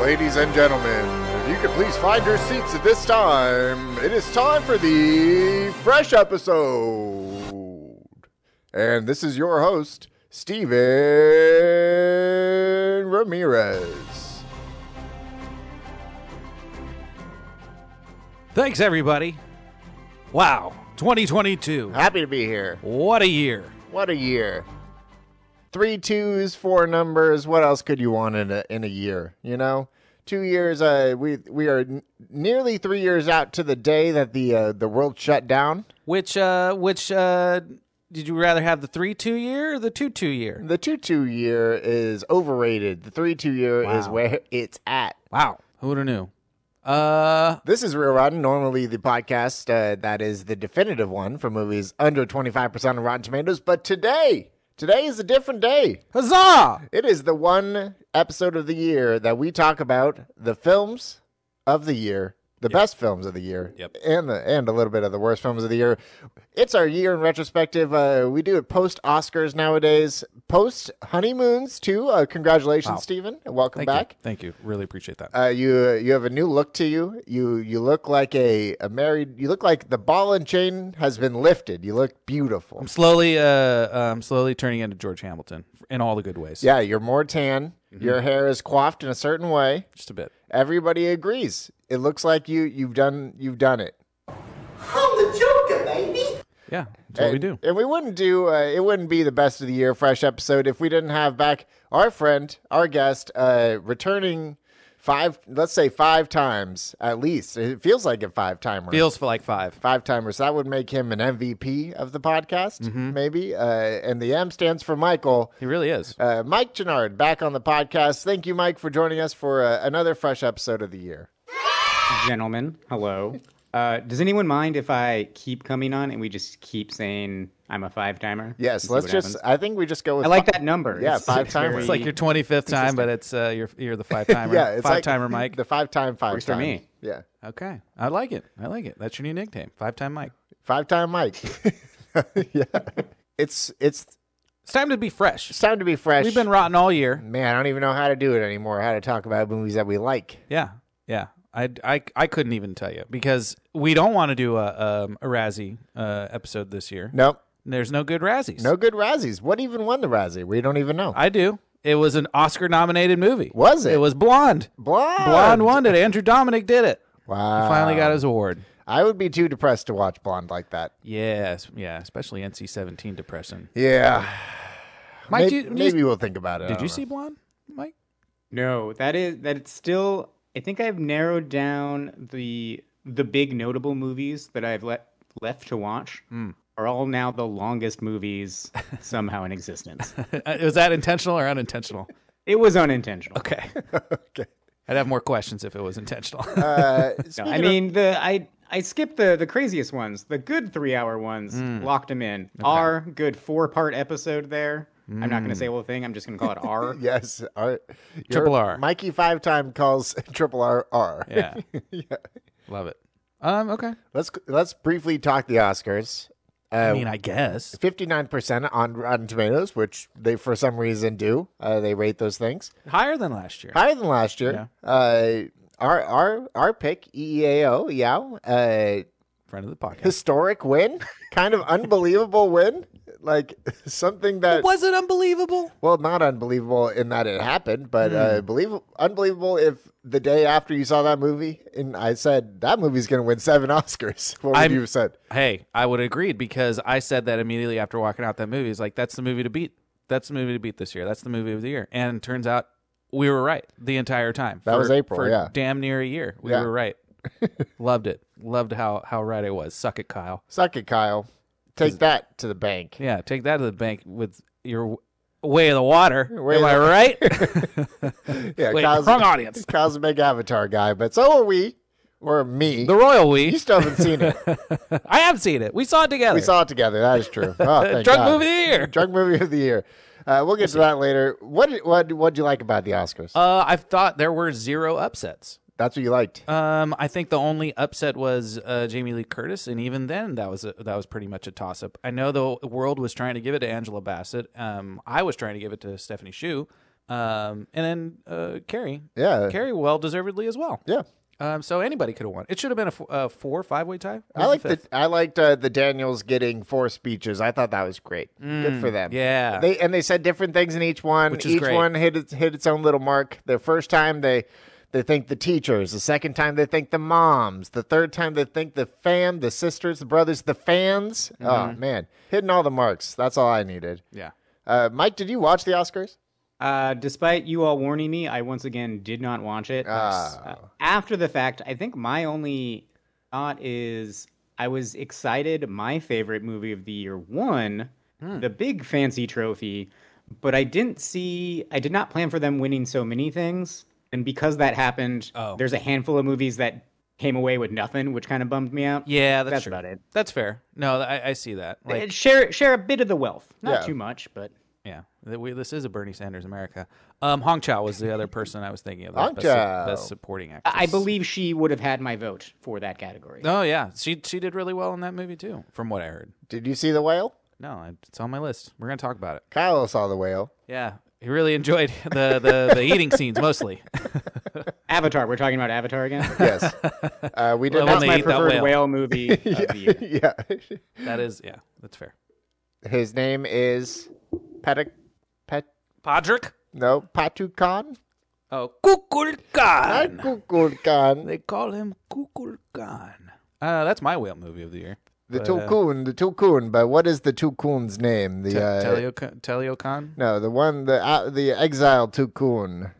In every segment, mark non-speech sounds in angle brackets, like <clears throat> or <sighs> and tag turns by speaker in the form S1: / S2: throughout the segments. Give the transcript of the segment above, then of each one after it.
S1: Ladies and gentlemen, if you could please find your seats at this time, it is time for the fresh episode. And this is your host, Steven Ramirez.
S2: Thanks, everybody. Wow, 2022.
S1: Happy to be here.
S2: What a year.
S1: What a year. Three twos, four numbers. What else could you want in a in a year? You know, two years. Uh, we we are n- nearly three years out to the day that the uh, the world shut down.
S2: Which, uh, which, uh, did you rather have the 3 2 year or the 2 2 year?
S1: The two two year is overrated. The three two year is
S2: Wow.
S1: where <laughs> it's at.
S2: Wow. Who would have knew? Uh,
S1: This is Real Rotten, normally the podcast uh, that is the definitive one for movies under 25% of Rotten Tomatoes. But today, today is a different day.
S2: huzzah!
S1: It is the one episode of the year that we talk about the films of the year, the best films of the year,
S2: Yep.
S1: and the and a little bit of the worst films of the year. It's our year in retrospective. Uh, we do it post Oscars nowadays, post honeymoons too. Uh, congratulations, Stephen, and welcome
S2: Thank
S1: back.
S2: you. Thank you. Really appreciate that.
S1: Uh, you you have a new look to you. You you look like a, a married. You look like the ball and chain has been lifted. You look beautiful.
S2: I'm slowly, uh, uh, I'm slowly turning into George Hamilton in all the good ways.
S1: Yeah, you're more tan.
S2: Mm-hmm.
S1: Your hair is coiffed in a certain way.
S2: Just a bit.
S1: Everybody agrees. It looks like you you've done you've done it.
S3: I'm the Joker, baby.
S2: Yeah. That's what we do.
S1: And we wouldn't do uh, it. Wouldn't be the best of the year fresh episode if we didn't have back our friend, our guest, uh, returning five. Let's say five times at least. It feels like a five timer.
S2: Feels for like five.
S1: five timers. That would make him an MVP of the podcast, maybe. Uh, and the M stands for Michael.
S2: He really is.
S1: Uh, Mike Gennard back on the podcast. Thank you, Mike, for joining us for uh, another fresh episode of the year.
S4: gentlemen. Hello. Uh, does anyone mind if I keep coming on and we just keep saying I'm a five timer?
S1: Yes, let's just. I think we just go with.
S4: I like
S1: fi-
S4: that number.
S1: Yeah,
S4: It's-
S1: five
S4: it's <laughs> very-
S1: timers.
S2: It's like your 25th time, but it's, uh, you're, you're the five
S1: <laughs>
S2: timer.
S1: Yeah, it's
S2: five
S1: like
S2: timer, Mike.
S1: The five time five
S4: for
S1: time.
S4: me.
S1: Yeah,
S2: okay. I like it. I like it. That's your new nickname. Five time Mike.
S1: five time Mike. <laughs> yeah, it's it's
S2: It's time to be fresh.
S1: it's time to be fresh.
S2: We've been rotten all year.
S1: man. I don't even know how to do it anymore. How to talk about movies that we like.
S2: Yeah, yeah. I, I, I couldn't even tell you because we don't want to do a um, a Razzie uh, episode this year.
S1: Nope,
S2: There's no good Razzies.
S1: no good Razzies. What even won the Razzie? We don't even know.
S2: I do. It was an Oscar nominated movie.
S1: Was it?
S2: It was Blonde.
S1: Blonde.
S2: Blonde won it. Andrew Dominic did it.
S1: Wow.
S2: He finally got his award.
S1: I would be too depressed to watch Blonde like that.
S2: Yes, yeah, especially NC-17 depression.
S1: Yeah.
S2: Mike,
S1: May-
S2: do you- do
S1: maybe, Uh.
S2: you-
S1: we'll think about it. I
S2: Did you
S1: don't
S2: see Blonde, Mike? <laughs>
S4: No, that is that. It's still. I think I've narrowed down the the big notable movies that I've let left to watch
S1: Hmm.
S4: are all now the longest movies somehow in existence.
S2: was that intentional or unintentional?
S4: it was
S2: <laughs>
S4: unintentional.
S2: Okay,
S1: know. <laughs> Okay.
S2: I'd have more questions if it was intentional.
S1: <laughs> Uh,
S4: No,
S1: speaking
S4: I
S1: of-
S4: mean the I I skipped the the craziest ones. The good three hour ones locked them in. Our good four part episode there. I'm not going to say a whole thing. I'm just going to call it R.
S1: yes, R, your-
S2: Triple R.
S1: Mikey five time calls <laughs> triple R R. <laughs>
S2: yeah. love it. Um, okay.
S1: Let's let's briefly talk the Oscars.
S2: I mean, I guess.
S1: Fifty nine percent on Rotten Tomatoes, which they for some reason do. Uh, they rate those things
S2: higher than last year.
S1: higher than last year. Uh, our our our pick E EEAO, yeah, uh,
S2: Friend of
S1: <laughs>
S2: the podcast.
S1: historic win, kind of unbelievable win, like <laughs> something that
S2: Was it unbelievable?
S1: Well, not unbelievable in that it happened, but
S2: Hmm.
S1: uh, believe unbelievable if the day after you saw that movie and I said that movie's going to win seven <laughs> Oscars. What would
S2: I'm-
S1: you have said?
S2: Hey, I would have agreed because I said that immediately after walking out that movie. It's like that's the movie to beat. That's the movie to beat this year. That's the movie of the year. And turns out we were right the entire time.
S1: That
S2: For-
S1: was April,
S2: for
S1: yeah.
S2: damn near a year. We
S1: Yeah. <laughs>
S2: were right. Loved it. Loved how how right I was. Suck it, Kyle.
S1: Suck it, Kyle. Take that to the bank.
S2: Yeah, take that to the bank with your w- way of the water.
S1: Way
S2: Am I
S1: of
S2: right?
S1: <laughs> Yeah,
S2: Wait,
S1: <laughs>
S2: wrong audience.
S1: Kyle's a big Avatar guy, but so are we. Or me.
S2: the royal
S1: you
S2: we.
S1: still haven't seen it.
S2: I have seen it. We saw it <laughs> together.
S1: We saw it together. That is true. Oh, thank
S2: Drunk
S1: God.
S2: movie of the year.
S1: Drunk movie of the year. Uh, we'll get to that later. What did, what what do you like about the Oscars?
S2: uh, I thought there were zero upsets.
S1: That's what you liked.
S2: Um, I think the only upset was uh, Jamie Lee Curtis, and even then, that was a, that was pretty much a toss up. I know the world was trying to give it to Angela Bassett. Um, I was trying to give it to Stephanie Shu, um, and then uh, Carrie.
S1: Yeah.
S2: Carrie well deservedly as well.
S1: Yeah.
S2: Um, so anybody could have won. It should have been a f- a four five way tie.
S1: I like the I liked uh, the Daniels getting four speeches. I thought that was great. Good for them.
S2: Mm, yeah.
S1: They and they said different things in each one.
S2: Which is
S1: each
S2: great.
S1: one hit its, hit its own little mark. The first time they they thank the teachers. The second time they thank the moms. The third time they thank the fam, the sisters, the brothers, the fans. Oh man, hitting all the marks. That's all I needed.
S2: Mm-hmm. yeah.
S1: Uh, Mike, did you watch the Oscars?
S4: Uh, despite you all warning me, I once again did not watch it.
S2: Ah.
S4: Uh, after the fact, I think my only thought is I was excited. My favorite movie of the year won
S2: Hmm.
S4: the big fancy trophy, but I didn't see, I did not plan for them winning so many things. And because that happened,
S2: Oh.
S4: there's a handful of movies that came away with nothing, which kind of bummed me out.
S2: Yeah, that's,
S4: That's
S2: true.
S4: about it.
S2: That's fair. No, I, I see that. Like,
S4: Uh, share share a bit of the wealth, not
S1: Yeah.
S4: too much, but
S2: yeah, That we- this is a Bernie Sanders America. Um, Hong Chow was the other person I was thinking of. as
S1: Hong
S2: best, su-
S1: Chow.
S2: best supporting actress.
S4: I I believe she would have had my vote for that category.
S2: Oh yeah, she she did really well in that movie too, from what I heard.
S1: Did you see the whale?
S2: No, it's on my list. We're gonna talk about it.
S1: Kyle saw the whale.
S2: Yeah, he really enjoyed the the, the eating scenes mostly.
S4: Avatar. We're talking about
S2: <laughs>
S4: Avatar again.
S1: Yes. uh, we did
S2: Well,
S1: not.
S2: when
S4: That's
S2: they
S4: my
S2: eat that
S4: preferred
S2: whale.
S4: whale. movie
S2: <laughs>
S4: of the
S1: <laughs>
S4: year.
S1: yeah.
S2: That is, yeah, that's fair.
S1: His name is Patek. Pet.
S2: Podrick.
S1: No, Patukan.
S2: Oh, Kukulkan.
S1: Kukulkan.
S2: They call him Kukulkan. Uh, that's my whale movie of the year.
S1: The Tulkun, the Tulkun, but what is the Tulkun's name? The uh,
S2: Teleokan. Teleokan.
S1: no, the one the uh, the exiled Tulkun.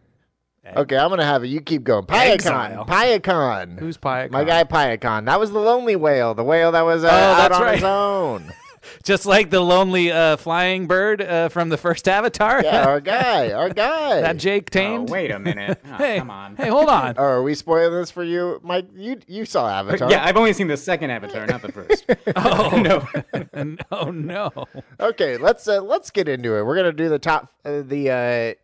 S1: Okay, I'm gonna have it. You keep going. Pyakon,
S2: Exile.
S1: Pyakon.
S2: Who's Pyakon?
S1: My guy Pyakon. That was the lonely whale, the whale that was uh, out
S2: Oh, that's
S1: on
S2: right.
S1: his
S2: <laughs>
S1: own.
S2: Just like the lonely uh, flying bird uh, from the first Avatar
S1: Yeah, our guy, our guy.
S2: that Jake
S4: Oh,
S2: tamed.
S4: wait a minute. Oh,
S2: hey,
S4: come on.
S2: hey, hold <laughs> on.
S1: oh, are we spoiling this for you, Mike? You you
S2: <laughs>
S1: saw Avatar?
S4: Yeah, I've only seen the second Avatar, not the first. oh <laughs> no.
S2: oh <laughs> no.
S1: Okay, let's uh, let's get into it. We're gonna do the top uh, the uh,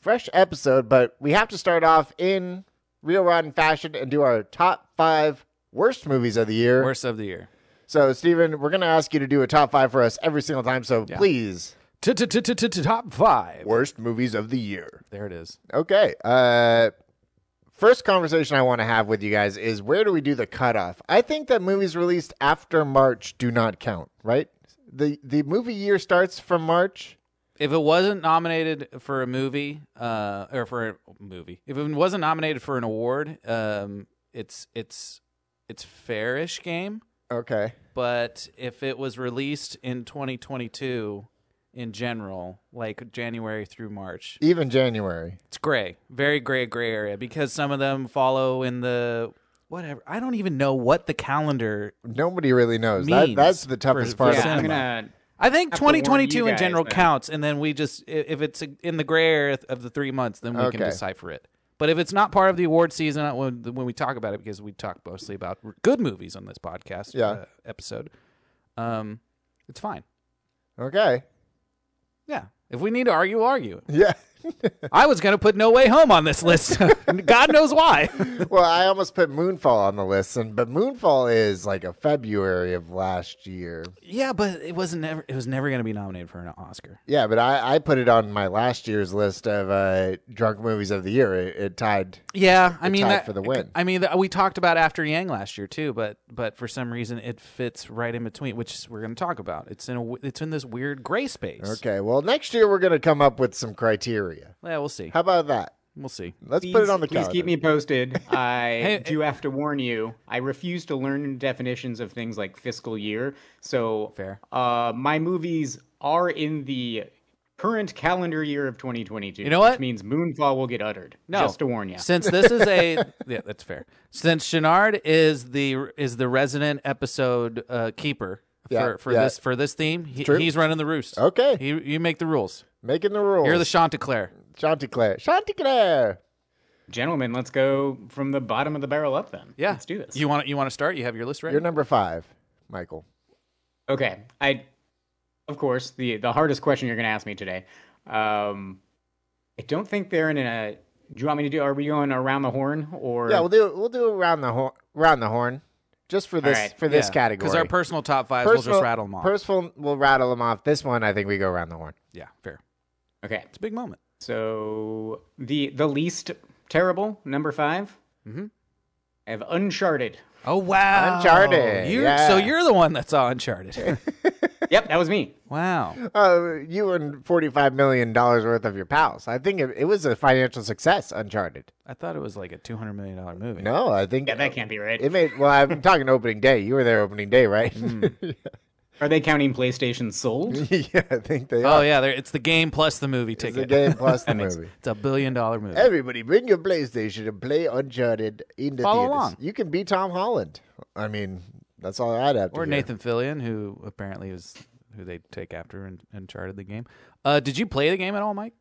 S1: fresh episode, but we have to start off in real rotten fashion and do our top five worst movies of the year.
S2: Worst of the year.
S1: So, Steven, we're gonna ask you to do a top five for us every single time. So, please,
S2: Top five.
S1: worst movies of the year.
S2: There it is.
S1: Okay. Uh, first conversation I want to have with you guys is where do we do the cutoff? I think that movies released after March do not count, right? The the movie year starts from March.
S2: If it wasn't nominated for a movie, uh, or for a movie, if it wasn't nominated for an award, um, it's it's it's fairish game.
S1: Okay.
S2: But if it was released in 2022, in general, like January through March,
S1: Even January.
S2: it's gray, very gray, gray area because some of them follow in the whatever. I don't even know what the calendar.
S1: Nobody really knows.
S2: Means
S1: That, that's the toughest
S2: for-
S1: part.
S4: Yeah,
S1: of
S4: I'm
S1: it.
S4: gonna.
S2: I think
S4: Have to warn
S2: 2022
S4: you
S2: in
S4: guys,
S2: general
S4: man.
S2: counts, and then we just i- if it's in the gray area of the three months, then we can
S1: Okay.
S2: decipher it. But if it's not part of the award season, uh, when, when we talk about it, because we talk mostly about r- good movies on this podcast
S1: Yeah.
S2: uh, episode, um, it's fine.
S1: <laughs> Okay.
S2: Yeah, if we need to argue, we'll argue.
S1: Yeah. <laughs>
S2: I was gonna put No Way Home on this list. <laughs> God knows why. <laughs>
S1: well, I almost put Moonfall on the list, and but Moonfall is like a February of last year.
S2: yeah, but it was never. It was never gonna be nominated for an Oscar.
S1: Yeah, but I, I put it on my last year's list of uh, drunk movies of the year. It, it tied.
S2: Yeah, I mean
S1: tied
S2: that,
S1: for the win.
S2: I mean that, we talked about after Yang last year too, but but for some reason it fits right in between, which we're going to talk about. It's in a w- it's in this weird gray space.
S1: Okay, well, next year we're gonna come up with some criteria.
S2: Yeah, we'll see.
S1: How about that?
S2: We'll see.
S1: Let's
S4: Please,
S1: put it on the
S4: please
S1: calendar.
S4: keep me posted.
S2: <laughs>
S4: I
S2: Hey,
S4: do have to warn you. I refuse to learn definitions of things like fiscal year. So
S2: Fair.
S4: Uh, my movies are in the current calendar year of 2022.
S2: You know
S4: Which
S2: what?
S4: means Moonfall will get uttered.
S2: No,
S4: Just to warn you.
S2: Since this is a <laughs> yeah, that's fair. Since Shenard is the is the resident episode uh, keeper for
S1: Yeah,
S2: for
S1: yeah.
S2: this for this theme, he,
S1: true.
S2: he's running the roost.
S1: Okay.
S2: he, you make the rules.
S1: Making the rules.
S2: You're the Chanticleer.
S1: Chanticleer. Chanticleer.
S4: Gentlemen, let's go from the bottom of the barrel up then.
S2: Yeah,
S4: Let's do this.
S2: You want you want to start? You have your list ready.
S1: You're number five, Michael.
S4: Okay, I, of course, the the hardest question you're going to ask me today. Um, I don't think they're in a. Do you want me to do? Are we going around the horn or?
S1: Yeah, we'll do we'll do around the horn. Around the horn, just for this
S4: right.
S1: for this
S2: Yeah,
S1: category.
S2: because our personal top fives will just rattle them off.
S1: Personal, we'll rattle them off. This one, I think we go around the horn.
S2: yeah, fair.
S4: okay.
S2: It's a big moment.
S4: So the the least terrible number 5 I have Uncharted.
S2: Oh wow,
S1: Uncharted,
S2: You
S1: yeah.
S2: so you're the one that saw Uncharted. <laughs>
S4: yep, that was me.
S2: wow.
S1: Uh, you and forty-five million dollars worth of your pals. I think it, it was a financial success. Uncharted.
S2: I thought it was like a two hundred million dollar movie.
S1: No, I think
S4: Yeah, that can't be right.
S1: It made. Well, I'm talking opening day. You were there opening day, right?
S2: Hmm.
S4: Are they counting PlayStation sold?
S1: <laughs> yeah, I think they.
S2: Oh <laughs>
S1: are.
S2: yeah, there- it's the game plus the movie
S1: it's the
S2: ticket.
S1: game plus the
S4: makes-
S1: movie.
S2: <laughs> It's a billion dollar movie.
S1: Everybody, bring your PlayStation and play Uncharted in the
S2: Follow
S1: theaters.
S2: along.
S1: You can be Tom Holland. I mean, that's all I'd have to.
S2: or
S1: hear.
S2: Nathan Fillion, who apparently is who they take after and, and charted the game. Uh, did you play the game at
S1: <laughs>
S2: all, Mike?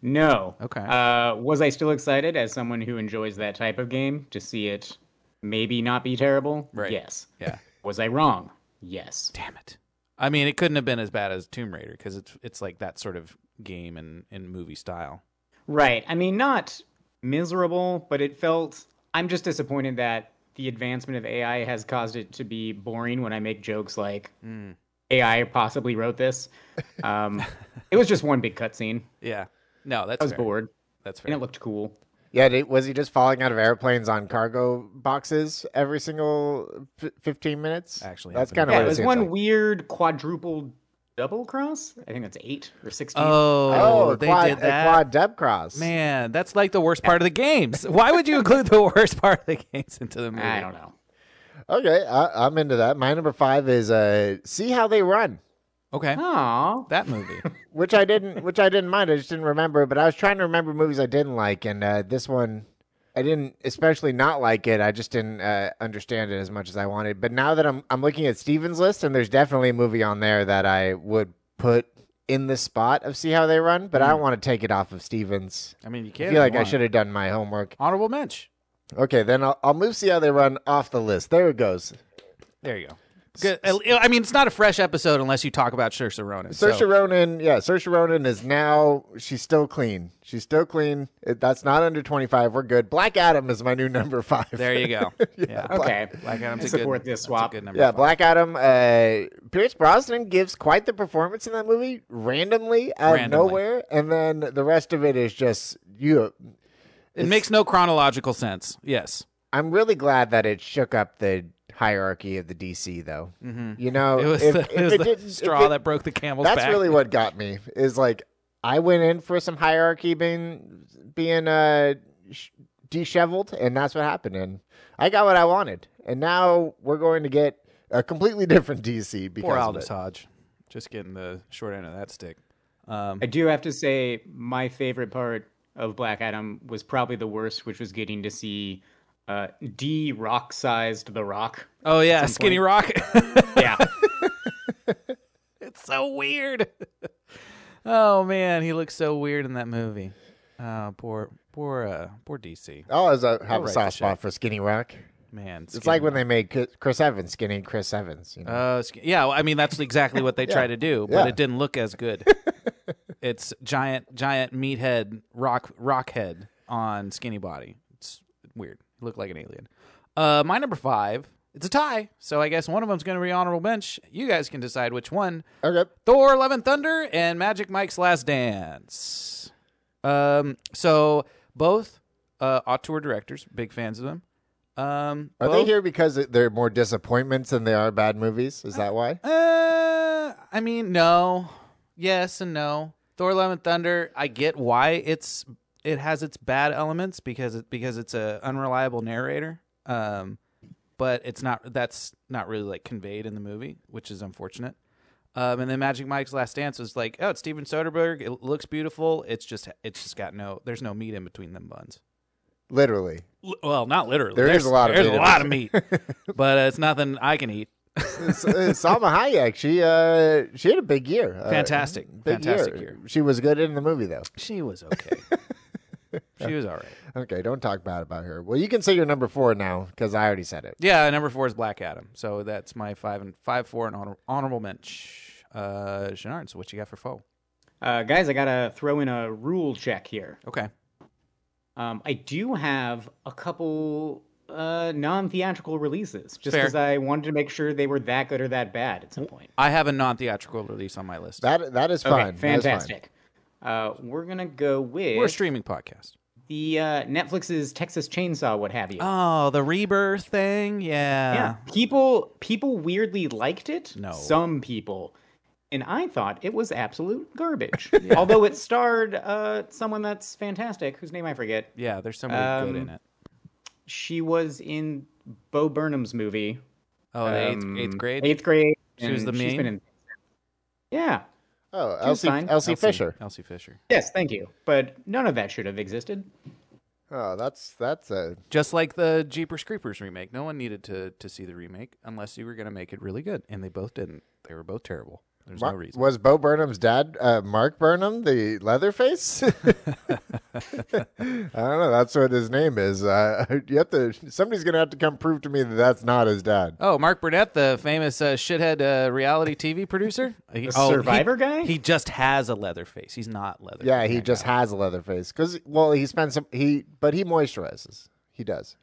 S4: No.
S2: Okay.
S4: Uh, was I still excited as someone who enjoys that type of game to see it maybe not be terrible?
S2: Right.
S4: Yes.
S2: Yeah.
S4: Was I wrong? Yes.
S2: Damn it. I mean, it couldn't have been as bad as Tomb Raider because it's it's like that sort of game and, and movie style.
S4: Right. I mean, not miserable, but it felt. I'm just disappointed that the advancement of AI has caused it to be boring when I make jokes like
S2: Hmm.
S4: AI possibly wrote this. Um, <laughs> it was just one big cutscene.
S2: Yeah. No, that's
S4: I was
S2: fair.
S4: bored,
S2: That's fair.
S4: and it looked cool.
S1: Yeah, did, was he just falling out of airplanes on cargo boxes every single f- fifteen minutes?
S2: Actually
S1: that's kind
S2: happened.
S1: of
S4: Yeah,
S1: what
S4: it was
S1: seems
S4: one
S1: like.
S4: weird quadruple double cross. I think that's eight or sixteen.
S2: oh,
S1: Oh,
S2: they
S1: quad,
S2: did
S1: a
S2: that.
S1: quad dub cross.
S2: Man, that's like the worst part of the games. Why would you include the <laughs> worst part of the games into the movie?
S4: I don't know.
S1: Okay, I, I'm into that. My number five is uh, see how they run,
S2: Okay,
S4: Aw,
S2: that movie.
S1: which I didn't, which I didn't mind. I just didn't remember. But I was trying to remember movies I didn't like, and uh, this one, I didn't especially not like it. I just didn't uh, understand it as much as I wanted. But now that I'm, I'm looking at Steven's list, and there's definitely a movie on there that I would put in the spot of see how they run. But I don't want to take it off of Steven's.
S2: Hmm. I mean, you
S1: <laughs>
S2: can't.
S1: I feel like I should have done my homework.
S2: Honorable mensch.
S1: Okay, then I'll, I'll move see how they run off the list. There it goes.
S2: There you go. Good. I mean, it's not a fresh episode unless you talk about Saoirse Ronan. so-
S1: Saoirse Ronan, yeah, Saoirse Ronan is now she's still clean. She's still clean. It- That's not under twenty five. We're good. Black Adam is my new <laughs> number five.
S2: There
S1: <laughs>
S2: you go. yeah. <laughs>
S4: okay.
S2: Black Adam's
S4: I
S2: a
S4: support
S2: good,
S4: this
S2: that's
S4: swap.
S2: A good number.
S1: Yeah,
S2: five.
S1: Black Adam. Uh, Pierce Brosnan gives quite the performance in that movie, randomly out
S2: Randomly.
S1: of nowhere, and then the rest of it is just you.
S2: It makes no chronological sense. Yes.
S1: I'm really glad that it shook up the hierarchy of the DC, though. You know,
S2: Mm-hmm. It was
S1: if-
S2: the,
S1: if
S2: it was the
S1: didn't- if
S2: straw
S1: it-
S2: that broke the camel's
S1: That's
S2: back.
S1: really what got me is like I went in for some hierarchy being being uh sh- disheveled, and that's what happened. And I got what I wanted, and now we're going to get a completely <laughs> different DC because
S2: Poor
S1: of
S2: Aldous
S1: it.
S2: Hodge. Just getting the short end of that stick. Um,
S4: I do have to say my favorite part of Black Adam was probably the worst, which was getting to see uh, D rock sized the Rock.
S2: oh, yeah. Skinny <laughs> Rock.
S4: Yeah,
S2: it's <laughs> so weird. oh, man. He looks so weird in that movie. Oh, poor, poor, uh, poor DC.
S1: I always uh, have
S2: I'll
S1: a
S2: write
S1: soft
S2: the
S1: spot for Skinny Rock.
S2: Man.
S1: It's like when they made Chris- Chris Evans skinny Chris Evans. You know?
S2: Uh, sk- yeah, well, I mean that's exactly what they try to do,
S1: <laughs>
S2: but
S1: Yeah.
S2: it didn't look
S1: <laughs>
S2: as good. it's giant, giant meathead, rock, rock head on skinny body. It's weird. It looked like an alien. Uh, my number five. It's a tie, so I guess one of them's going to be honorable bench. You guys can decide which one.
S1: okay,
S2: Thor: Love and Thunder and Magic Mike's Last Dance. Um, so both uh, auteur directors, big fans of them. Um,
S1: are
S2: both-
S1: they here because they're more disappointments than they are bad movies? Is that why?
S2: Uh, I mean, no. Yes and no. Thor: Love and Thunder. I get why it's it has its bad elements because it because it's a unreliable narrator. Um, but it's not that's not really like conveyed in the movie, which is unfortunate. Um, and then Magic Mike's Last Dance was like, oh, it's Steven Soderbergh. It looks beautiful. It's just it's just got no there's no meat in between them buns.
S1: Literally,
S2: L- well, not literally.
S1: There
S2: there's
S1: is a lot of
S2: there's
S1: meat
S2: a
S1: in
S2: lot of meat,
S1: <laughs>
S2: but uh, it's nothing I can eat.
S1: S- uh, Salma Hayek. She uh, she had a big year. Uh,
S2: Fantastic,
S1: big
S2: fantastic year.
S1: year. She was good in the movie though.
S2: She was okay. she was all right.
S1: Okay, don't talk bad about her. Well, you can say your number four now because I already said it.
S2: Yeah, number four is Black Adam. So that's my five and five four and honor, honorable mensch. Uh, Gennard, so what you got for foe?
S4: uh, guys, I gotta throw in a rule check here.
S2: Okay,
S4: Um, I do have a couple uh, non-theatrical releases, just
S2: Fair.
S4: because I wanted to make sure they were that good or that bad at some point.
S2: I have a non-theatrical release on my list.
S1: That that is
S4: Okay,
S1: fine. That is fine.
S4: fantastic. Uh, we're gonna go with
S2: We're a streaming podcast.
S4: the uh, Netflix's Texas Chainsaw, what have you.
S2: Oh, the rebirth thing. Yeah.
S4: yeah, Uh, people people weirdly liked it.
S2: No.
S4: some people, and I thought it was absolute
S2: <laughs>
S4: garbage. Although it starred uh, someone that's fantastic, whose name I forget.
S2: Yeah, There's some really good in
S4: Um,
S2: it.
S4: She was in Bo Burnham's movie.
S2: Oh, the
S4: um,
S2: eighth, eighth grade.
S4: Eighth grade.
S2: She was the
S4: and she's
S2: main?
S4: been in- Yeah.
S1: Oh,
S4: She was
S1: Elsie,
S4: fine.
S1: Elsie Fisher.
S2: Elsie Fisher.
S4: Yes, thank you. But none of that should have existed.
S1: Oh, that's that's a
S2: Just like the Jeepers Creepers remake, no one needed to to see the remake unless you were going to make it really good, and they both didn't. They were both terrible. There's
S1: Mar-
S2: no reason.
S1: was Bo Burnham's dad uh, Mark Burnham, the Leatherface. <laughs> I don't know. That's what his name is. Uh, <laughs> you have to. Somebody's gonna have to come prove to me that that's not his dad.
S2: Oh, Mark Burnett, the famous uh, shithead uh, reality TV producer, He-
S4: The
S2: oh, he-
S4: Survivor guy?
S2: He just has a leather face. He's not leather.
S1: Yeah, he just has a leather face because well, he spends some he, but he moisturizes. He does.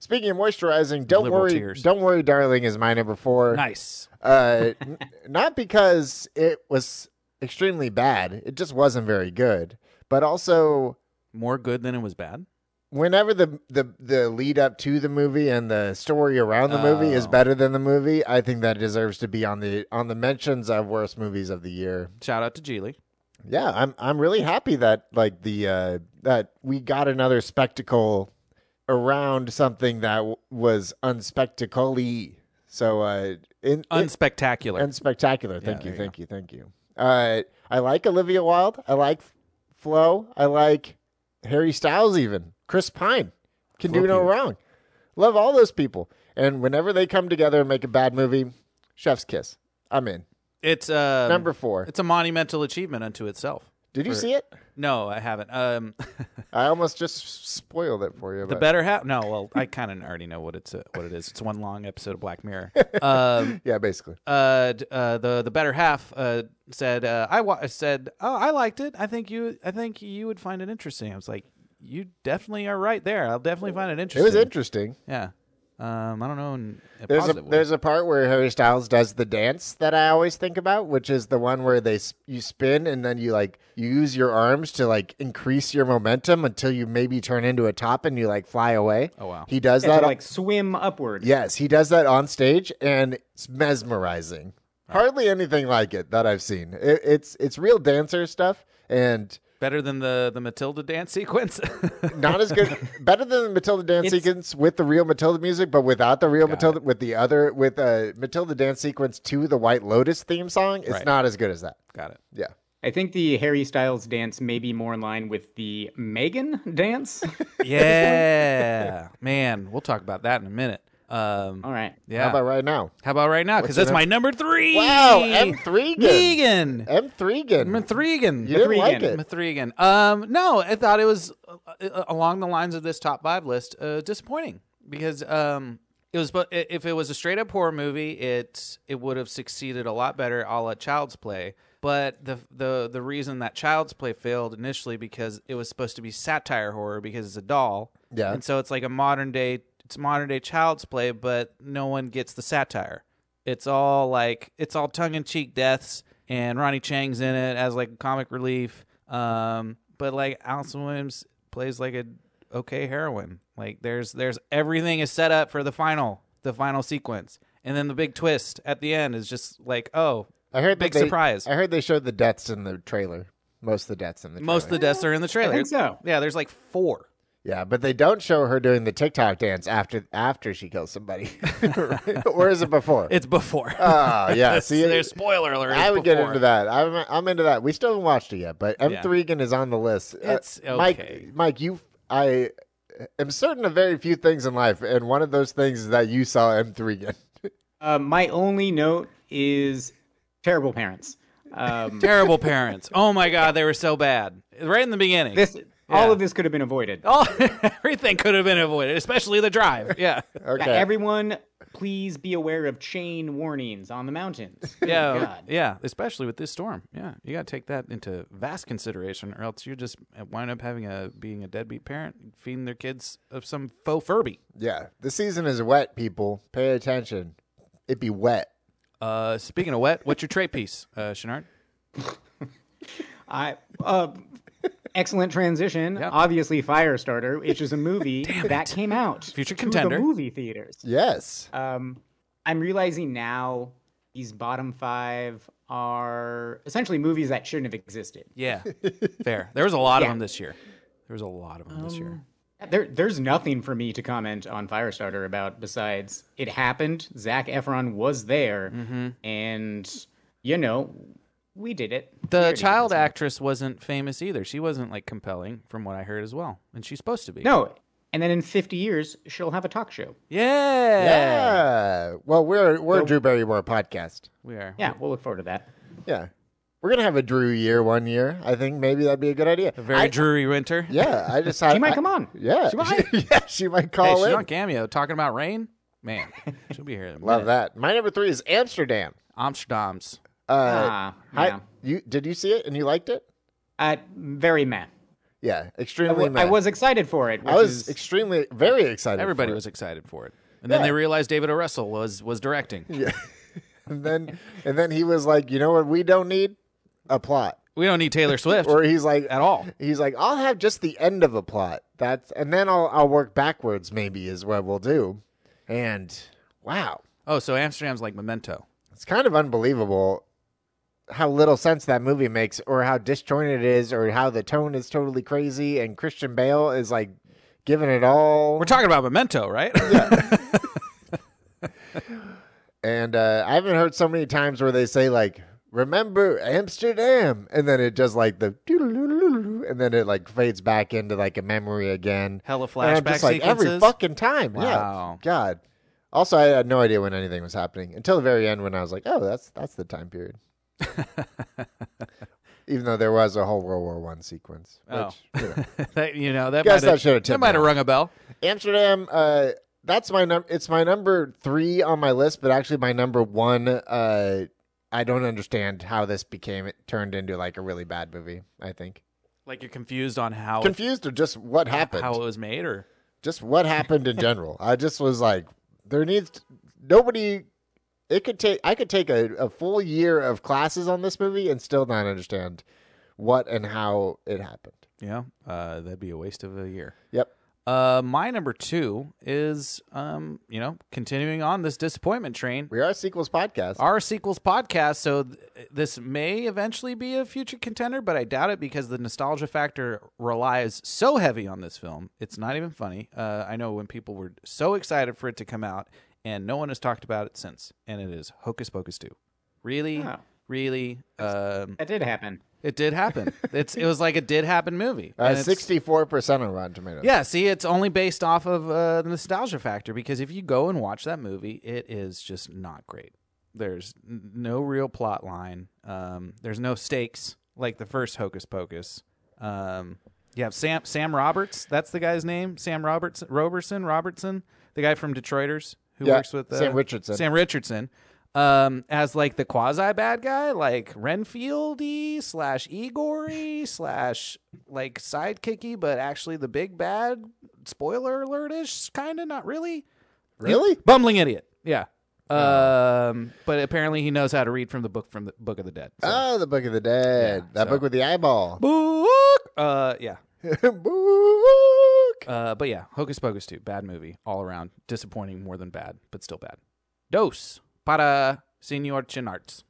S1: Speaking of moisturizing, don't
S2: Liberal
S1: worry,
S2: tears.
S1: don't worry, darling, is my number four.
S2: nice.
S1: Uh, n- not because it was extremely bad; it just wasn't very good. But also,
S2: More good than it was bad.
S1: whenever the the the lead up to the movie and the story around the movie is
S2: Oh.
S1: better than the movie, I think that deserves to be on the on the mentions of worst movies of the year.
S2: Shout out to Geely.
S1: Yeah, I'm I'm really happy that like the uh that we got another spectacle around something that w- was unspectacle So uh in, in
S2: Unspectacular.
S1: and spectacular. Thank
S2: there
S1: you,
S2: you
S1: thank you, thank you. Uh I like Olivia Wilde. I like Flo. I like Harry Styles even. Chris Pine. Can
S2: Flo
S1: do no
S2: Peter.
S1: wrong. Love all those people. And whenever they come together and make a bad movie, chef's kiss. I'm in.
S2: it's um,
S1: Number 4.
S2: It's a monumental achievement unto itself.
S1: Did you
S2: for-
S1: see it?
S2: No, I haven't.
S1: <laughs>
S2: Um,
S1: I almost just spoiled it for you.
S2: the
S1: but-
S2: better half. No, well, I kind of already know what it's uh, what it is. It's one long episode of Black
S1: <laughs>
S2: Mirror. Um,
S1: Yeah, basically.
S2: uh, d- uh, the the better half uh, said uh, I wa- said oh I liked it. I think you I think you would find it interesting. I was like, you definitely are right there. I'll definitely find it
S1: It
S2: interesting.
S1: was interesting.
S2: Yeah. Um, I don't know. In a
S1: There's a
S2: positive way.
S1: there's a part where Harry Styles does the dance that I always think about, which is the one where they s- you spin and then you like you use your arms to like increase your momentum until you maybe turn into a top and you like fly away.
S2: Oh, wow.
S1: He does
S4: They had
S1: that
S4: to,
S1: on-
S4: like swim upward.
S1: Yes, he does that on stage and it's mesmerizing. Hardly anything like it that I've seen. It, it's it's real dancer stuff and
S2: better than the the Matilda
S1: <laughs>
S2: dance <laughs> sequence.
S1: not as good better than the matilda dance
S4: It's-
S1: sequence with the real matilda music but without the real matilda with the other with uh, matilda dance sequence to the white lotus theme song it's
S2: Right.
S1: not as good as that
S2: Got it.
S1: yeah
S4: I think the Harry Styles dance may be more in line with the Megan
S2: <laughs>
S4: dance.
S2: Yeah, man. We'll talk about that in a minute. Um,
S4: All right.
S2: yeah.
S1: how about right now
S2: right now? Because
S1: your
S2: that's my number three.
S1: Wow, M3gan.
S2: Megan.
S1: m3 again
S2: Mithrigan.
S1: you didn't like
S4: M3gan.
S1: it
S2: Mithrigan. Um, no, I thought it was uh, uh, along the lines of this top five list uh, disappointing because um, it was. But if it was a straight up horror movie, it it would have succeeded a lot better, a la Child's Play. But the the the reason that Child's Play failed initially because it was supposed to be satire horror because it's a doll.
S1: Yeah.
S2: and so it's like a modern day it's modern day Child's Play, but no one gets the satire it's all like it's all tongue in cheek deaths, and Ronnie Chang's in it as like comic relief. Um, but like Allison Williams plays like a okay heroine. Like there's there's everything is set up for the final the final sequence, and then the big twist at the end is just like oh
S1: i heard that
S2: Big
S1: they-
S2: surprise.
S1: i heard they showed the deaths in the trailer most of the deaths in the
S2: most of the
S1: trailer.
S2: deaths are in the trailer.
S4: think so.
S2: Yeah, there's like four.
S1: yeah but they don't show her doing the tiktok dance after after she kills somebody <laughs> or is it before
S2: It's before. <laughs>
S1: oh yeah see
S2: there's spoiler alert.
S1: I
S2: it's
S1: would get
S2: before.
S1: into that. I'm I'm into that. We still haven't watched it yet, but M
S2: Yeah.
S1: Threegan is on the list. Uh,
S2: It's okay.
S1: Mike, Mike, you, I am certain of very few things in life, and one of those things is that you saw M Threegan.
S4: Uh, my only note is terrible parents.
S2: <laughs>
S4: Um,
S2: Terrible parents. Oh my god, they were so bad right in the beginning.
S4: this, all of this could have been avoided.
S2: All <laughs> everything could have been avoided, especially the drive. Yeah,
S1: <laughs>
S4: <laughs>
S1: Okay,
S4: Yeah, everyone, please be aware of chain warnings on
S2: <laughs>
S4: the mountains. Good
S2: yeah,
S4: God.
S2: yeah. Especially with this storm. Yeah, you got to take that into vast consideration, or else you just uh, wind up having a being a deadbeat parent feeding their kids of some faux Furby.
S1: yeah. The season is wet, people. Pay attention. It be wet.
S2: Uh, speaking of wet, what's your trait piece, uh, Shenard?
S4: I uh, excellent transition.
S2: Yep.
S4: Obviously, Firestarter, which is
S2: <laughs>
S4: a movie that came out
S2: Future
S4: to
S2: contender.
S4: the movie theaters.
S1: Yes.
S4: Um, I'm realizing now these bottom five are essentially movies that shouldn't have existed. <laughs>
S2: Yeah, fair. There was a lot of
S4: Yeah. Um,
S2: them this year. There was a lot of them this year.
S4: There, there's nothing for me to comment on Firestarter about besides it happened. Zach Efron was there,
S1: Mm-hmm.
S4: and you know, we did it. We
S2: The
S4: already did
S2: child
S4: this.
S2: actress wasn't famous either. She wasn't like compelling, from what I heard as well, and she's supposed to be.
S4: No, and then in 50 years she'll have a talk show.
S2: Yeah.
S1: Yeah. Well, we're we're a Drew Barrymore podcast.
S2: We are.
S4: Yeah, we'll look forward to that.
S1: Yeah. We're gonna have a Drew year one year. I think maybe that'd be a good idea.
S2: Very dreary winter.
S1: Yeah, I just had,
S4: <laughs> She might
S1: I-
S4: come on.
S1: Yeah, <laughs>
S4: She might.
S1: yeah, she might
S2: Hey,
S1: call
S2: she's
S1: in.
S2: on cameo talking about rain. <laughs> Man, she'll be here. In a
S1: Love
S2: minute.
S1: that. My number three is Amsterdam.
S2: Amsterdam's.
S1: Uh,
S4: Ah,
S1: hi-
S4: yeah.
S1: you did you see it and you liked it?
S4: Uh, very meh.
S1: Yeah,
S4: I,
S1: extremely.
S4: w- I
S1: mad.
S4: was excited for it. Which
S1: I was
S4: is,
S1: extremely very excited.
S2: Everybody
S1: for it.
S2: was excited for it, and then
S1: Yeah.
S2: they realized David O. Russell was was directing.
S1: and then and then he was like, you know what, we don't need a plot.
S2: We don't
S1: <laughs>
S2: need Taylor Swift
S1: Or he's like,
S2: at all.
S1: he's like, I'll have just the end of a plot. That's and then I'll I'll work backwards. Maybe is what we'll do. And wow,
S2: Oh, so Amsterdam's like Memento.
S1: it's kind of unbelievable how little sense that movie makes or how disjointed it is or how the tone is totally crazy and Christian Bale is like giving it all
S2: We're talking about Memento, right? <laughs>
S1: and uh, I haven't heard so many times where they say like remember Amsterdam and then it just like the doodle-doodle-doodle, and then it like fades back into like a memory again
S2: Hella
S1: And I'm
S2: flashback
S1: just, like, every
S2: sequences.
S1: fucking time
S2: Wow.
S1: yeah god also I had no idea when anything was happening until the very end when I was like oh that's that's the time
S2: <laughs>
S1: period even though there was a whole World War One sequence which,
S2: Oh.
S1: you know.
S2: <laughs> That- you know that
S1: Guess
S2: might
S1: that should have
S2: that
S1: tipped
S2: might
S1: me
S2: have
S1: off.
S2: rung a bell.
S1: Amsterdam. Uh, that's my number. It's my number three on my list, but actually my number one. Uh, I don't understand how this became it turned into like a really bad movie. I think
S2: Like you're confused on how it,
S1: confused or just what happened.
S2: how it was made, or
S1: just what happened in general. I just was like, there needs nobody. It could take. I could take a, a full year of classes on this movie and still not understand what and how it happened.
S2: yeah, uh, that'd be a waste of a year.
S1: Yep.
S2: Uh, my number two is, um, you know, continuing on this disappointment train.
S1: We are a sequels podcast.
S2: Our sequels podcast, so th- this may eventually be a future contender, but I doubt it because the nostalgia factor relies so heavy on this film. It's not even funny. Uh, I know when people were so excited for it to come out, and no one has talked about it since. And it is Hocus Pocus two. Really,
S4: Oh.
S2: really, um,
S4: that did happen.
S2: it did happen. it's it was like a did happen movie.
S1: Uh,
S2: And it's-
S1: Sixty-four percent on Rotten Tomatoes.
S2: yeah, see, it's only based off of uh, the nostalgia factor because if you go and watch that movie, it is just not great. There's n- no real plot line. Um, there's no stakes like the first Hocus Pocus. Um, you have Sam Sam Roberts. That's the guy's name. Sam Roberts Robertson Robertson, the guy from Detroiters who
S1: Yeah,
S2: works with uh,
S1: Sam Richardson.
S2: Sam Richardson. Um, as like the quasi bad guy, like Renfieldy slash Igory slash like sidekicky, but actually the big bad. Spoiler alertish, kind of not really.
S1: Really?
S2: Bumbling idiot. Yeah. Um, but apparently he knows how to read from the book from the Book of the Dead. so.
S1: Oh, the Book of the Dead.
S2: Yeah,
S1: that
S2: so-
S1: book with the eyeball.
S2: book. Uh, yeah.
S1: <laughs> Book.
S2: Uh, but yeah, Hocus Pocus 2, bad movie all around. Disappointing more than bad, but still bad. Dos para Senor Chinarts.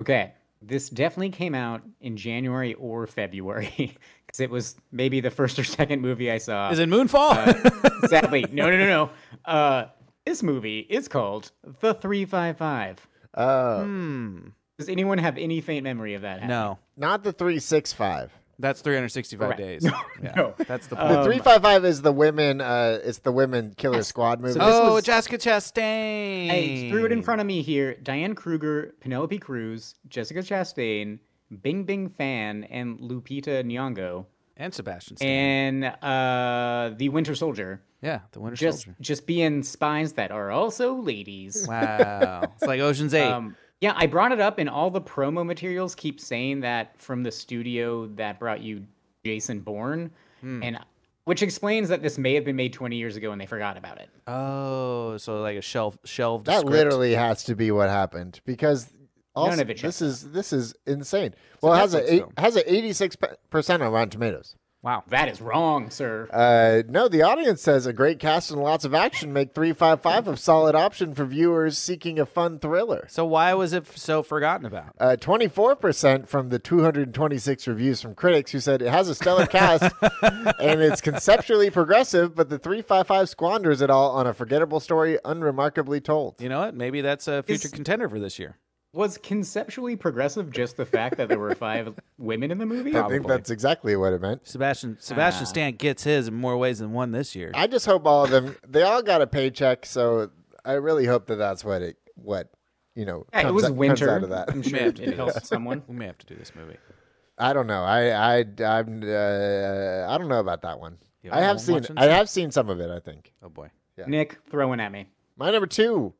S4: Okay, this definitely came out in January or February <laughs> because it was maybe the first or second movie I saw.
S2: Is it
S4: Uh,
S2: Moonfall?
S4: Sadly, no, no, no, no. Uh, this movie is called The Three Five Five.
S1: Oh,
S2: Hmm.
S4: Does anyone have any faint memory of that? happening?
S2: no,
S1: not the 365.
S2: that's 365
S4: Correct.
S2: days. Yeah,
S4: <laughs> no.
S2: That's the
S4: Uh,
S2: point.
S1: The
S4: Um,
S1: 355 is the women uh it's the women killer squad movie.
S4: this
S2: oh,
S4: was-
S2: Jessica Chastain.
S4: I threw it in front of me here. Diane Kruger, Penelope Cruz, Jessica Chastain, Bing Bing Fan, and Lupita Nyong'o,
S2: And Sebastian Stan.
S4: and uh, the Winter Soldier.
S2: yeah, the Winter
S4: Just,
S2: Soldier.
S4: just being spies that are also ladies.
S2: Wow. it's like Ocean's 8.
S4: Um, yeah, I brought it up, and all the promo materials keep saying that from the studio that brought you Jason Bourne, and which explains that this may have been made 20 years ago and they forgot about it.
S2: oh, so like a shelf shelved
S1: that
S2: script.
S1: literally has to be what happened because Also,
S4: None of it checks
S1: This is this is insane. Well, it has
S2: Netflix
S1: a eight,
S2: film.
S1: has a eighty six percent on Rotten Tomatoes.
S2: Wow.
S4: That is wrong, sir.
S1: Uh, no, the audience says a great cast and lots of action make three five five a solid option for viewers seeking a fun thriller.
S2: So why was it f- so forgotten about?
S1: Uh, 24% from the 226 reviews from critics who said it has a stellar cast and it's conceptually progressive, but the 355 squanders it all on a forgettable story unremarkably told.
S2: You know what? Maybe that's a future
S4: Is-
S2: contender for this year.
S4: Was conceptually progressive just the fact that there were five women in the movie?
S1: I think that's exactly what it meant.
S2: Sebastian Sebastian
S4: Ah.
S2: Stan gets his in more ways than one this year.
S1: I just hope all of them, they all got a paycheck, so I really hope that that's what it, what, you know,
S4: Yeah, it
S1: comes
S4: was
S1: out- comes
S4: winter.
S1: out of that.
S4: I'm sure
S2: Man,
S4: it, it helped
S2: <laughs>
S4: someone.
S2: we may have to do this movie.
S1: I don't know. I I I'm uh, I don't know about that one.
S2: You
S1: I
S2: don't
S1: have
S2: know
S1: seen
S2: much
S1: I have seen some of it. I think
S2: Oh boy.
S4: Nick throwing at me.
S1: my number two,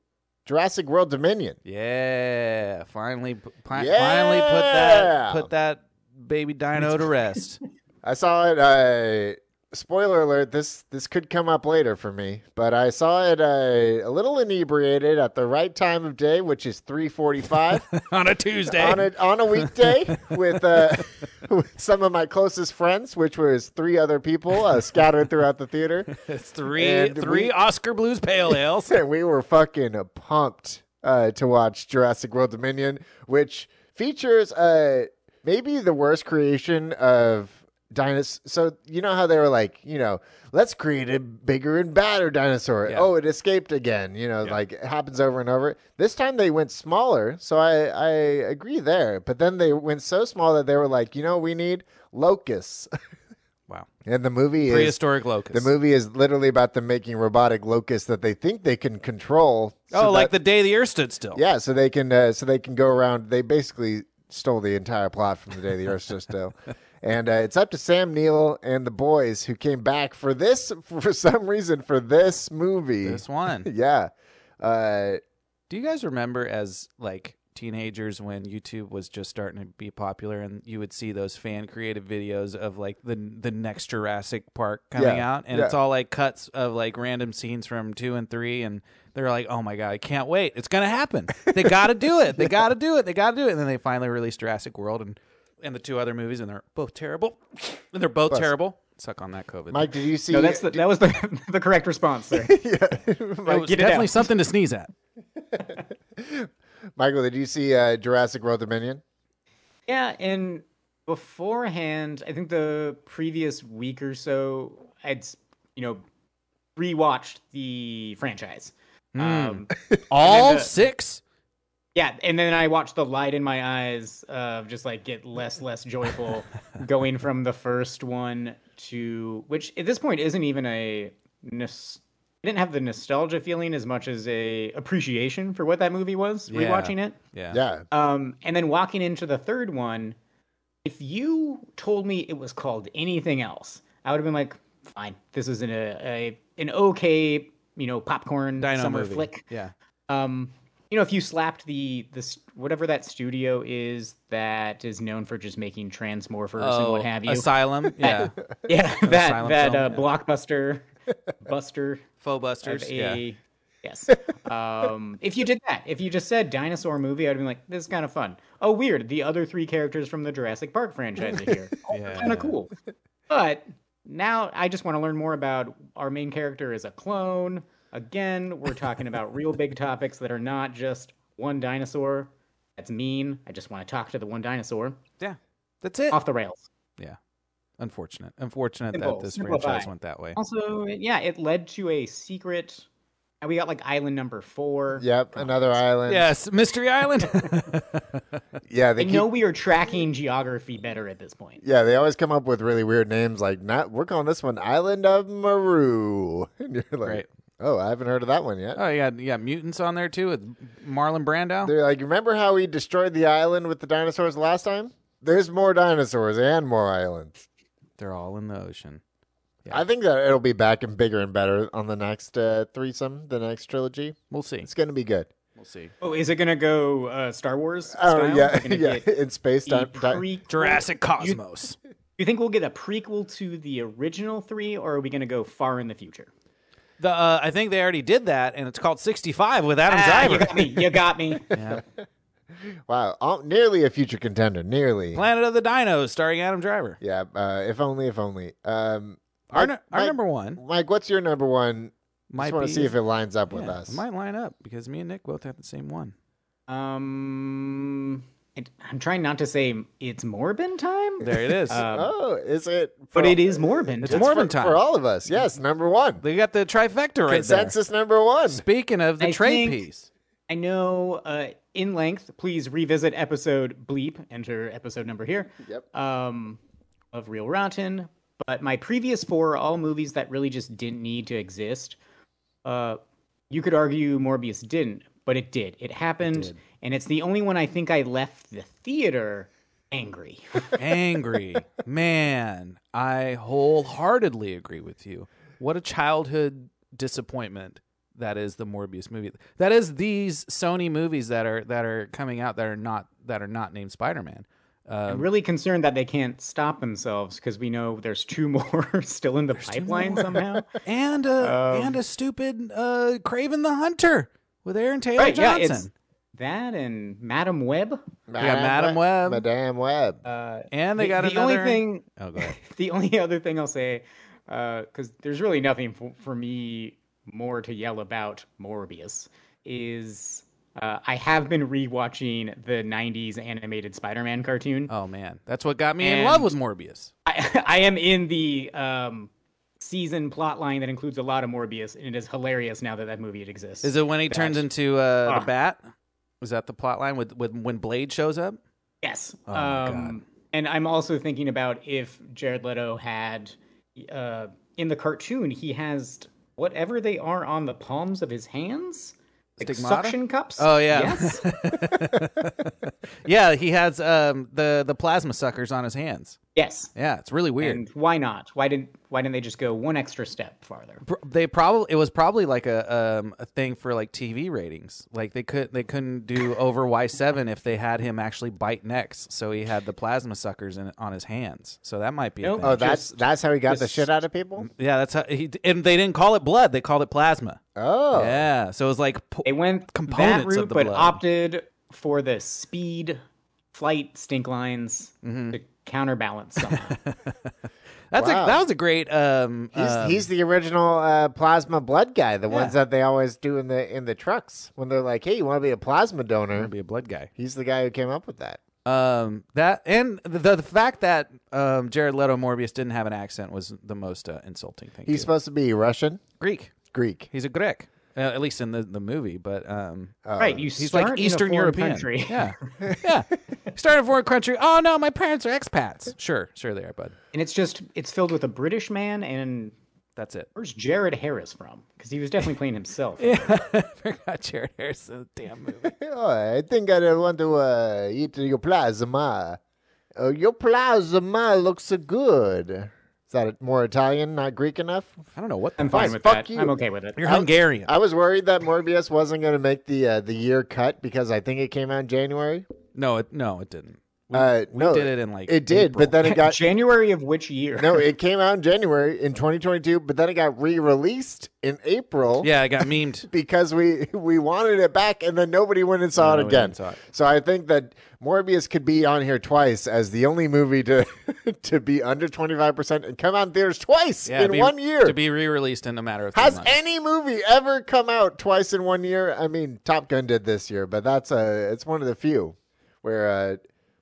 S1: Jurassic World Dominion.
S2: Yeah. Finally p- pi-
S1: Yeah!
S2: finally put that put that baby dino to rest.
S1: I saw it. Uh, spoiler alert: this this could come up later for me, but I saw it uh, a little inebriated at the right time of day, which is three forty-five.
S2: <laughs> on a Tuesday.
S1: on a on a weekday with uh, <laughs> with some of my closest friends, which was three other people uh, scattered throughout the theater.
S2: it's three
S1: And
S2: three
S1: we-
S2: Oscar
S1: <laughs>
S2: Blues pale ales.
S1: and we were fucking pumped uh, to watch Jurassic World Dominion, which features uh, maybe the worst creation of dinosaurs. So you know how they were like, you know, let's create a bigger and badder dinosaur.
S2: Yeah.
S1: Oh, it escaped again. You know, like it happens over and over. This time they went smaller, so I I agree there. But then they went so small that they were like, you know, we need locusts.
S2: Wow.
S1: And the movie is
S2: Prehistoric locust.
S1: the movie is literally about them making robotic locusts that they think they can control.
S2: oh,
S1: so
S2: like
S1: that-
S2: the day the earth stood still.
S1: yeah, so they can uh, so they can go around. They basically stole the entire plot from the day the Earth stood still, and uh, it's up to Sam Neill and the boys who came back for this for some reason for this movie.
S2: This one.
S1: <laughs> yeah, uh,
S2: Do you guys remember as like teenagers when YouTube was just starting to be popular and you would see those fan created videos of like the the next Jurassic Park coming
S1: Yeah,
S2: out and
S1: yeah.
S2: it's all like cuts of like random scenes from 2 and 3 and they're like, "Oh my god, I can't wait. It's going to happen. They got to do it. They got to do it. They got to do it." And then they finally released Jurassic World and and the two other movies and they're both terrible. And they're both terrible. Suck on that COVID.
S1: Mike, did you see?
S4: No, that's the, that was the, <laughs> the correct
S1: <laughs>
S4: response, sir.
S2: it was
S4: get it
S2: definitely
S4: out.
S2: something to sneeze at.
S1: Michael, did you see uh, Jurassic World Dominion?
S4: Yeah, and beforehand, I think the previous week or so, I'd s- you know rewatched the franchise. Um,
S2: All
S4: the-
S2: 6?
S4: yeah, and then I watched the light in my eyes of just like get less less joyful going from the first one to which at this point isn't even a nos- I didn't have the nostalgia feeling as much as a appreciation for what that movie was
S2: Yeah.
S4: rewatching it.
S1: Yeah,
S4: Um, and then walking into the third one, if you told me it was called anything else, I would have been like, fine, this is an, a, a an okay, you know, popcorn
S2: Dino
S4: summer
S2: movie.
S4: flick.
S2: Yeah.
S4: Um, you know, if you slapped the this whatever that studio is that is known for just making transmorphers and
S2: Oh,
S4: what have you,
S2: Asylum, yeah.
S4: <laughs> yeah,
S2: <laughs>
S4: that
S2: asylum
S4: that
S2: film,
S4: uh,
S2: yeah.
S4: blockbuster, buster
S2: Faux
S4: of
S2: busters. yeah.
S4: a- yes. Um, if you did that, if you just said dinosaur movie, I'd have been like, this is kind of fun. Oh, weird. The other three characters from the Jurassic Park franchise are here.
S2: <laughs> Yeah.
S4: Kind of cool. But now I just want to learn more about our main character is a clone. Again, we're talking about real big
S2: <laughs>
S4: topics that are not just one dinosaur. That's mean. I just want to talk to the one dinosaur.
S2: Yeah. That's it.
S4: Off the rails.
S2: Yeah. Unfortunate. Unfortunate that
S4: Simple.
S2: this
S4: Simplify.
S2: franchise went that way.
S4: Also, yeah, it led to a secret. And we got like island number four.
S1: yep, another island.
S2: Yes, Mystery Island. <laughs>
S1: yeah,
S4: I
S1: they keep,
S4: know we are tracking geography better at this point.
S1: yeah, they always come up with really weird names. Like, not we're calling this one Island of Maru, <laughs> and you're like,
S2: Right.
S1: oh, I haven't heard of that one yet.
S2: oh, you got you got mutants on there too with Marlon Brando.
S1: They're like, remember how we destroyed the island with the dinosaurs last time? There's more dinosaurs and more islands.
S2: They're all in the ocean.
S1: I think that it'll be back and bigger and better on the next uh, threesome, the next trilogy.
S2: We'll see.
S1: It's going to be good.
S2: We'll see.
S4: Oh, is it gonna go uh, Star Wars?
S1: Oh
S4: style?
S1: yeah,
S4: We're
S1: <laughs>
S4: gonna
S1: yeah.
S4: get
S1: In space, di-
S4: the
S1: di-
S4: prequel-
S2: Jurassic Cosmos.
S4: You think we'll get a prequel to the original three, or are we gonna go far in the future?
S2: The uh, I think they already did that, and it's called 65 with Adam
S4: Ah, you
S2: Driver.
S1: <laughs>
S4: got me. You got me.
S2: <laughs> Yeah.
S1: Wow, oh, nearly a future contender, nearly.
S2: Planet of the Dinos, starring Adam Driver.
S1: Yeah, uh, if only, if only. Um,
S2: Our,
S1: Mike-
S2: nu- our
S1: Mike-
S2: number one
S1: Mike, what's your number one?
S2: might
S1: Just want
S2: be-
S1: to see if it lines up with
S2: yeah,
S1: us.
S2: it might line up because me and Nick both have the same one.
S4: Um, it, I'm trying not to say it's Morbin time.
S2: There it <laughs> is.
S4: Um,
S1: oh, is it? for-
S4: but it is Morbin.
S2: It's
S4: time.
S2: Morbin
S1: for,
S2: time.
S1: for all of us. Yes, number one.
S2: they got the trifecta right there.
S1: Consensus number one.
S2: Speaking of the
S4: I
S2: trade
S4: think-
S2: piece,
S4: I know uh, in length. Please revisit episode bleep. Enter episode number here.
S1: Yep.
S4: Um, of Real Rotten. But my previous four are all movies that really just didn't need to exist. Uh, you could argue Morbius didn't, but it did. It happened, and it's the only one I think I left the theater angry. <laughs>
S2: angry man, I wholeheartedly agree with you. What a childhood disappointment that is the Morbius movie. That is these Sony movies that are that are coming out that are not that are not named Spider Man. Um,
S4: I'm really concerned that they can't stop themselves because we know there's two <laughs> more still in the pipeline
S2: <laughs>
S4: somehow.
S2: and a
S4: Um,
S2: and a stupid uh, Craven the Hunter with Aaron Taylor
S4: yeah,
S2: Johnson.
S4: it's that and Madam Web.
S2: Madam Web.
S1: Madame Web.
S4: Uh,
S2: and they
S4: the,
S2: got
S4: the
S2: another.
S4: only thing.
S2: Oh, go ahead.
S4: <laughs> The only other thing I'll say, because there's really nothing for, for me more to yell about Morbius, is uh, I have been rewatching the '90s animated Spider-Man cartoon.
S2: Oh man, that's what got me in
S4: And-
S2: love with Morbius.
S4: I, <laughs> I am in the um, season plot line that includes a lot of Morbius, and it is hilarious now that that movie exists.
S2: Is it when he turns into uh, the
S4: Ah.
S2: bat? Is that the plot line with, with when Blade shows up?
S4: Yes.
S2: Oh my
S4: um, And I'm also thinking about if Jared Leto had, uh, in the cartoon, he has whatever they are on the palms of his hands, like
S2: Stigmata?
S4: suction cups.
S2: Oh yeah, <laughs>
S4: Yes.
S2: yeah. He has um, the the plasma suckers on his hands.
S4: yes.
S2: Yeah, it's really weird.
S4: And why not? Why didn't Why didn't they just go one extra step farther?
S2: Pr- they probably it was probably like a um, a thing for like TV ratings. Like they could they couldn't do over Y seven if they had him actually bite necks. So he had the plasma suckers in, on his hands. So that might be. a
S4: Nope.
S2: thing.
S1: oh, that's that's how he got the
S4: just-
S1: shit out of people.
S2: Yeah, that's how he. And they didn't call it blood; they called it plasma.
S1: Oh,
S2: Yeah, so it was like po-
S4: They went
S2: Components
S4: that
S2: of
S4: route,
S2: the
S4: but
S2: blood.
S4: opted for the speed, flight, stink lines
S2: Mm-hmm.
S4: to
S2: <laughs>
S4: counterbalance somehow.
S2: that's
S1: wow.
S2: a, that was a great. Um,
S1: he's,
S2: um,
S1: he's the original uh, plasma blood guy. The ones that they always do in the in the trucks when they're like, "Hey, you want to be a plasma donor?"
S2: gonna be a blood guy.
S1: He's the guy who came up with that.
S2: Um, that and the, the fact that um, Jared Leto Morbius didn't have an accent was the most uh, insulting thing.
S1: He's
S2: too.
S1: supposed to be Russian,
S2: Greek.
S1: Greek.
S2: He's a Greek, uh, at least in the, the movie. But um,
S4: right. You
S2: he's
S4: start
S2: like
S4: in Uh, a
S2: Eastern
S4: foreign
S2: European.
S4: country.
S2: Yeah, yeah. Started a foreign country. Oh no, my parents are expats. Sure, sure they are, bud.
S4: <laughs> And it's just it's filled with a British man and
S2: That's it. <laughs>
S4: where's Jared Harris from? Because he was definitely playing <laughs> himself.
S2: Forgot Jared Harris in the damn movie.
S1: Oh, I think I don't want to uh, eat your plasma. Oh, your plasma looks so good. Is that more Italian, not Greek enough?
S2: I don't know what. The Uh,
S4: I'm fine
S1: Fuck
S4: with that.
S1: you.
S4: I'm okay with it.
S2: You're Hungarian.
S1: I was worried that Morbius wasn't going to make the uh, the year cut because I think it came out in January.
S2: No, it no, it didn't. We,
S1: Uh,
S2: we
S1: no,
S2: did it in like
S1: it did, but then it got
S2: <laughs>
S4: January of which year?
S1: no, it came out in January in 2022, but then it got re-released in April.
S2: yeah, I got memed.
S1: because we <laughs> we wanted it back and then nobody went and saw it
S2: Nobody went
S1: again.
S2: and saw it.
S1: So I think that Morbius could be on here twice as the only movie to <laughs> to be under 25% and come out in theaters twice
S2: Yeah,
S1: in
S2: be-
S1: one year.
S2: to be re-released in a matter of three
S1: Has
S2: months.
S1: any movie ever come out twice in one year? I mean, Top Gun did this year, but that's a it's one of the few where uh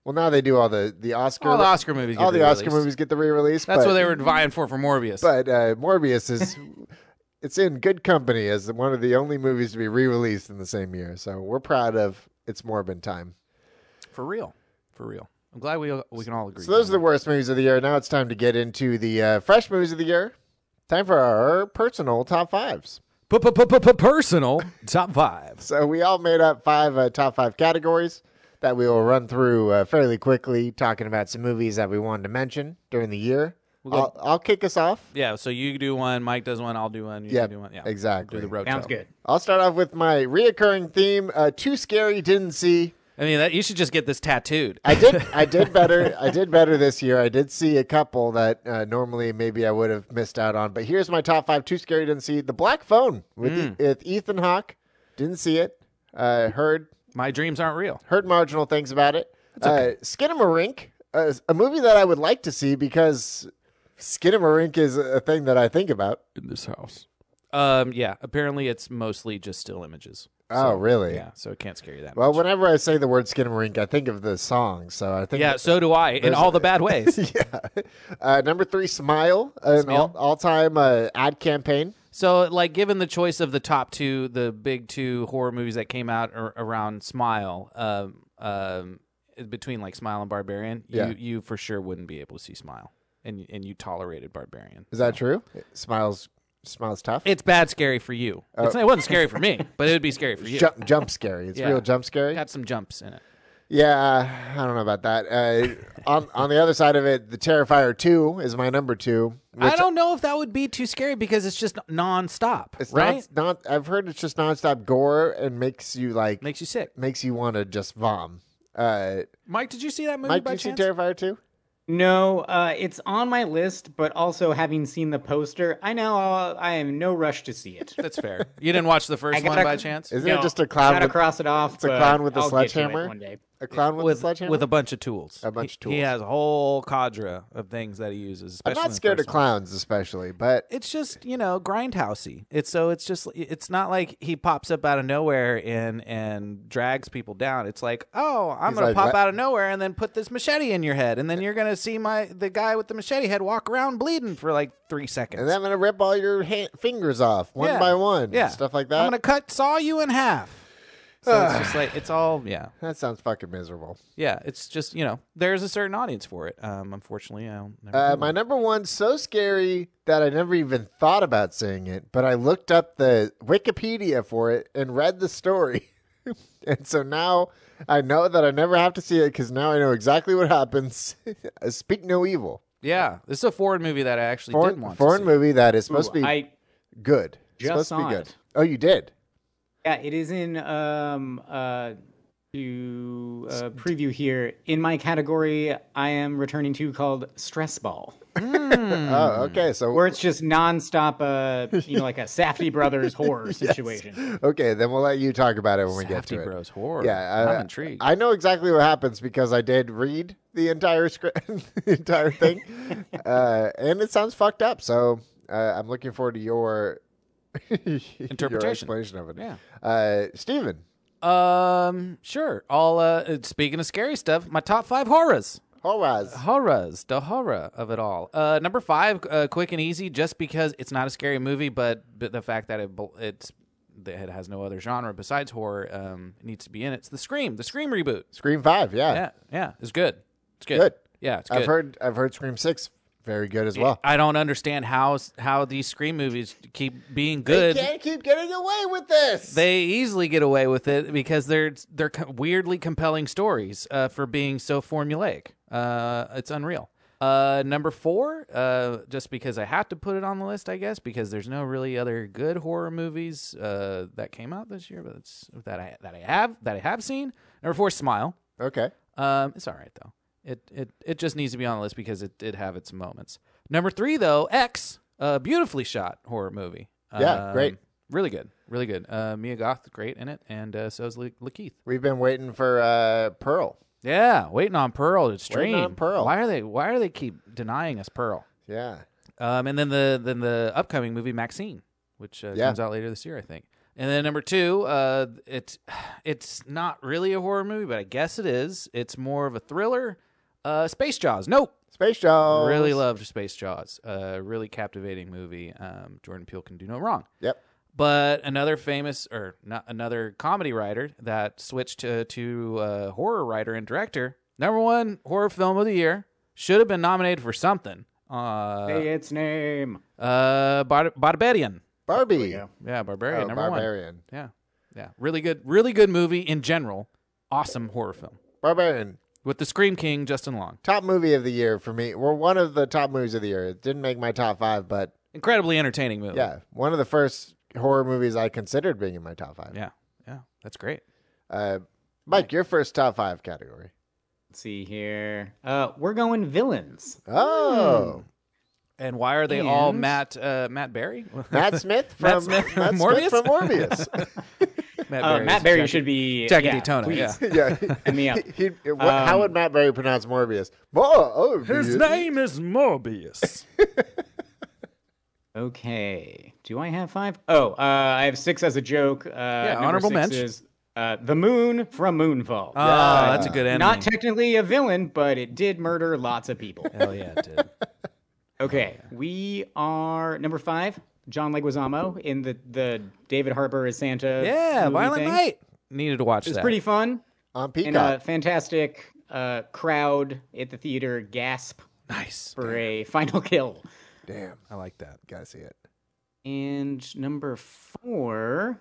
S1: well now they do all the the Oscar
S2: All the Oscar movies. Get
S1: all the Oscar
S2: re-released.
S1: movies get the re-release.
S2: That's
S1: but,
S2: what they were vying for for Morbius.
S1: But uh, Morbius is it's in good company as one of the only movies to be re-released in the same year. So we're proud of it's Morbin time.
S2: for real, for real. I'm glad we we can all agree.
S1: So those are the
S2: on
S1: worst movies of the year. Now it's time to get into the uh, fresh movies of the year. Time for our personal top fives.
S2: that. P-p-p-p-personal top five.
S1: So we all made up five uh, top five categories that we will run through uh, fairly quickly, talking about some movies that we wanted to mention during the year. I'll, I'll kick us off.
S2: Yeah, so you do one, Mike does one, I'll do one, you
S1: Yeah,
S2: do one. Yeah,
S1: exactly.
S2: Do the road
S4: <laughs> Sounds
S2: show.
S4: good.
S1: I'll start off with my reoccurring theme: uh, too scary, didn't see.
S2: I mean, that you should just get this tattooed.
S1: I
S2: <laughs>
S1: did. I did better. I did better this year. I did see a couple that uh, normally maybe I would have missed out on. But here's my top five. Too E,
S2: Mm.
S1: scary didn't see the Black Phone with, with Ethan Hawke. Didn't see it. Uh, heard
S2: My dreams aren't real.
S1: heard marginal things about it. Uh, Skinamarink, uh, is a movie that I would like to see because Skinamarink is a thing that I think about.
S2: In this house. Um. Yeah. Apparently, it's mostly just still images.
S1: Oh, really?
S2: Yeah. So it can't scare you that
S1: Well,
S2: much.
S1: whenever I say the word Skinamarink, I think of the song. So I think.
S2: yeah. So do I in all the bad ways.
S1: <laughs> yeah. Uh, number three, Smile, an
S2: Smile.
S1: All, all-time uh, ad campaign.
S2: So, like, given the choice of the top two, the big two horror movies that came out ar- around Smile, um, um, between like Smile and Barbarian,
S1: Yeah.
S2: you you for sure wouldn't be able to see Smile, and and you tolerated Barbarian.
S1: Is that true? Smile's Smile's tough.
S2: It's bad, scary for you.
S1: Uh,
S2: It's, it wasn't scary for me, but it would be
S1: <laughs>
S2: scary for you.
S1: jump jump scary. It's
S2: Yeah.
S1: real jump scary.
S2: Got some jumps in it.
S1: Yeah, I don't know about that. Uh, on on the other side of it, the Terrifier two is my number two. Which
S2: I don't know if that would be too scary because it's just nonstop,
S1: It's
S2: right?
S1: not, not. I've heard it's just nonstop gore and makes you like
S2: Makes you sick.
S1: makes you want to just vom. Uh,
S2: Mike, did you see that movie
S1: Mike,
S2: by
S1: did you see
S2: chance?
S1: Terrifier two?
S4: No, uh, it's on my list, but also having seen the poster, I now uh, I am in no rush to
S1: <laughs>
S4: see it.
S2: That's fair. You didn't watch the first
S4: I
S2: one
S4: gotta-
S2: by chance?
S1: Isn't
S4: No,
S1: it just a clown?
S4: Gotta
S1: With,
S4: cross it off.
S1: it's a
S4: but
S1: clown with a
S4: I'll get to it
S1: sledgehammer?
S4: One day.
S1: a clown with, a sledgehammer.
S2: with a bunch of tools.
S1: A bunch of
S2: He, he
S1: tools.
S2: has a whole cadre of things that he uses.
S1: I'm
S2: especially in
S1: not
S2: the
S1: scared of
S2: first one.
S1: clowns, especially, but
S2: It's just you know grindhousey. It's so it's just it's not like he pops up out of nowhere and and drags people down. It's like oh I'm
S1: He's
S2: gonna
S1: like,
S2: pop
S1: "Let-
S2: out of nowhere and then put this machete in your head and then you're gonna see my the guy with the machete head walk around bleeding for like three seconds.
S1: and then I'm gonna rip all your ha- fingers off one
S2: Yeah.
S1: by one,
S2: yeah,
S1: stuff like that.
S2: I'm gonna cut saw you in half. So
S1: <sighs>
S2: it's just like it's all yeah.
S1: That sounds fucking miserable.
S2: Yeah, it's just you know there's a certain audience for it. Um, unfortunately, I don't. never
S1: Uh,
S2: do
S1: my
S2: it.
S1: number one, so scary that I never even thought about saying it, but I looked up the Wikipedia for it and read the story. <laughs> and so now I know that I never have to see it because now I know exactly what happens. <laughs> Uh, Speak No Evil.
S2: yeah, this is a foreign movie that I actually did
S1: Foreign,
S2: want.
S1: foreign
S2: to see.
S1: movie that is supposed to be
S4: I
S1: good. It's
S4: just
S1: supposed to be
S4: saw
S1: good.
S4: it.
S1: Oh, you did?
S4: yeah, it is in um uh to uh, preview here in my category. I am returning to called stress ball,
S1: Oh, okay.
S4: where
S1: So,
S4: it's just nonstop uh you know like a
S2: <laughs>
S4: Safety Brothers horror situation.
S1: okay, then we'll let you talk about it when we get
S2: Safety
S1: to it.
S2: Bros horror.
S1: Yeah, I,
S2: I'm intrigued.
S1: I know exactly what happens because I did read the entire script, <laughs> the entire thing,
S2: <laughs>
S1: uh, and it sounds fucked up. So uh, I'm looking forward to your <laughs> your
S2: Interpretation.
S1: explanation of it.
S2: Yeah.
S1: uh, Stephen,
S2: um, sure. All uh, uh, speaking of scary stuff, my top five horrors. Uh,
S1: Horaz.
S2: Horrors, the horror of it all. Uh, number five, uh, quick and easy, just because it's not a scary movie, but, but the fact that it bel- it's that it has no other genre besides horror um, needs to be in it. It's the Scream, the Scream reboot.
S1: Scream Five. Yeah,
S2: Yeah, yeah, it's good. It's good.
S1: Good.
S2: Yeah, it's good.
S1: I've heard I've heard Scream Six very good as well.
S2: I don't understand how how these scream movies keep being good. They,
S1: Can't keep getting away with this.
S2: easily get away with it because they're they're co- weirdly compelling stories uh, for being so formulaic. Uh, it's unreal. Uh, number four, uh, just because I have to put it on the list, I guess, because there's no really other good horror movies uh, that came out this year, but it's, that I that I have that I have seen. Number four, Smile.
S1: okay,
S2: Um, it's all right though. It it it just needs to be on the list because it did have its moments. Number three though, X, a beautifully shot horror movie. Um,
S1: Yeah, great.
S2: Really good, really good. Uh, Mia Goth, great in it, and uh, so is La- Lakeith.
S1: we've been waiting for uh, Pearl.
S2: Yeah, waiting on Pearl to stream.
S1: on Pearl.
S2: Why are they? Why are they keep denying us Pearl?
S1: Yeah,
S2: Um, and then the then the upcoming movie Maxine, which uh,
S1: Yeah.
S2: comes out later this year, I think. And then number two, uh, it's it's not really a horror movie, but I guess it is. It's more of a thriller. Uh, Space Jaws. Nope.
S1: Space Jaws.
S2: Really loved Space Jaws. Uh, really captivating movie. Um, Jordan Peele can do no wrong.
S1: Yep.
S2: But another famous, or not another comedy writer that switched to to uh, horror writer and director. Number one horror film of the year should have been nominated for something. Uh,
S4: Say its name.
S2: uh, Bar- Barbarian.
S1: Barbie.
S2: Yeah, Barbarian.
S1: Oh,
S2: number
S1: Barbarian.
S2: one. Yeah, yeah. Really good. Really good movie in general. Awesome horror film
S1: Barbarian.
S2: with the Scream King Justin Long.
S1: Top movie of the year for me. Well, one of the top movies of the year. It didn't make my top five, but
S2: Incredibly entertaining movie.
S1: yeah, one of the first horror movies I considered being in my top five.
S2: yeah, yeah. That's great.
S1: Uh, Mike, your first top five category.
S4: Let's see here. Uh, we're going villains.
S1: Oh,
S2: And why are they all
S4: And-
S2: Matt uh, Matt Berry? <laughs>
S1: Matt Smith from
S2: Matt Smith from
S1: Matt
S2: Morbius?
S1: from Morbius. <laughs>
S2: Matt
S4: Uh,
S2: Berry
S4: Matt
S2: is
S4: Berry
S2: Jackie-
S4: should be
S2: Jackie
S4: yeah,
S2: Daytona,
S4: please. <laughs>
S2: yeah.
S1: yeah.
S4: Hit me up.
S1: He, he- what, how would Matt Berry pronounce Morbius? oh, Mor-
S2: His name is Morbius.
S4: Okay. Do I have five? Oh, uh, I have six as a joke. Uh, yeah,
S2: honorable
S4: six
S2: mention.
S4: Is, uh, the Moon from Moonfall.
S2: <laughs> Oh, that's a good ending.
S4: Not technically a villain, but it did murder lots of people.
S2: Hell <laughs> yeah,
S4: <laughs>
S2: it did.
S4: Okay, we are number five. John Leguizamo in the the David Harper as Santa.
S2: Yeah,
S4: movie
S2: Violent
S4: thing.
S2: Night. Needed to watch
S4: It was
S2: that.
S4: pretty fun
S1: On
S4: and a
S1: Peacock.
S4: fantastic uh, crowd at the theater gasp
S2: nice.
S4: for a <laughs> final kill.
S1: Damn.
S2: I like that.
S1: Gotta see it.
S4: And number four,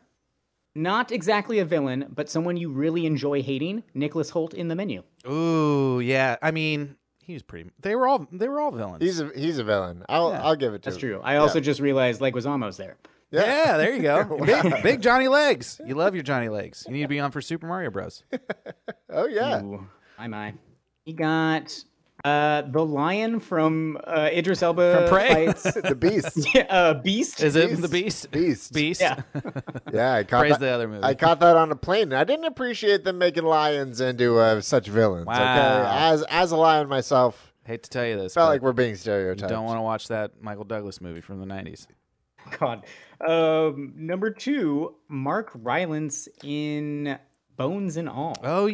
S4: not exactly a villain, but someone you really enjoy hating, Nicholas Holt in the menu.
S2: Ooh, yeah. I mean, he was pretty. They were all they were all villains.
S1: He's a he's a villain. I'll I'll give it to
S4: That's
S1: him.
S4: true. I also just realized Leguizamo's there.
S2: yeah. there you <laughs> go. big, big Johnny Legs. You love your Johnny Legs. You need to be on for Super Mario Bros. <laughs>
S1: Oh yeah.
S4: Ooh, my my. He got uh, the lion from uh, Idris Elba
S2: From Prey? <laughs>
S4: fights
S1: The Beast.
S4: <laughs> yeah, uh, Beast.
S2: Is it the Beast?
S1: Beast.
S2: <laughs> Beast.
S4: Yeah.
S1: Yeah, I caught
S2: Praise
S1: that.
S2: the other movie.
S1: I caught that on a plane. I didn't appreciate them making lions into uh, such villains.
S2: Wow.
S1: Okay, as as a lion myself,
S2: Hate to tell you this.
S1: felt
S2: but
S1: like we're being
S2: you
S1: stereotyped.
S2: don't want to watch that Michael Douglas movie from the nineties.
S4: <laughs> God. Um, number two, Mark Rylance in Bones and All.
S2: Oh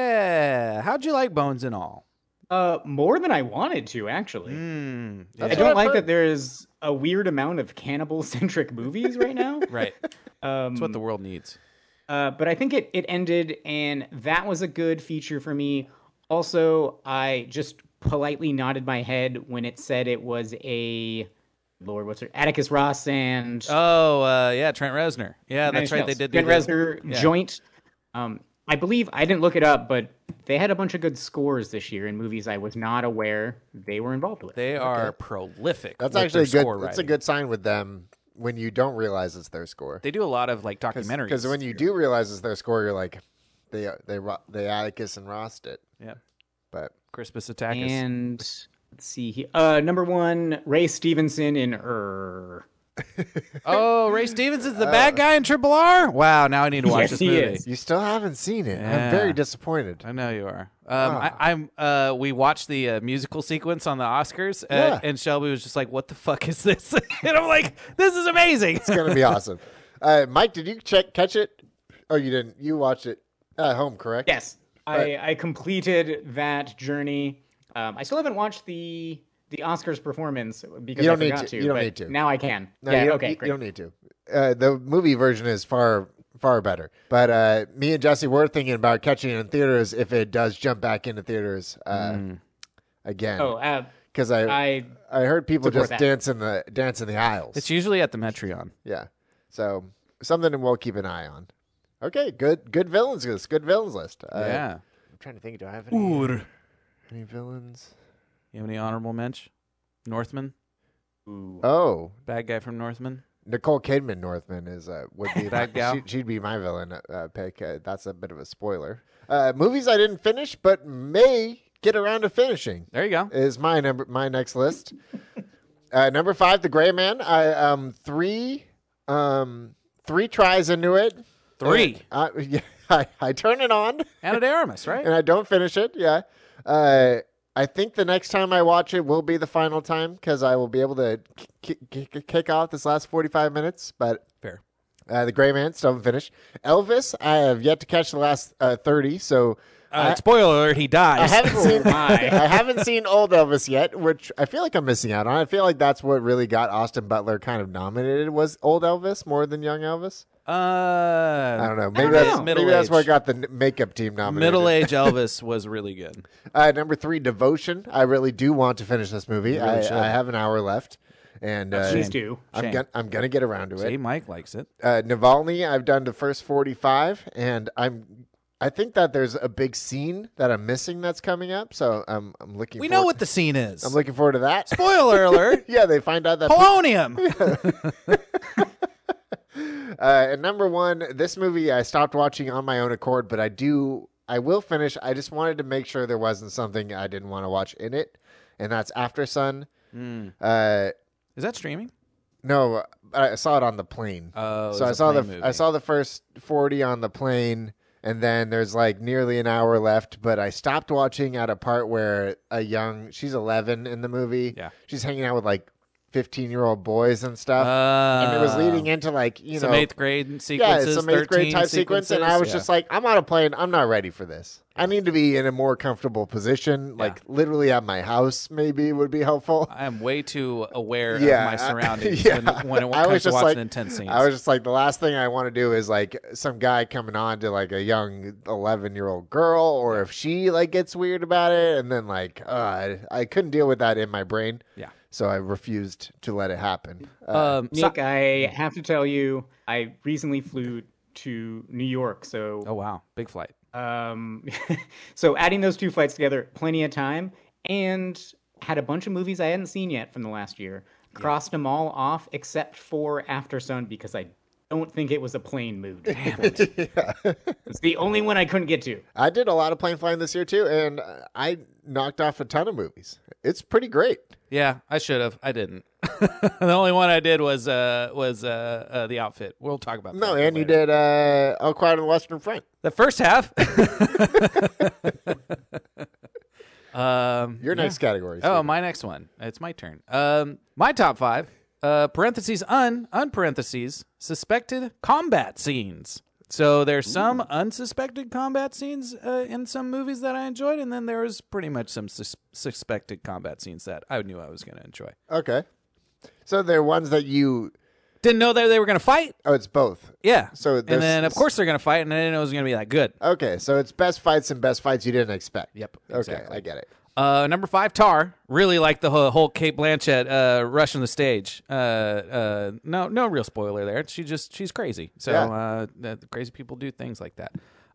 S2: yeah. How'd you like Bones and All?
S4: Uh, more than I wanted to, actually.
S2: Hmm.
S4: I
S1: That's
S4: don't
S1: what I've
S4: like that
S1: heard.
S4: there is a weird amount of cannibal-centric movies right now.
S2: <laughs> Right.
S4: Um,
S2: It's what the world needs.
S4: Uh, but I think it it ended, and that was a good feature for me. Also, I just politely nodded my head when it said it was a Lord, what's it? Atticus Ross and
S2: Oh uh, yeah, Trent Reznor. Yeah, that's right. They did. do
S4: Trent
S2: the-
S4: Reznor
S2: yeah.
S4: joint. Um, I believe I didn't look it up, but they had a bunch of good scores this year in movies I was not aware they were involved with.
S2: They are prolific.
S1: That's
S2: with
S1: actually a
S2: their
S1: good.
S2: score
S1: That's a
S2: writing.
S1: good sign with them when you don't realize it's their score.
S2: They do a lot of like documentaries.
S1: Because when you do realize it's their score, you're like, they they ro- they Atticus and Rossed it.
S2: Yep.
S1: But
S2: Crispus Attakis.
S4: and let's see here. Uh, number one, Ray Stevenson in Er.
S2: Oh, <laughs> Ray Stevenson's the bad guy in Triple R. Wow, now I need to watch
S4: Yes,
S2: this
S4: he
S2: movie.
S4: is.
S1: you still haven't seen it.
S2: Yeah.
S1: I'm very disappointed.
S2: I know you are. Um,
S1: Ah.
S2: I, I'm. Uh, we watched the uh, musical sequence on the Oscars, uh,
S1: Yeah.
S2: and Shelby was just like, "What the fuck is this?" <laughs> and I'm like, "This is amazing."
S1: It's
S2: <laughs>
S1: gonna be awesome. Uh, Mike, did you check catch it? Oh, you didn't. You watched it at home, correct?
S4: Yes, I, I completed that journey. Um, I still haven't watched the the Oscars performance because
S1: You
S4: I
S1: don't need
S4: forgot
S1: to. You don't
S4: but
S1: need to.
S4: Now I can.
S1: No,
S4: yeah.
S1: you don't,
S4: okay.
S1: you-
S4: Great.
S1: You don't need to. Uh, the movie version is far far better. But uh, me and Jesse were thinking about catching it in theaters if it does jump back into theaters uh,
S4: Mm. Oh,
S1: again.
S4: uh,
S1: Because I, I
S4: I
S1: heard people just
S4: support that.
S1: dance in the dance in the aisles.
S2: it's usually at the Metreon.
S1: yeah. So something we'll keep an eye on. Okay, good good villains list. Good villains list. Uh,
S2: yeah.
S1: I'm trying to think. Do I have any,
S2: Ooh. You
S1: any villains?
S2: have any honorable mention? Northman,
S1: Oh,
S2: bad guy from Northman.
S1: Nicole Kidman Northman is uh, would
S2: <laughs>
S1: be
S2: That gal?
S1: She, would be my villain uh, pick. Uh, that's a bit of a spoiler. Uh, movies I didn't finish but may get around to finishing
S2: There you go.
S1: is my number my next
S2: <laughs>
S1: list. uh, number five, The Gray Man. I um three um three tries into it.
S2: Three.
S1: Uh, <laughs> yeah, I, I turn it on
S2: Anna de Armas, right?
S1: and I don't finish it. Yeah. Uh, I think the next time I watch it will be the final time because I will be able to k- k- k- kick off this last 45 minutes. But
S2: Fair.
S1: uh, The Gray Man, still haven't finished. Elvis, I have yet to catch the last uh, 30. So
S2: Uh, spoiler alert: He
S1: I
S2: dies.
S1: haven't seen
S4: Oh
S1: <laughs>
S4: my.
S1: I haven't seen old Elvis yet, which I feel like I'm missing out on. I feel like that's what really got Austin Butler kind of nominated was old Elvis more than young Elvis. I
S2: uh,
S1: don't know. Maybe
S4: don't
S1: that's
S4: know.
S1: maybe
S2: Middle
S1: that's where I
S2: age.
S1: got the n- makeup team nominated.
S2: middle age Elvis was
S1: <laughs>
S2: really good.
S1: Uh, number three, Devotion. I really do want to finish this movie.
S2: really should.
S1: I, I have an hour left, and uh,
S4: Please do.
S1: I'm
S2: Shame.
S1: gonna I'm gonna get around to
S2: See,
S1: it.
S2: Mike likes it.
S1: Uh, Navalny. I've done the first 45, and I'm I think that there's a big scene that I'm missing that's coming up. So I'm I'm looking.
S2: We
S1: forward,
S2: know what the scene is.
S1: I'm looking forward to that.
S2: spoiler alert.
S1: <laughs> yeah, they find out that. <laughs>
S2: Polonium.
S1: Uh, and number one, this movie I stopped watching on my own accord, but I do, I will finish. I just wanted to make sure there wasn't something I
S2: Hmm.
S1: didn't want to watch in it, and that's After Sun. Uh,
S2: Is that streaming?
S1: No, I saw it on the plane.
S2: Oh,
S1: so
S2: I
S1: I saw the
S2: movie.
S1: I saw the first forty on the plane, and then there's like nearly an hour left. But I stopped watching at a part where a young she's eleven in the movie.
S2: Yeah.
S1: she's hanging out with like fifteen year old boys and stuff,
S2: Uh,
S1: and it was leading into like you
S2: some
S1: know
S2: eighth grade
S1: yeah
S2: sequences.
S1: some eighth grade
S2: 13
S1: type sequence. And I was
S2: sequences.
S1: just like, I'm on a plane. I'm not ready for this. I need to be in a more comfortable position, like literally at my house. Maybe would be helpful.
S2: I am way too aware
S1: Yeah,
S2: of my
S1: I- <laughs>
S2: surroundings
S1: yeah.
S2: when, when it
S1: I
S2: comes
S1: was
S2: to
S1: just
S2: watching
S1: like-
S2: intense scenes.
S1: I was just like, the last thing I want to do is like some guy coming on to like a young eleven year old girl, or if she like gets weird about it, and then like uh, I, I couldn't deal with that in my brain.
S2: Yeah.
S1: So I refused to let it happen. Uh,
S2: um, so-
S4: Nick, I have to tell you, I recently flew to New York, so
S2: oh wow, big flight.
S4: Um, <laughs> so adding those two flights together, plenty of time, and had a bunch of movies I hadn't seen yet from the last year. Crossed them all off except for After Sun because I don't think it was a plane mood.
S2: <laughs>
S4: It's the only one I couldn't get to.
S1: I did a lot of plane flying this year too, and uh, I knocked off a ton of movies. It's pretty great.
S2: Yeah, I should have. I didn't. <laughs> the only one I did was uh was uh, uh the outfit. We'll talk about that.
S1: No, and you
S2: later.
S1: did uh, All Quiet on the Western Front.
S2: the first half. <laughs> um,
S1: Your next category.
S2: Oh,
S1: Steven.
S2: my next one. It's my turn. Um, my top five. Uh, parentheses un un parentheses suspected combat scenes. So there's some unsuspected combat scenes uh, in some movies that I enjoyed, and then there was pretty much some sus- suspected combat scenes that I knew I was going to enjoy.
S1: Okay. So they're ones that you.
S2: Didn't know that they were going to fight.
S1: Oh, it's both.
S2: Yeah.
S1: So
S2: and
S1: there's-
S2: then of course they're going to fight, and I didn't know it was going to be that good.
S1: Okay, so it's best fights and best fights you didn't expect.
S2: Yep,
S1: Okay,
S2: exactly.
S1: I get it.
S2: Uh, number five, Tar. Really like the whole, whole Kate Blanchett uh, rushing the stage. Uh, uh, no, no real spoiler there. She just she's crazy. So
S1: Yeah.
S2: uh, the the crazy people do things like that.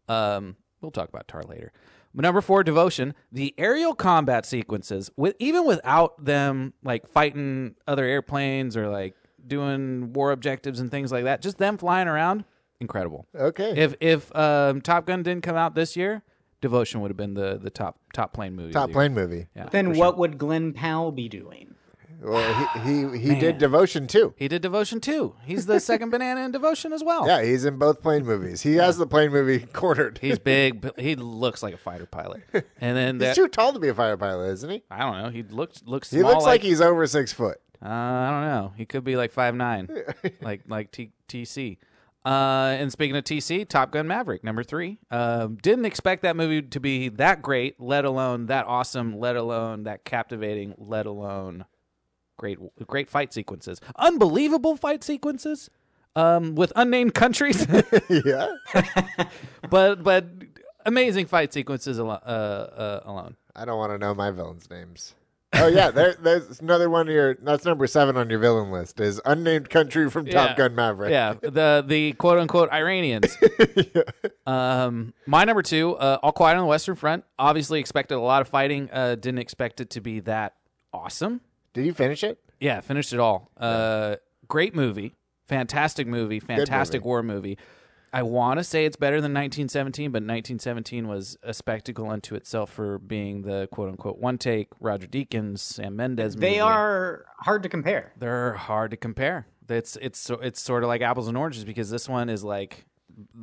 S2: Um, we'll talk about Tar later. But number four, Devotion. The aerial combat sequences, with even without them like fighting other airplanes or like doing war objectives and things like that, just them flying around, incredible.
S1: Okay.
S2: If if um, Top Gun didn't come out this year, Devotion would have been the the top top plane movie. of
S1: Top
S2: the year.
S1: plane movie.
S2: Yeah,
S4: Then
S2: for sure.
S4: what would Glenn Powell be doing?
S1: Well, he he, he did Devotion too.
S2: He did Devotion too. He's the
S1: <laughs>
S2: second banana in Devotion as well.
S1: Yeah, he's in both plane movies. He has the plane movie <laughs> cornered.
S2: He's big, but he looks like a fighter pilot. And then
S1: he's
S2: that,
S1: too tall to be a fighter pilot, isn't he?
S2: I don't know. He looks looks
S1: He
S2: small.
S1: looks like, he's over six foot. <laughs>
S2: uh, I don't know. He could be like five nine, like like T- TC. Uh, and speaking of TC, Top Gun Maverick number three. Um, didn't expect that movie to be that great, let alone that awesome, let alone that captivating, let alone great great fight sequences, unbelievable fight sequences um, with unnamed countries. <laughs>
S1: yeah.
S2: but but amazing fight sequences alo- uh, uh, alone.
S1: I don't want to know my villains' names. Oh
S2: <laughs>
S1: yeah, there, there's another one here. That's number seven on your villain list. Is unnamed country from Top
S2: Yeah.
S1: Gun Maverick.
S2: Yeah, the the quote unquote Iranians. Um, my number two, uh, All Quiet on the Western Front. Obviously, expected a lot of fighting. Uh, didn't expect it to be that awesome.
S1: Did you finish it?
S2: Yeah, finished it all. Uh, great movie, fantastic movie, fantastic war movie. I want to say it's better than 1917, but 1917 was a spectacle unto itself for being the quote unquote one take Roger Deakins, Sam Mendes.
S4: They
S2: movie.
S4: are hard to compare.
S2: they're hard to compare. It's it's so- it's sort of like apples and oranges because this one is like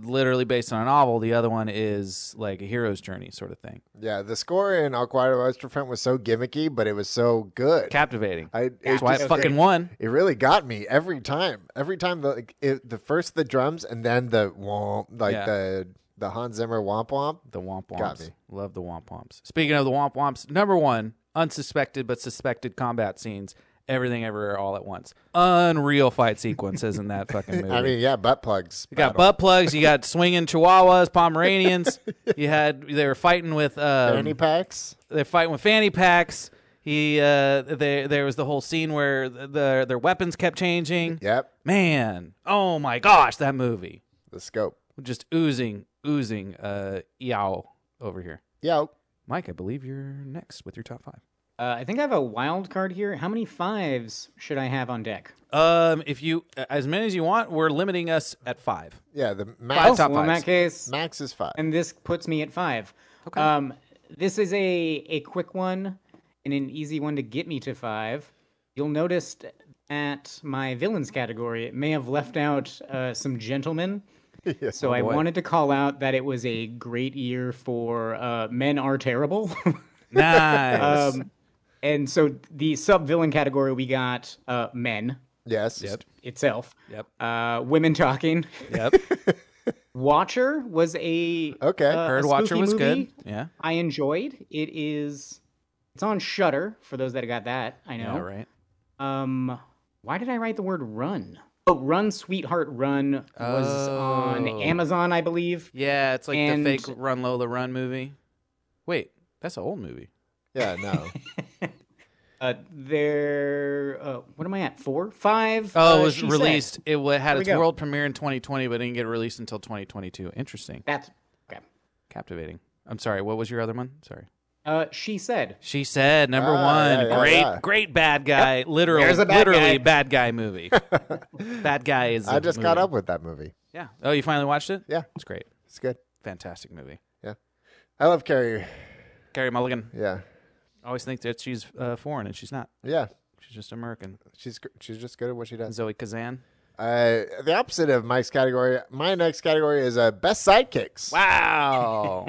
S2: literally based on a novel. The other one is like a hero's journey sort of thing.
S1: Yeah. The score in All Quiet on the Western Front was so gimmicky, but it was so good.
S2: Captivating.
S1: I, it
S2: That's why I
S1: just-
S2: fucking won.
S1: It really got me every time. Every time the like, it, the first the drums and then the womp like
S2: Yeah.
S1: the the Hans Zimmer womp womp.
S2: The womp womps.
S1: Got me.
S2: Love the womp womps. Speaking of the womp womps, number one, unsuspected but suspected combat scenes. Everything everywhere all at once. Unreal fight sequences in that
S1: <laughs>
S2: fucking movie.
S1: I mean, yeah, butt plugs.
S2: You got butt plugs. You got swinging
S1: <laughs>
S2: chihuahuas, Pomeranians. You had they were fighting with um,
S1: fanny packs.
S2: they're fighting with fanny packs. He uh, there there was the whole scene where the, their weapons kept changing.
S1: Yep,
S2: Man, oh my gosh, that movie
S1: the scope.
S2: just oozing oozing uh yow over here.
S1: Yeah, oh,
S2: Mike, I believe you're next with your top five.
S4: Uh, I think I have a wild card here. How many fives should I have on deck?
S2: Um, if you as many as you want, we're limiting us at five.
S1: yeah. The
S2: Five
S1: max
S2: top
S4: well, in
S2: fives.
S4: that case,
S1: max is five.
S4: and this puts me at five. Okay. Um, this is a a quick one and an easy one to get me to five. You'll notice at my villains category, it may have left out uh, some gentlemen.
S1: Yeah,
S4: So I wanted to call out that it was a great year for uh, Men Are Terrible.
S2: <laughs>
S4: <laughs>
S2: Nice.
S4: um, and so the sub villain category, we got uh, men
S1: yes.
S4: itself,
S2: Yep.
S4: uh, women talking. <laughs>
S2: Yep.
S4: Watcher was a
S1: Okay.
S4: uh, a
S2: Bird Watcher
S4: spooky
S2: was
S4: movie
S2: good. Yeah.
S4: I enjoyed. It is it's on Shutter for those that got that. I know.
S2: All right.
S4: Um, why did I write the word run? Oh, Run Sweetheart Run was on
S2: Oh.
S4: Amazon, I believe.
S2: Yeah, it's like
S4: And-
S2: the fake Run Lola Run movie. Wait, that's an old movie.
S1: Yeah,
S2: <laughs>
S1: no.
S4: Uh, there. Uh, what am I at? Four, five.
S2: Oh,
S4: uh,
S2: it was
S4: She Said.
S2: released. It wa- had
S4: we
S2: its
S4: go.
S2: world premiere in 2020, but didn't get released until 2022. Interesting.
S4: That's okay.
S2: Captivating. I'm sorry. What was your other one? Sorry.
S4: Uh, she said.
S2: She said number
S1: Ah,
S2: one.
S1: yeah, yeah,
S2: great,
S1: yeah.
S2: great bad guy. Literally,
S4: There's a bad
S2: literally
S4: guy.
S2: bad
S1: <laughs>
S2: guy movie. bad guy is. I
S1: I just caught up with that movie.
S2: Yeah. Oh, you finally watched it?
S1: Yeah.
S2: It's great.
S1: It's good.
S2: Fantastic movie.
S1: I love Carrie.
S2: Carrie Mulligan.
S1: Yeah.
S2: I always think that she's uh, foreign, and she's not.
S1: Yeah.
S2: She's just American.
S1: She's gr- she's just good at what she does.
S2: Zoe Kazan.
S1: Uh, the opposite of Mike's category. My next category is uh, best sidekicks.
S2: Wow.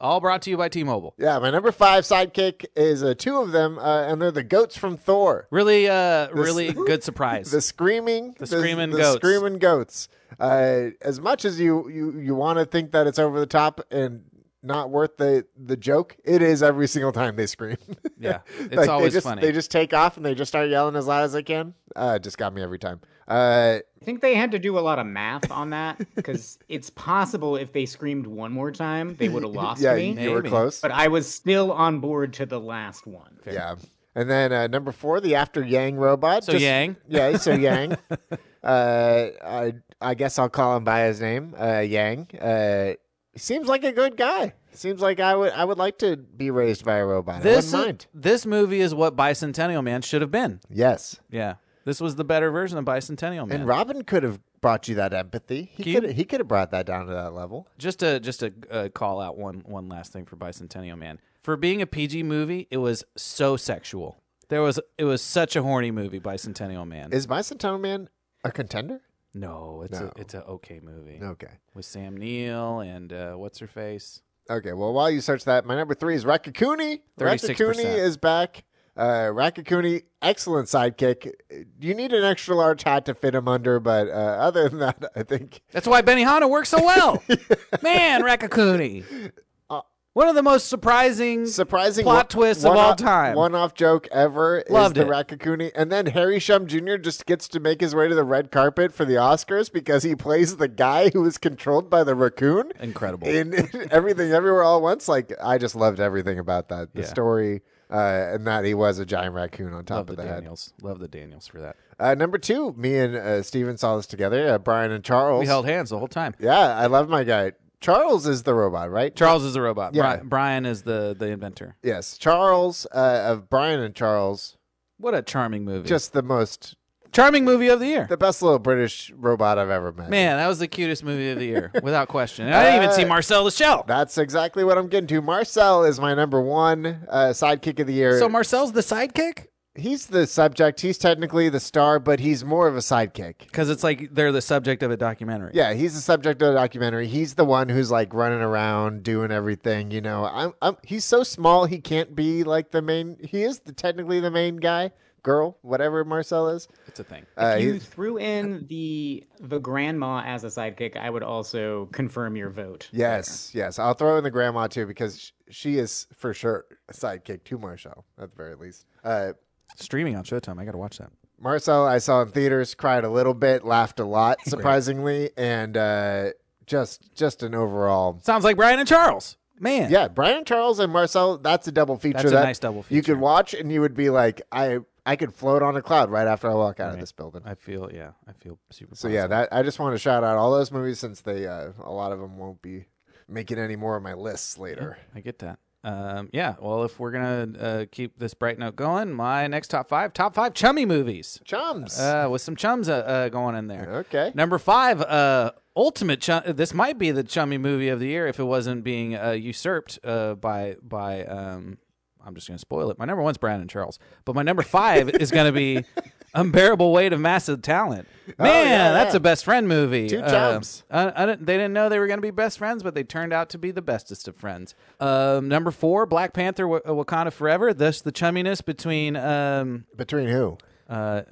S2: All brought to you by T-Mobile.
S1: Yeah, my number five sidekick is uh, two of them, uh, and they're the goats from Thor.
S2: Really, uh, really
S1: <laughs>
S2: good surprise.
S1: The screaming, the,
S2: screaming
S1: the
S2: goats.
S1: screaming goats. Uh, as much as you you you want to think that it's over the top and not worth the the joke, it is every single time they scream. <laughs>
S2: yeah, it's
S1: Like,
S2: always
S1: they just,
S2: funny.
S1: They just take off and they just start yelling as loud as they can. Uh, it just got me every time. Uh,
S4: I think they had to do a lot of math on that
S2: <laughs>
S4: because it's possible if they screamed one more time, they would have lost
S1: yeah,
S4: me.
S1: you were
S2: Maybe.
S1: close.
S4: But I was still on board to the last one.
S1: Yeah. And then uh, number four, the after Yang robot.
S2: So Yang.
S1: <laughs> Yeah,
S2: <laughs>
S1: so Yang. uh, I I guess I'll call him by his name, uh, Yang. Uh, seems like a good guy. Seems like I would I would like to be raised by a robot.
S2: this
S1: I wouldn't mind.
S2: this movie is what Bicentennial Man should have been.
S1: Yes.
S2: Yeah, this was the better version of Bicentennial Man.
S1: And Robin could have brought you that empathy. He
S2: Keep-
S1: could he could have brought that down to that level.
S2: just to just to uh, call out one one last thing for Bicentennial Man. For being a PG movie, it was so sexual. There was it was such a horny movie, Bicentennial Man.
S1: Is Bicentennial Man a contender?
S2: no, it's
S1: No.
S2: a it's a okay movie
S1: Okay.
S2: with Sam Neill and uh, what's her face.
S1: Okay, well, while you search that, my number three is Rakakuni.
S2: 36%.
S1: Rakakuni is back. Uh, Rakakuni, excellent sidekick. You need an extra large hat to fit him under, but uh, other than that, I think
S2: That's why Benihana works so
S1: <laughs>
S2: well. Man, Rakakuni.
S1: Uh,
S2: One of the most surprising.
S1: surprising
S2: Plot twists of all time.
S1: One off joke ever
S2: Loved
S1: is
S2: it.
S1: the Rakakuni. And then Harry Shum Jr. just gets to make his way to the red carpet for the Oscars because he plays the guy who is controlled by the raccoon.
S2: Incredible.
S1: in <laughs> everything everywhere all at once like i just loved everything about that the
S2: Yeah.
S1: story uh, and that he was a giant raccoon on
S2: Love
S1: top
S2: the
S1: of the head
S2: Daniels. Love the Daniels for that.
S1: uh, number two me and uh, steven saw this together uh, brian and charles
S2: We held hands the whole time.
S1: yeah i love my guy charles is the robot right
S2: Charles is the robot.
S1: Yeah.
S2: Bri- Brian is the the inventor.
S1: yes charles uh, of brian and charles
S2: What a charming movie.
S1: just the most
S2: charming movie of the year.
S1: the best little british robot i've ever met
S2: Man, that was the cutest movie of the year, without question. And I
S1: <laughs>
S2: didn't even see Marcel the Shell.
S1: that's exactly what i'm getting to marcel is my number one uh, sidekick of the year
S2: So Marcel's the sidekick
S1: he's the subject he's technically the star but he's more of a sidekick
S2: because it's like they're the subject of a documentary.
S1: Yeah, he's the subject of the documentary. He's the one who's like running around doing everything. You know, I'm, I'm he's so small he can't be like the main. He is the, technically the main guy, girl, whatever Marcel is.
S2: it's a thing.
S1: Uh,
S4: if you
S1: he,
S4: threw in the the grandma as a sidekick, I would also confirm your vote.
S1: yes, yes. I'll throw in the grandma too because sh- she is for sure a sidekick to Marcel at the very least. Uh,
S2: Streaming on Showtime. I got to watch that.
S1: Marcel, I saw in theaters, cried a little bit, laughed a <laughs> lot, surprisingly, and uh, just just an overall
S2: Sounds like Brian and Charles. Man.
S1: Yeah, Brian Charles and Marcel, that's a double feature.
S2: That's a
S1: that
S2: nice double
S1: You
S2: feature.
S1: could watch and you would be like, I I could float on a cloud right after I walk out of
S2: Right.
S1: this building.
S2: I feel, yeah, I feel super.
S1: so yeah, that I just want to shout out all those movies since they uh, a lot of them won't be making any more of my lists later.
S2: I get that. Um, yeah, well, if we're going to uh, keep this bright note going, my next top five, top five chummy movies
S1: Chums.
S2: uh, with some chums uh, uh, going in there.
S1: okay.
S2: Number five, uh, ultimate. Chum- this might be the chummy movie of the year if it wasn't being uh, usurped uh, by by um, I'm just going to spoil it. My number one's Brandon Charles, but my number five is going
S1: <laughs>
S2: to be Unbearable Weight of Massive Talent. Man,
S1: Oh, yeah,
S2: that's
S1: yeah.
S2: a best friend movie.
S1: Two
S2: Uh,
S1: jumps.
S2: I, I didn't- they didn't know they were going to be best friends, but they turned out to be the bestest of friends. Um, number four, Black Panther: Wa- uh, Wakanda Forever. Thus, the chumminess between um,
S1: Between who?
S2: uh,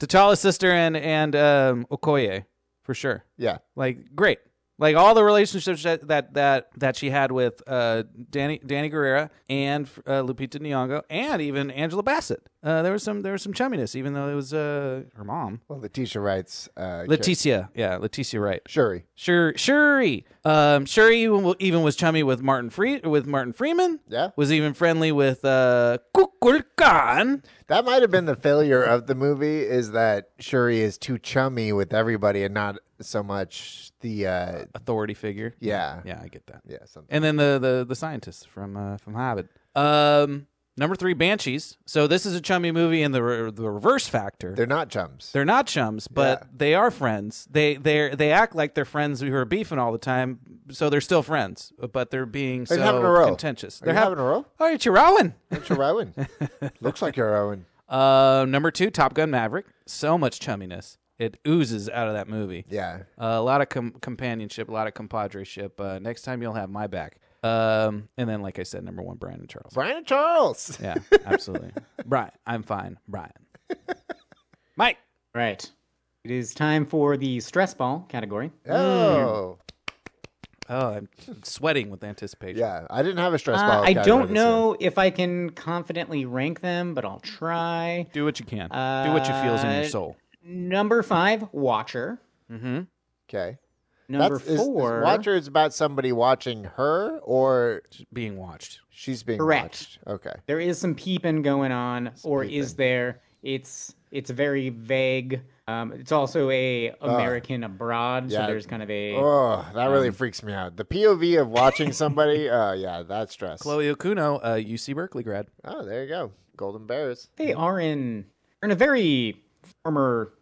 S2: T'Challa's sister and and um, Okoye, for sure.
S1: Yeah.
S2: Like great. Like all the relationships that that that, that she had with uh, Danny Danny Guerrera and uh, Lupita Nyong'o and even Angela Bassett. Uh, there was some there was some chumminess, even though it was uh, her mom,
S1: Well, Letitia writes. Uh,
S2: Leticia. Yeah, Leticia Wright.
S1: Shuri.
S2: Sure, Shuri. Um, Shuri even, w- even was chummy with Martin Free with Martin Freeman.
S1: Yeah.
S2: was even friendly with uh, Kukulkan.
S1: That might have been the failure of the movie is that Shuri is too chummy with everybody and not so much the uh
S2: Authority figure.
S1: yeah.
S2: yeah, I get that.
S1: Yeah, something.
S2: and then the the the scientists from uh, from Hobbit. Um, number three, Banshees. So this is a chummy movie in the re- the reverse factor. They're,
S1: They're not chums.
S2: not chums, but they are friends. They they they act like they're friends who are beefing all the time, so they're still friends, but they're being
S1: They're
S2: so
S1: having a row.
S2: contentious.
S1: Are
S2: they're
S1: you having a row?
S2: All right, you're rowing.
S1: It's your Owen.
S4: <laughs>
S1: Looks like your Owen.
S2: Uh, number two, Top Gun Maverick. So much chumminess. It oozes out of that movie.
S1: Yeah.
S2: Uh, a lot of com- companionship, a lot of compadreship. Uh, next time you'll have my back. Um, and then, like I said, number one, Brandon Charles.
S1: Brian and Charles.
S2: <laughs> Yeah, absolutely. Brian, I'm fine. Brian. <laughs> Mike.
S4: Right. It is time for the stress ball category.
S1: Oh.
S4: Mm.
S2: Oh, I'm sweating with anticipation.
S1: Yeah. I didn't have a stress
S4: Uh,
S1: ball.
S4: I
S1: category
S4: don't
S1: this year.
S4: know if I can confidently rank them, but I'll try.
S2: Do what you can. Do what you feels in your soul.
S4: Number five, Watcher.
S1: Okay.
S4: Number
S1: That's- is- is
S4: four,
S1: Watcher is about somebody watching her or
S2: Being watched.
S1: she's being
S4: Correct.
S1: watched. Okay.
S4: there is some peeping going on, or is there? It's it's very vague. Um, it's also a American abroad,
S1: Uh, yeah.
S4: so there's kind of a
S1: Oh, that really
S4: Um,
S1: freaks me out. The POV of
S4: <laughs>
S1: watching somebody. uh, yeah, that's stress.
S2: Chloe Okuno, uh, UC Berkeley grad.
S1: Oh, there you go. Golden Bears.
S4: they are in they're in a very former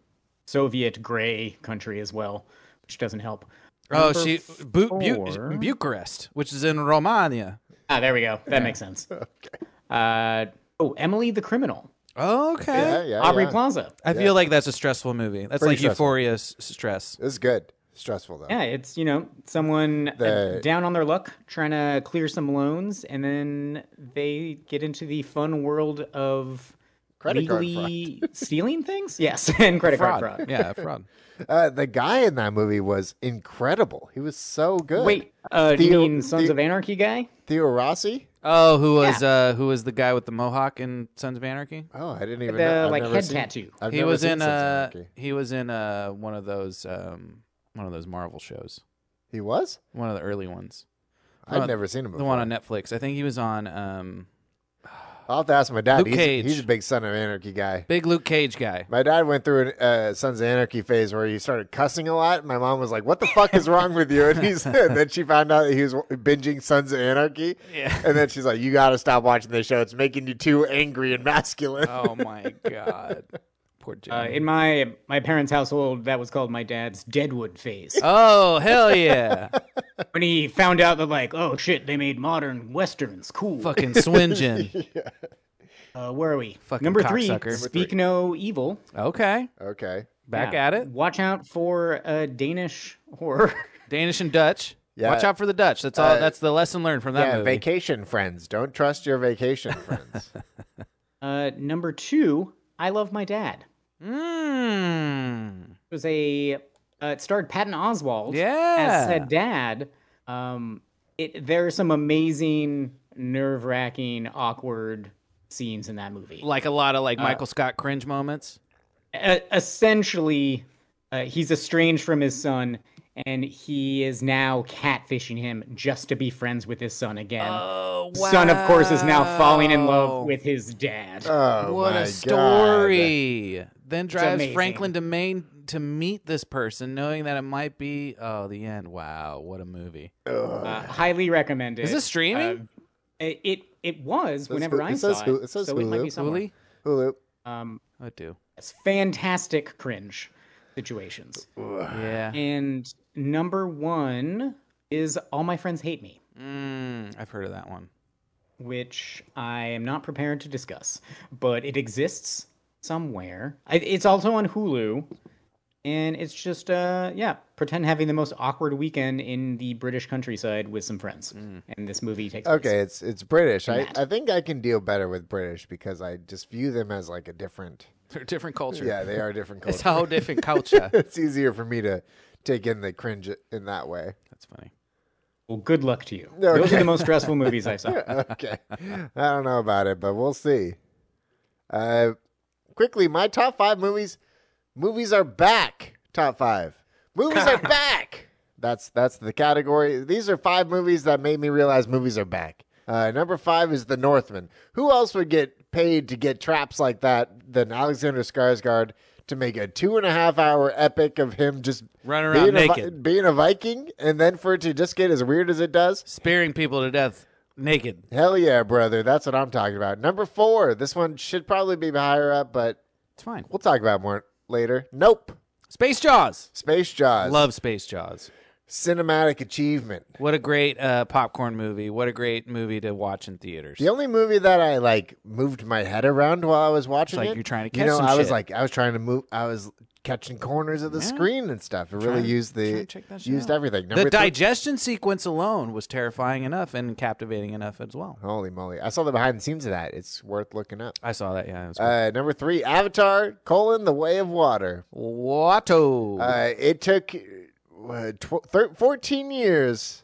S4: Soviet gray country as well, which doesn't help.
S2: Oh,
S4: Number
S2: she Bu- Bu-
S4: four.
S2: Bucharest, which is in Romania.
S4: Ah, there we go. That
S1: <laughs>
S4: makes sense. Uh, oh, Emily the Criminal,
S2: Okay.
S1: Yeah, yeah.
S4: Eh, Aubrey
S1: yeah.
S4: Plaza.
S2: I feel like that's a stressful movie. That's
S1: Pretty
S2: like
S1: stressful.
S2: euphoria s- <laughs> stress.
S1: This is good. Stressful though.
S4: Yeah, it's you know someone uh,
S1: The-
S4: down on their luck trying to clear some loans, and then they get into the fun world of
S1: Credit card
S4: legally <laughs>
S1: <laughs>
S4: stealing things. Yes, <laughs> and credit card fraud.
S2: Yeah, fraud.
S1: Uh, the guy in that movie was incredible. He was so good.
S4: Wait, uh, do you
S1: Theo-
S4: mean Sons
S1: Theo-
S4: of Anarchy guy?
S1: Theo Rossi?
S2: Oh, who was uh, who was the guy with the mohawk in Sons of Anarchy?
S1: Oh, I didn't even
S4: The,
S1: know. I've
S4: like,
S1: never
S4: head
S1: seen-
S4: tattoo.
S1: I've
S2: he
S1: never
S2: was
S1: seen
S2: in
S1: Sons of
S2: uh
S1: Anarchy.
S2: he was in uh one of those um one of those Marvel shows.
S1: He was?
S2: One of the early ones.
S1: I'd
S2: Uh,
S1: never seen him before.
S2: The one on Netflix. I think he was on um
S1: I'll have to ask my dad.
S2: Luke
S1: He's,
S2: Cage.
S1: he's a big Son of Anarchy guy.
S2: Big Luke Cage guy.
S1: My dad went through a uh, Sons of Anarchy phase where he started cussing a lot. My mom was like, "What the fuck is wrong with you?" And <laughs> he's and then she found out that he was binging Sons of Anarchy.
S2: Yeah.
S1: And then she's like, "You got to stop watching this show. It's making you too angry and masculine."
S2: Oh my god. <laughs> Poor
S4: Uh,
S2: Jimmy.
S4: in my my parents' household, that was called my dad's Deadwood phase.
S2: oh hell yeah. <laughs>
S4: when he found out that like, oh shit, they made modern westerns cool.
S2: Fucking Swingen.
S4: Uh, where are we?
S2: Fucking
S4: Number three,
S2: cocksucker.
S4: Speak No Evil.
S2: Okay.
S1: Okay.
S2: Back
S4: Yeah.
S2: at it.
S4: Watch out for uh, Danish horror. <laughs>
S2: Danish and Dutch.
S1: Yeah.
S2: Watch out for the Dutch. That's
S4: Uh,
S2: all that's the lesson learned from that
S1: Yeah,
S2: movie.
S1: vacation friends. Don't trust your vacation friends.
S4: Uh, number two, I Love My Dad.
S2: Mm.
S4: It was a uh, it starred Patton Oswald
S2: Yeah.
S4: as a dad. Um, it there are some amazing, nerve wracking, awkward scenes in that movie.
S2: Like a lot of like
S4: Uh.
S2: Michael Scott cringe moments.
S4: e- essentially uh, he's estranged from his son and he is now catfishing him just to be friends with his son again
S2: Oh
S4: son of course is now falling in
S2: wow.
S4: love with his dad
S1: Oh,
S2: What
S1: my
S2: a
S1: God.
S2: story! Then drives
S4: amazing.
S2: Franklin to Maine to meet this person, knowing that it might be oh the end. Wow, what a movie!
S4: uh, highly recommended
S2: Is this
S1: uh,
S2: streaming?
S4: it it, it was whenever
S1: Hulu-
S4: I
S1: it
S4: saw
S1: says
S4: it,
S1: Hulu- it says
S4: so it might be
S1: Hulu.
S4: somewhere.
S2: Uli?
S1: <laughs> Hulu.
S4: Um,
S2: Oh, I do.
S4: it's fantastic cringe situations.
S2: Yeah,
S4: And number one is All My Friends Hate Me.
S2: mm, I've heard of that one. <laughs>
S4: which I am not prepared to discuss, but it exists somewhere. I, it's also on Hulu, and it's just uh, yeah, pretend having the most awkward weekend in the British countryside with some friends,
S2: Mm.
S4: and this movie takes place.
S1: Okay, it's it's British. I, I think I can deal better with British because I just view them as like a different.
S2: They're a different culture.
S1: <laughs> Yeah, they are a different culture.
S2: It's a whole different culture.
S1: <laughs> it's easier for me to take in the cringe in that way.
S2: That's funny.
S4: Well, good luck
S2: <laughs>
S4: to you. Those are the most stressful movies I saw.
S1: okay. I don't know about it, but we'll see. Uh, quickly, my top five movies. Movies are back. Top five. Movies
S2: <laughs>
S1: are back. That's that's the category. These are five movies that made me realize movies are back. Uh, number five is The Northman. Who else would get paid to get traps like that than Alexander Skarsgård to make a two and a half hour epic of him just
S2: Running around
S1: being a Vi-
S2: naked.
S1: being a Viking, and then for it to just get as weird as it does?
S2: Spearing people to death naked.
S1: Hell yeah, brother. That's what I'm talking about. Number four. This one should probably be higher up, but
S2: It's fine.
S1: we'll talk about more later. Nope.
S2: Space Jaws.
S1: Space Jaws.
S2: Love Space Jaws.
S1: Cinematic achievement.
S2: What a great uh, popcorn movie. What a great movie to watch in theaters.
S1: The only movie that I like moved my head around while I was watching
S2: like
S1: it.
S2: you're trying to
S1: You
S2: catch
S1: know,
S2: some
S1: I was
S2: shit.
S1: like, I was trying to move. I was catching corners of the screen and stuff. It really
S2: to-
S1: used
S2: trying
S1: the
S2: to check that shit
S1: used
S2: out.
S1: everything. Number
S2: The
S1: three-
S2: digestion sequence alone was terrifying enough and captivating enough as well.
S1: Holy moly! I saw the behind the scenes of that. It's worth looking up.
S2: I saw that. Yeah, it was
S1: Uh, number three, Avatar: colon, The Way of Water.
S2: Watto.
S1: Uh, it took uh, tw- thir- 14 years.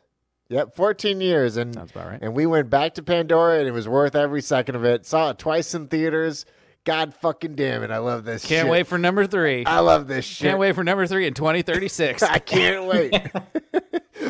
S1: Yep, 14 years. And,
S2: Sounds about right.
S1: And we went back to Pandora and it was worth every second of it. Saw it twice in theaters. God fucking damn it. I love this shit.
S2: Can't wait for number three.
S1: I love this shit.
S2: Can't wait for number three in
S1: <laughs>
S2: 2036.
S1: I can't
S2: <laughs>
S1: wait.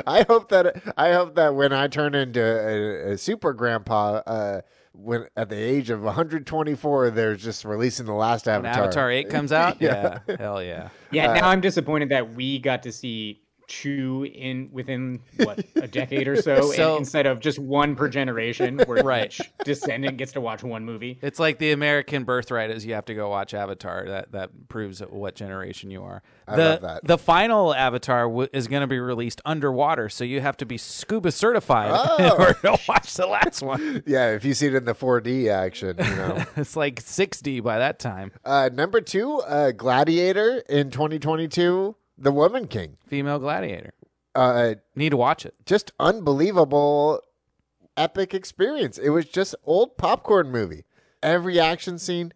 S1: I hope that I hope that when I turn into a, a super grandpa, uh, when at the age of 124, they're just releasing the last
S2: when
S1: Avatar.
S2: Avatar 8 comes out. yeah. Hell yeah.
S4: Yeah, now I'm disappointed that we got to see two in within what a decade or
S2: <laughs>
S4: so,
S2: So-
S4: and instead of just one per generation, where
S2: Right.
S4: each descendant gets to watch one movie.
S2: It's like the American birthright is you have to go watch Avatar. That that proves what generation you are. I the,
S1: love that.
S2: The final Avatar w- is going to be released underwater, so you have to be scuba certified <laughs> in
S1: Oh.
S2: order to watch the
S1: <laughs>
S2: last one.
S1: <laughs> Yeah, if you see it in the 4D action, you know.
S2: It's like 6D by that time.
S1: Uh, number two, uh, Gladiator in 2022, The Woman King.
S2: Female Gladiator.
S1: Uh,
S2: Need to watch it.
S1: just unbelievable, epic experience. It was just old popcorn movie. Every action scene,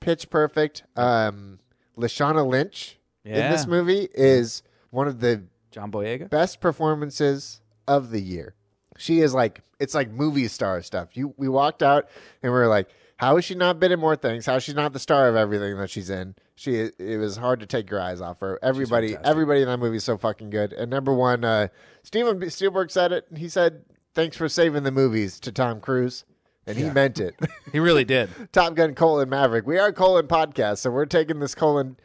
S1: pitch perfect. Um, Lashana Lynch in
S2: Yeah.
S1: this movie is one of the
S2: John Boyega.
S1: best performances of the year. She is like it's like movie star stuff. You we walked out and we were like, how has she not been in more things? How is she not the star of everything that she's in? She it was hard to take your eyes off her. Everybody everybody in that movie is so fucking good. And number one, uh, Steven B- Spielberg said it. He said, "Thanks for saving the movies to Tom Cruise," and he meant it. <laughs>
S2: He really did.
S1: Top Gun colon Maverick. We are colon podcast, so we're taking this colon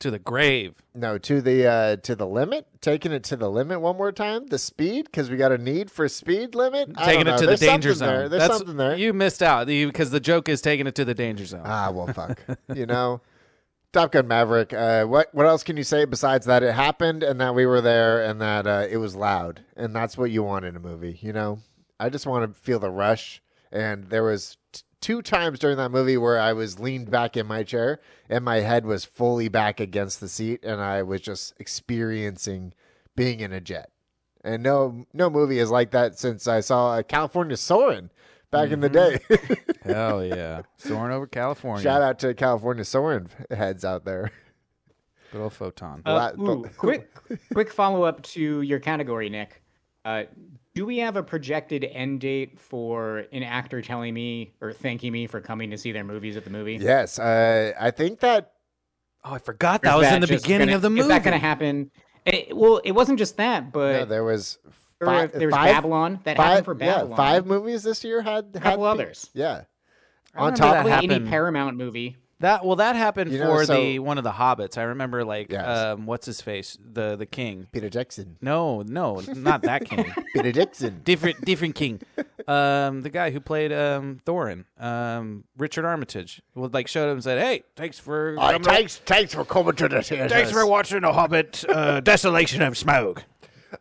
S2: To the grave.
S1: no, to the uh, to the limit, taking it to the limit one more time. The speed, because we got a need for speed limit. I
S2: Taking
S1: don't
S2: it
S1: know.
S2: to
S1: There's
S2: the danger
S1: something
S2: zone.
S1: There. There's
S2: That's-
S1: something there.
S2: You missed out because the joke is taking it to the danger zone.
S1: Ah, well, fuck. you know, <laughs> Top Gun Maverick. Uh, what what else can you say besides that it happened and that we were there and that uh, it was loud and that's what you want in a movie. You know, I just want to feel the rush. And there was t- two times during that movie where I was leaned back in my chair and my head was fully back against the seat and I was just experiencing being in a jet. And no no movie is like that since I saw uh, California Soarin' back in the day. <laughs>
S2: Hell yeah. Soaring over
S4: Oh,
S2: California.
S1: Shout out to California Soarin' heads out there. <laughs>
S2: Good old photon.
S4: Uh,
S1: Lot-
S4: ooh,
S1: <laughs>
S4: quick, quick follow up to your category, Nick. Uh, do we have a projected end date for an actor telling me or thanking me for coming to see their movies at the movie?
S1: Yes, uh, I think that
S2: oh, I forgot
S4: Or is
S2: that was in the
S4: just
S2: beginning
S4: gonna-
S2: of the movie.
S4: Is that going to happen? It- well, it wasn't just that, but
S1: yeah, uh, there was
S4: Or
S1: fi-
S4: if there was
S1: five-
S4: Babylon. That
S1: Five,
S4: happened for
S1: yeah,
S4: Babylon.
S1: five movies this year had, had
S4: Couple
S1: pe-
S4: others.
S1: Yeah,
S2: I
S1: on
S2: remember
S1: top
S2: that
S1: of-
S4: Probably
S2: happened.
S4: any Paramount movie. <laughs>
S2: That well, that happened
S1: You know,
S2: for
S1: so-
S2: the one of the hobbits. I remember, like,
S1: Yes.
S2: um, what's his face, the the king.
S1: Peter Jackson,
S2: No, no, not
S1: <laughs>
S2: that king.
S1: Peter Jackson.
S2: different, different king. Um, the guy who played um Thorin, um, Richard Armitage, would like showed him and said, "Hey, <laughs> thanks for
S1: Oh,
S2: coming
S1: thanks, thanks for coming to the theaters.
S2: Thanks for watching The Hobbit, uh, Desolation of Smaug.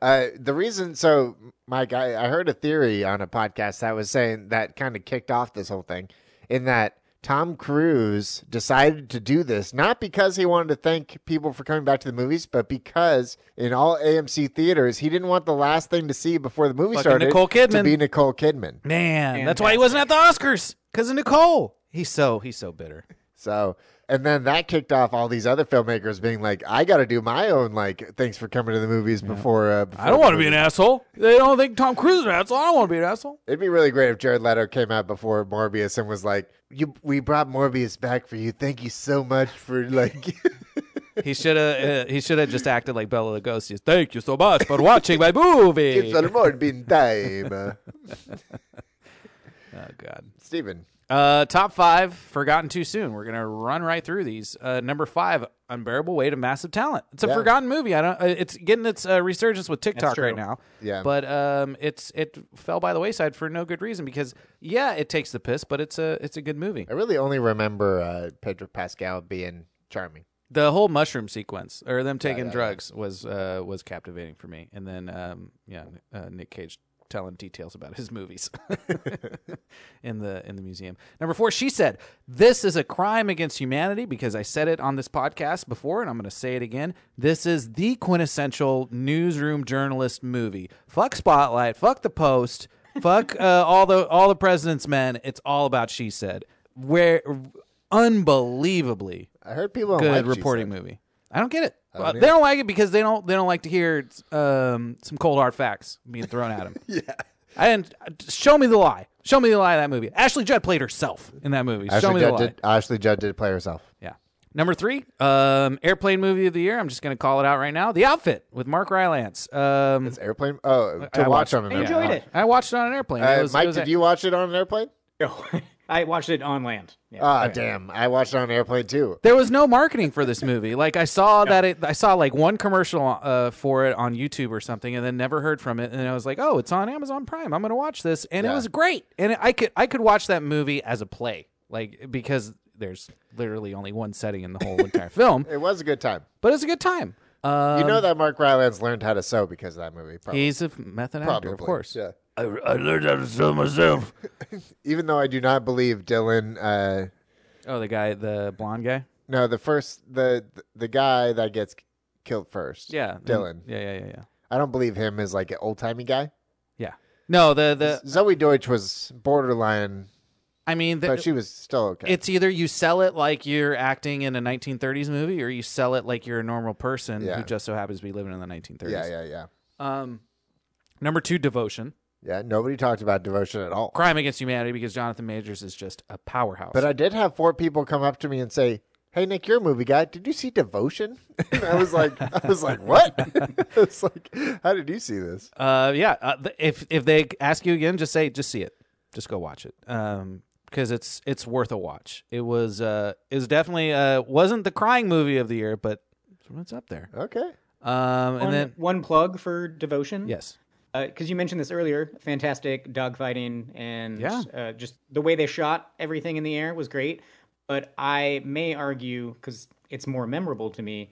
S1: Uh, the reason, so Mike, I, I heard a theory on a podcast that was saying that kind of kicked off this whole thing, in that Tom Cruise decided to do this not because he wanted to thank people for coming back to the movies, but because in all AMC theaters he didn't want the last thing to see before the movie
S2: Fucking
S1: started
S2: Nicole
S1: to
S2: Kidman.
S1: be Nicole Kidman.
S2: Man, that's why he wasn't at the Oscars because of Nicole. He's so he's so bitter.
S1: So, and then that kicked off all these other filmmakers being like, I got to do my own like thanks for coming to the movies before. Uh, before the
S2: wanna
S1: movie."
S2: asshole. They don't think Tom Cruise is an asshole. I don't want to be an asshole.
S1: It'd be really great if Jared Leto came out before Morbius and was like, "You, we brought Morbius back for you. Thank you so much
S2: <laughs>
S1: for like." <laughs>
S2: He should have. Uh, he should have just acted like Bella Lugosi. Thank you so much for watching my movie.
S1: It's a Morbin time, uh,
S2: oh God.
S1: Stephen.
S2: Uh, top five, forgotten too soon. We're gonna run right through these. Uh, number five, unbearable weight of massive talent. It's a
S1: Yeah.
S2: forgotten movie. I don't. uh, It's getting its uh, resurgence with TikTok
S4: true.
S2: right now.
S1: Yeah.
S2: But um, it's it fell by the wayside for no good reason because yeah, it takes the piss, but it's a it's a good movie.
S1: I really only remember uh, Pedro Pascal being charming.
S2: The whole mushroom sequence or them taking drugs was uh was captivating for me. And then um yeah, uh, Nick Cage telling details about his movies in the in the museum. Number 4, she said, "This is a crime against humanity because I said it on this podcast before and I'm going to say it again. This is the quintessential newsroom journalist movie. Fuck Spotlight, fuck The Post, fuck <laughs> uh, all the all the president's men. It's all about she said." Where unbelievably
S1: I heard people don't
S2: good
S1: like She
S2: reporting
S1: Said.
S2: movie. I don't get it. Uh, they don't like it because they don't they don't like to hear um, some cold hard facts being thrown
S1: <laughs>
S2: at them. yeah, I didn't show me the lie. Show me the lie of that movie. Ashley Judd played herself in that movie. show
S1: Ashley
S2: me the
S1: Judd,
S2: lie.
S1: did, Ashley Judd did play herself.
S2: Yeah. Number three, um, airplane movie of the year. I'm just going to call it out right now. The Outfit with Mark Rylance. Um,
S1: It's airplane. Oh,
S2: I
S1: to watch
S2: watched-
S1: on an
S4: I
S1: airplane.
S4: enjoyed it.
S2: I watched it on an airplane.
S1: Uh,
S2: It was- it
S1: Mike,
S2: was
S1: did
S2: a-
S1: you watch it on an airplane?
S4: No, I watched it on land. Yeah.
S1: Ah, damn! I watched it on an airplane too.
S2: There was no marketing for this movie. Like I saw that it, I saw like one commercial uh, for it on YouTube or something, and then never heard from it. And I was like, oh, it's on Amazon Prime. I'm gonna watch this, and
S1: Yeah.
S2: it was great. And I could I could watch that movie as a play, like because there's literally only one setting in the whole
S1: <laughs>
S2: entire film,
S1: It was a good time.
S2: but it's a good time. Uh,
S1: You know that Mark Rylance learned how to sew because of that movie. Probably.
S2: he's a method actor, of
S1: Probably,
S2: course.
S1: Yeah.
S2: I, I learned how to sew myself.
S1: <laughs> Even though I do not believe Dylan. Uh,
S2: Oh, the guy, the blonde guy.
S1: no, the first the the guy that gets killed first.
S2: Yeah,
S1: Dylan.
S2: Yeah, yeah, yeah, yeah.
S1: I don't believe him as like an old timey guy.
S2: Yeah. No, the the.
S1: Zoe Deutsch was borderline,
S2: I mean, the,
S1: but she was still okay.
S2: It's either you sell it like you're acting in a 1930s movie, or you sell it like you're a normal person
S1: Yeah.
S2: who just so happens to be living in the 1930s.
S1: yeah, yeah, yeah,
S2: Um, number two, devotion,
S1: yeah. Nobody talked about devotion at all.
S2: crime against humanity, because Jonathan Majors is just a powerhouse.
S1: But I did have four people come up to me and say, "Hey, Nick, you're a movie guy. Did you see Devotion?" <laughs> And I was like, I was like, what? <laughs> I was like, how did you see this?
S2: uh, yeah, uh, th- if if they ask you again, just say, just see it, just go watch it, um, because it's it's worth a watch. It was uh, it was definitely uh, wasn't the crying movie of the year, but it's up there.
S1: Okay.
S2: Um,
S4: one,
S2: and then
S4: one plug for devotion.
S2: yes,
S4: because Uh, you mentioned this earlier, fantastic dogfighting and
S2: Yeah.
S4: uh, just the way they shot everything in the air was great. But I may argue because it's more memorable to me,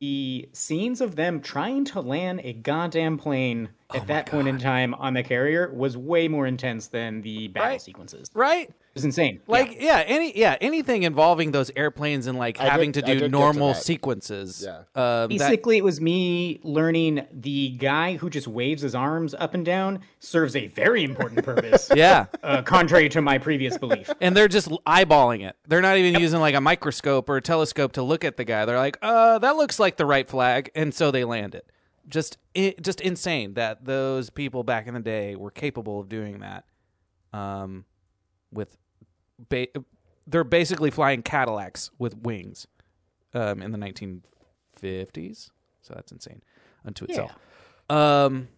S4: the scenes of them trying to land a goddamn plane
S2: Oh
S4: at that point in time on the carrier was way more intense than the battle
S2: Right.
S4: sequences. It
S2: right.
S4: was insane.
S2: Like yeah. any yeah anything involving those airplanes and like having
S1: did- I
S2: to
S1: did
S2: do
S1: get to
S2: normal
S1: that.
S2: sequences.
S1: Yeah.
S2: um, that,
S4: Basically, it was me learning the guy who just waves his arms up and down serves a very important purpose.
S2: <laughs> yeah.
S4: Uh, contrary to my previous belief.
S2: And they're just eyeballing it. They're not even using like a microscope or a telescope to look at the guy. They're like, "Uh, that looks like the right flag," and so they land it. Just it, just insane that those people back in the day were capable of doing that. Um, with ba- they're basically flying Cadillacs with wings. Um, in the 1950s, so that's insane unto itself. Um,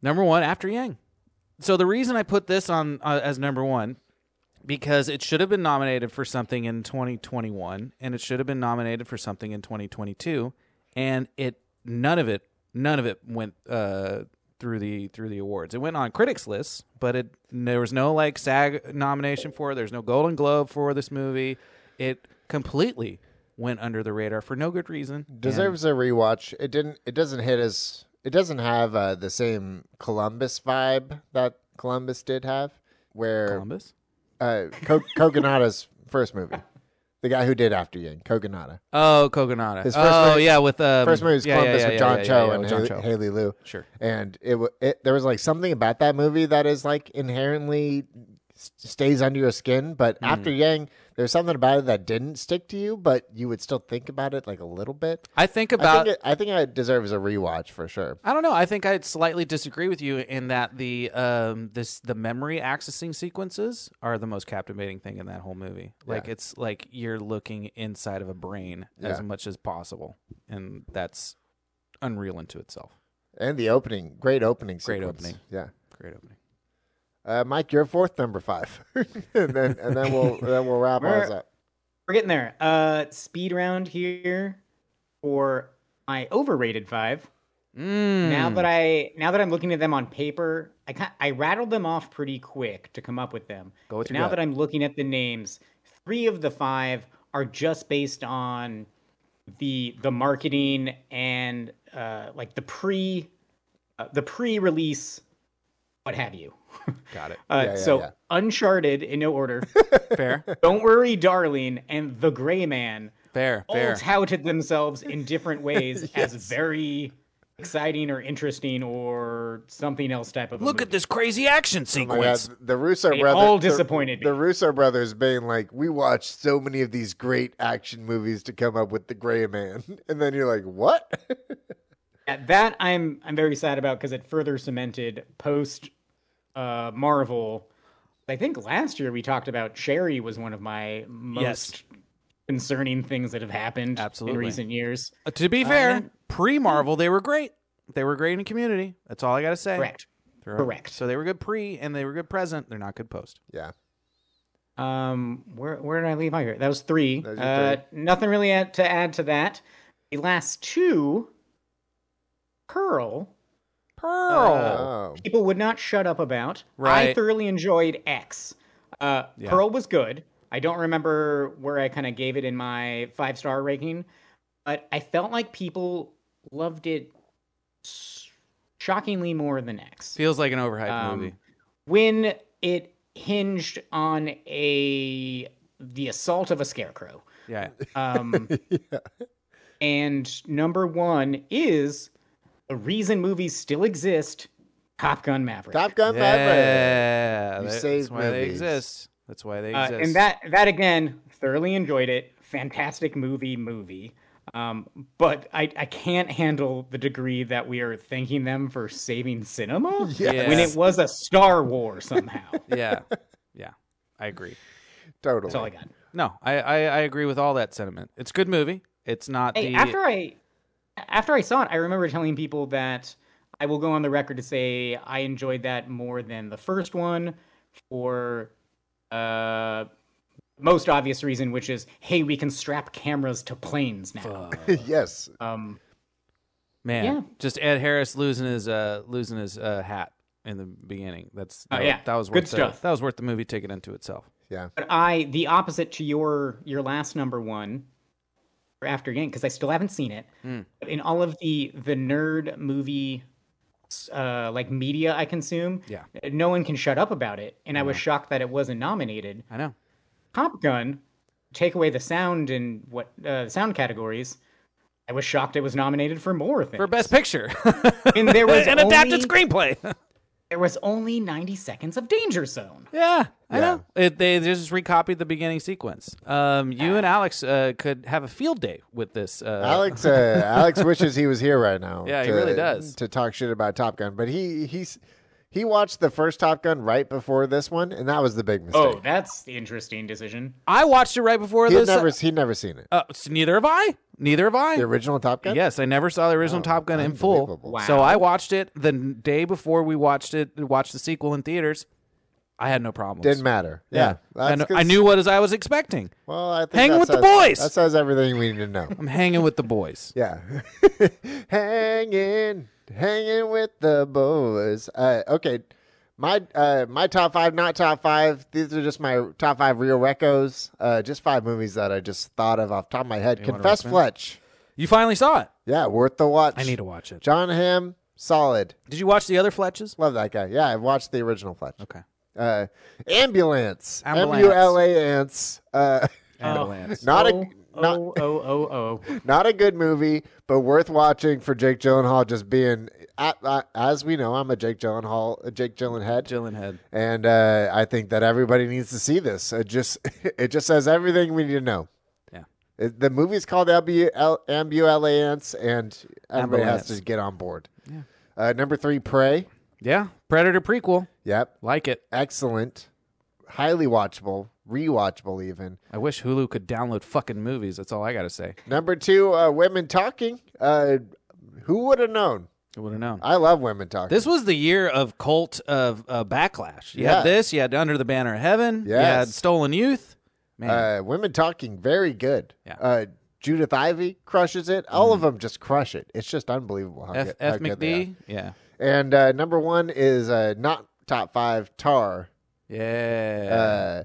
S2: number one after Yang. So the reason I put this on uh, as number one because it should have been nominated for something in 2021 and it should have been nominated for something in 2022 and it none of it none of it went uh through the through the awards it went on critics lists but it there was no like sag nomination for it there's no golden globe for this movie it completely went under the radar for no good reason
S1: Deserves a rewatch. It didn't. It doesn't hit as it doesn't have uh, the same Columbus vibe that Columbus did have, where
S2: Columbus.
S1: uh, Co- <laughs> Coconauta's first movie, the guy who did After Yang, Coconata.
S2: Oh, Coconata.
S1: His first
S2: oh,
S1: movie-
S2: yeah, with um,
S1: First movie was
S2: yeah, yeah,
S1: Columbus
S2: yeah,
S1: with
S2: yeah,
S1: John
S2: yeah,
S1: Cho
S2: yeah, yeah,
S1: and
S2: with John
S1: Haley,
S2: Cho.
S1: Haley Liu.
S2: Sure.
S1: and it, wa- it there was like something about that movie that is like inherently s- stays under your skin but
S2: Hmm.
S1: after yang there's something about it that didn't stick to you but you would still think about it like a little bit
S2: I think about.
S1: i think it, i think it deserves a rewatch for sure
S2: I don't know. I think I'd slightly disagree with you in that the um this the memory accessing sequences are the most captivating thing in that whole movie. Like
S1: Yeah.
S2: it's like you're looking inside of a brain as
S1: Yeah.
S2: much as possible, and that's unreal into itself.
S1: and the opening great opening
S2: Great
S1: sequence.
S2: opening.
S1: yeah
S2: Great
S1: <laughs>
S2: opening.
S1: uh, mike your fourth number five <laughs> and then and then we'll then we'll wrap
S4: Where-
S1: ours up
S4: We're getting there. Uh, speed round here for my overrated five. Now
S2: Hmm.
S4: that I now that I'm looking at them on paper, I can I rattled them off pretty quick to come up with them.
S2: Go with
S4: But
S2: your
S4: now
S2: gut.
S4: that I'm looking at the names, three of the five are just based on the the marketing and uh, like the pre uh, the pre release, what have you.
S2: Got it.
S4: <laughs> Uh,
S1: yeah,
S4: so
S1: yeah.
S4: Uncharted in no
S2: <laughs>
S4: order.
S2: Fair.
S4: Don't worry, darling, and The Gray Man
S2: Fair.
S4: all
S2: Fair.
S4: touted themselves
S2: <laughs>
S4: in different ways as very exciting or interesting or something else type of. a
S2: Look at
S4: movie.
S2: this crazy action
S1: Oh my God,
S2: sequence.
S1: the Russo
S4: They
S1: brothers
S4: all
S1: the-
S4: disappointed me.
S1: The, Russo brothers being like, we watched so many of these great action movies to come up with the Gray Man, <laughs> and then you're like, what? <laughs>
S4: At that I'm I'm very sad about because it further cemented post uh, Marvel. I think last year we talked about Cherry was one of my most
S2: Yes.
S4: concerning things that have happened
S2: Absolutely.
S4: in recent years.
S2: Uh, to be fair, pre Marvel they were great. They were great in Community. That's all I gotta say.
S4: Correct.
S2: They're-
S4: Correct.
S2: So they were good pre and they were good present. They're not good post.
S1: yeah,
S4: Um, where where did I leave my here? That was three.
S1: Those are
S4: uh, nothing really add, to add to that. The last two, Pearl,
S2: Pearl.
S1: oh,
S4: people would not shut up about. I
S2: Right.
S4: thoroughly enjoyed X. Uh,
S2: Yeah.
S4: Pearl was good. I don't remember where I kind of gave it in my five star ranking, but I felt like people loved it s- shockingly more than X.
S2: Feels like an overhyped
S4: Um,
S2: movie.
S4: when it hinged on a the assault of a scarecrow. <laughs>
S2: Yeah.
S4: Um, And number one is the reason movies still exist: Top Gun Maverick.
S1: Top Gun Maverick.
S2: Yeah.
S1: You
S2: that-
S1: saved
S2: that's why they
S1: movies.
S2: exist. That's why they
S4: Uh,
S2: exist.
S4: and that that again, thoroughly enjoyed it. Fantastic movie, movie. Um, but I, I can't handle the degree that we are thanking them for saving cinema
S2: Yes.
S4: when it was a Star Wars somehow.
S2: <laughs> yeah. Yeah. I agree.
S1: Totally.
S4: That's all I got.
S2: No, I, I, I agree with all that sentiment. It's a good movie. It's not
S4: Hey,
S2: the
S4: after I after I saw it, I remember telling people that I will go on the record to say I enjoyed that more than the first one for uh most obvious reason, which is hey, we can strap cameras to planes now.
S1: <laughs> yes,
S4: Um
S2: man.
S4: yeah.
S2: Just Ed Harris losing his uh losing his uh, hat in the beginning. That's
S4: Oh,
S2: that,
S4: yeah.
S2: that was
S4: Good
S2: worth
S4: stuff.
S2: The, that was worth the movie ticket into itself.
S1: yeah.
S4: but I the opposite to your your last number one for after game, because I still haven't seen it.
S2: Hmm.
S4: But in all of the the nerd movie uh, like media I consume,
S2: Yeah.
S4: no one can shut up about it. And I was shocked that it wasn't nominated.
S2: I know.
S4: Top Gun, take away the sound and what uh, sound categories. I was shocked it was nominated for more things.
S2: For best picture.
S4: <laughs>
S2: <laughs>
S4: and there was
S2: An
S4: only,
S2: adapted screenplay.
S4: There was only ninety seconds of Danger Zone.
S2: Yeah, I know. It, they just recopied the beginning sequence. Um, you
S1: Ah.
S2: and Alex uh, could have a field day with this. Uh,
S1: Alex,
S2: <laughs>
S1: uh, Alex wishes he was here right now.
S2: Yeah, he
S1: to-
S2: really does.
S1: to talk shit about Top Gun. But he he's he watched the first Top Gun right before this one, and that was the big mistake.
S4: Oh, that's the interesting decision.
S2: I watched it right before
S1: he had
S2: this.
S1: never he'd never seen it.
S2: uh, so neither have I. Neither have I.
S1: the original Top Gun.
S2: Yes, I never saw the original Top Gun in full.
S1: Oh, unbelievable.
S2: So
S4: Wow.
S2: I watched it the n- day before we watched it. Watched the sequel in theaters. I had no problems.
S1: didn't matter. Yeah, that's
S2: I, kn-
S1: 'cause-
S2: I knew what as I was expecting.
S1: Well, I think
S2: Hang
S1: that
S2: with the
S1: says-
S2: boys.
S1: That says everything we need to know.
S2: I'm hanging with
S1: <laughs>
S2: the boys.
S1: Yeah. hanging, hanging with the boys. Uh, okay. My uh, my top five, not top five. These are just my top five real recos. Uh, just five movies that I just thought of off the top of my head.
S2: wanna
S1: Confess
S2: recommend?
S1: Fletch.
S2: You finally saw it.
S1: Yeah, worth the watch.
S2: I need to watch it.
S1: John Hamm, Solid.
S2: Did you watch the other Fletches?
S1: Love that guy. Yeah, I watched the original Fletch.
S2: Okay.
S1: Uh, ambulance.
S2: Ambulance.
S1: M-U-L-A-N-C-E. Uh, <laughs>
S2: Oh,
S4: Ambulance.
S1: not a not
S4: Oh, oh, oh, oh.
S1: not a good movie, but worth watching for Jake Gyllenhaal just being. I, I, as we know, I'm a Jake Gyllenhaal, a Jake Gyllenhead,
S2: Gyllenhead.
S1: and uh, I think that everybody needs to see this. It just <laughs> it just says everything we need to know.
S2: Yeah.
S1: It, the movie's called ABU Ambulance, and everybody has
S2: Ambulance.
S1: to get on board. Yeah. Uh, number three, Prey.
S2: Yeah. Predator prequel.
S1: Yep,
S2: Like it.
S1: excellent, highly watchable, rewatchable even.
S2: I wish Hulu could download fucking movies. That's all I got to say.
S1: Number two, uh, women talking. Uh, who would have known?
S2: I would have known.
S1: I love women talking.
S2: This was the year of cult of uh, backlash. You
S1: Yeah.
S2: had this. You had Under the Banner of Heaven. You
S1: Yes.
S2: had Stolen Youth. Man,
S1: Uh, women talking very good.
S2: Yeah. Mm-hmm.
S1: Uh, Judith Ivy crushes it. All of them just crush it. It's just unbelievable how,
S2: F.
S1: good, how
S2: F.
S1: good they
S2: McD. Yeah.
S1: are. And uh, number one is uh, not top five. Tar.
S2: Yeah.
S1: Uh,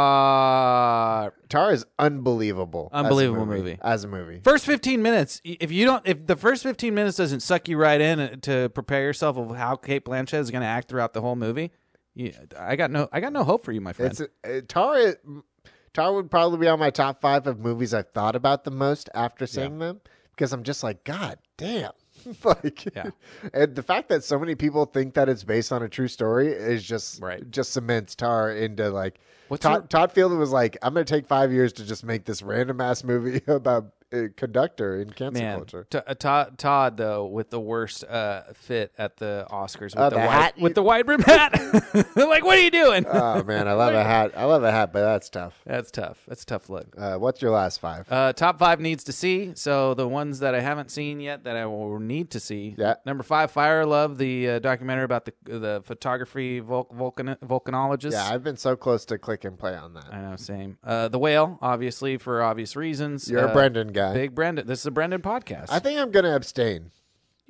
S2: Tar.
S1: Tar is unbelievable. as a
S2: Unbelievable movie.
S1: As a movie.
S2: First 15 minutes, y- if you don't, if the first 15 minutes doesn't suck you right in uh, to prepare yourself of how Kate Blanchett is going to act throughout the whole movie, you, I got no, I got no hope for you, my friend.
S1: It's uh, Tar. is- Tar would probably be on my top five of movies I've thought about the most after seeing them because I'm just like, God damn. <laughs> like,
S2: Yeah.
S1: and the fact that so many people think that it's based on a true story is just
S2: Right.
S1: just cements Tar into like.
S2: What's
S1: Todd,
S2: your-
S1: Todd Field was like, I'm going to take five years to just make this random ass movie <laughs> about a conductor in cancer
S2: Man,
S1: culture.
S2: T- uh, Todd, Todd though with the worst uh, fit at the Oscars with
S1: Uh,
S2: the,
S1: the
S2: wide,
S1: hat.
S2: with the wide brim hat. <laughs> like, what are you doing?
S1: oh man, I
S2: <laughs>
S1: love a hat. I love a hat, but that's tough.
S2: That's tough. That's a tough look.
S1: Uh, what's your last five?
S2: Uh, top five needs to see. So the ones that I haven't seen yet that I will need to see.
S1: Yeah.
S2: Number five, Fire Love, the uh, documentary about the the photography vul- vulcan- volcanologist.
S1: yeah, I've been so close to click and play on that.
S2: I know, same. Uh, the whale, obviously, for obvious reasons.
S1: You're
S2: Uh,
S1: a Brendan guy.
S2: Big Brendan. This is a Brendan podcast.
S1: I think I'm gonna abstain.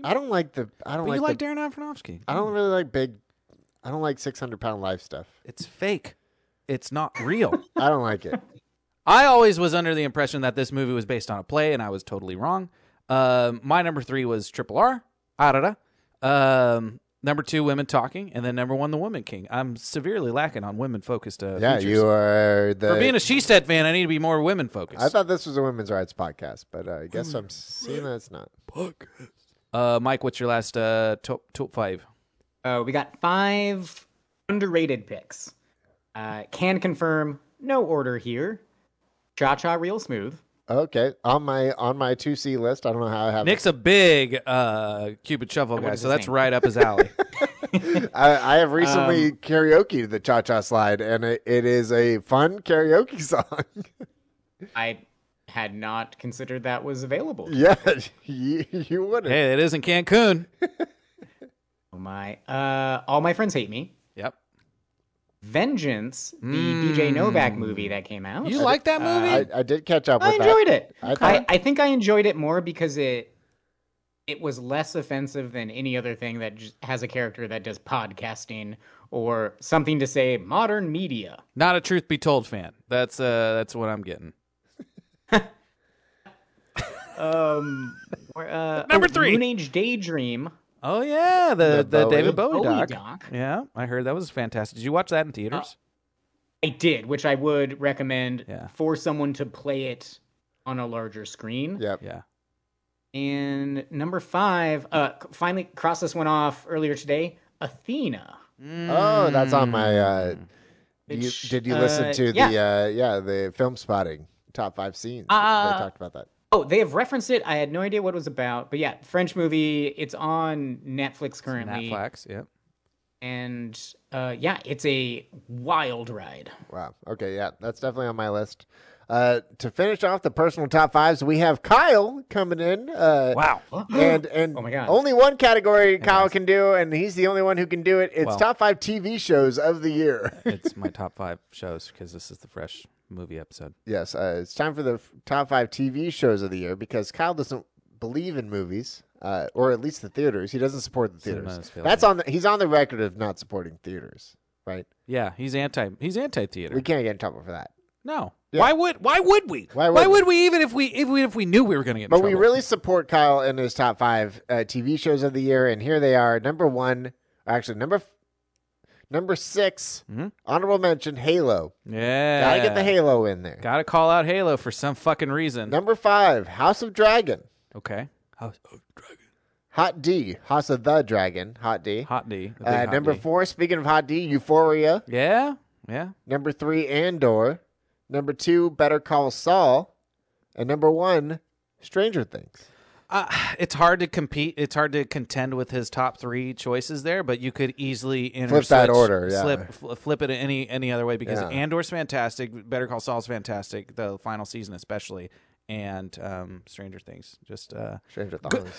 S1: I don't like the. I don't
S2: but
S1: like.
S2: you like
S1: the,
S2: Darren Aronofsky.
S1: I don't really like big. I don't like 600 pound life stuff.
S2: It's fake. It's not real.
S1: I don't like
S2: <laughs>
S1: it.
S2: I always was under the impression that this movie was based on a play, and I was totally wrong. Um, my number three was Triple R, Arara. Um, number two, Women Talking, and then number one, The Woman King. I'm severely lacking on women focused. Uh,
S1: Yeah,
S2: features.
S1: you are the.
S2: For being a She-Said fan, I need to be more women focused.
S1: I thought this was a women's rights podcast, but uh, I guess I'm seeing that it's not.
S2: uh, Mike, what's your last uh, top top five?
S4: Uh, we got five underrated picks. Uh, can confirm, no order here. Cha Cha Real Smooth.
S1: Okay, on my on my two C list. I don't know how I have.
S2: Nick's a big uh, Cupid shuffle guy,
S4: is
S2: so
S4: his
S2: that's
S4: name?
S2: right up his alley.
S1: <laughs> <laughs> I, I have
S2: Um,
S1: recently karaoke the Cha Cha Slide, and it, it is a fun karaoke <laughs> song.
S4: I had not considered that was available.
S1: yeah, <laughs> you, you wouldn't.
S2: hey, it is in Cancun.
S4: Oh my. Uh, All My Friends Hate Me.
S1: <laughs>
S2: Yep.
S4: Vengeance, the DJ Novak movie that came out.
S2: Hmm. You like that movie?
S1: I, I did catch up with
S4: I enjoyed it.
S1: I
S4: I,
S1: thought-
S4: I, think I enjoyed it more because it it was less offensive than any other thing that just has a character that does podcasting or something to say modern media.
S2: Not a truth be told fan. That's uh, that's what I'm getting.
S4: Um, or, uh,
S2: Number
S4: oh,
S2: three.
S4: Moon Age Daydream.
S2: Oh yeah, the the,
S1: The Bowie.
S2: David Bowie,
S4: Bowie
S2: Oh, doc. Uh,
S4: doc.
S2: Yeah, I heard that was fantastic. Did you watch that in theaters?
S4: I did, which I would recommend
S2: Yeah.
S4: for someone to play it on a larger screen.
S1: Yep.
S2: yeah.
S4: And number five, uh, c- finally crossed this one off earlier today. Athena.
S1: Oh, that's on my. Uh, you,
S4: Which,
S1: did you
S4: uh,
S1: listen to
S4: yeah.
S1: the uh, yeah the film spotting top five scenes? they
S4: Uh,
S1: talked about that.
S4: Oh, they have referenced it. I had no idea what it was about, but yeah, French movie. It's on Netflix currently,
S2: Netflix. Yep.
S4: and uh, yeah, it's a wild ride.
S1: Wow. Okay. Yeah, that's definitely on my list. Uh, to finish off the personal top fives, we have Kyle coming in. Uh,
S2: Wow.
S4: <gasps>
S1: And and
S4: Oh my God.
S1: only one category Kyle can do, and he's the only one who can do it. It's
S2: Well.
S1: top five TV shows of the year. <laughs>
S2: it's my top five shows because this is the fresh movie episode.
S1: yes, uh, it's time for the f- top five TV shows of the year because Kyle doesn't believe in movies, uh, or at least the theaters. He doesn't support the
S2: Cinema
S1: theaters.
S2: is failing.
S1: That's on. The, he's on the record of not supporting theaters. Right.
S2: Yeah, he's anti. He's anti theater.
S1: We can't get in trouble for that.
S2: No.
S1: Yeah.
S2: Why would why would we?
S1: Why would we?
S2: would we even if we if we if we knew we were going to get in
S1: But
S2: trouble?
S1: we really support Kyle in his top five uh, TV shows of the year, and here they are: number one, actually number f- number 6
S2: Mhm.
S1: honorable mention, Halo.
S2: Yeah.
S1: Gotta get the Halo in there.
S2: Got to call out Halo for some fucking reason.
S1: Number five, House of Dragon,
S2: Okay. Oh, Hot
S1: Hot D, House of the Dragon, Hot D.
S2: hot D. the big
S1: Uh,
S2: hot
S1: number
S2: D.
S1: four, speaking of Hot D, Euphoria.
S2: Yeah. Yeah.
S1: Number three, Andor. Number two, Better Call Saul. And number one, Stranger Things.
S2: Uh, it's hard to compete. It's hard to contend with his top three choices there, but you could easily inter-
S1: Flip that
S2: switch,
S1: order, yeah.
S2: Slip, fl- flip it any any other way because
S1: Yeah.
S2: Andor's fantastic. Better Call Saul's fantastic. The final season, especially, and um, Stranger Things. Just uh,
S1: Stranger Things.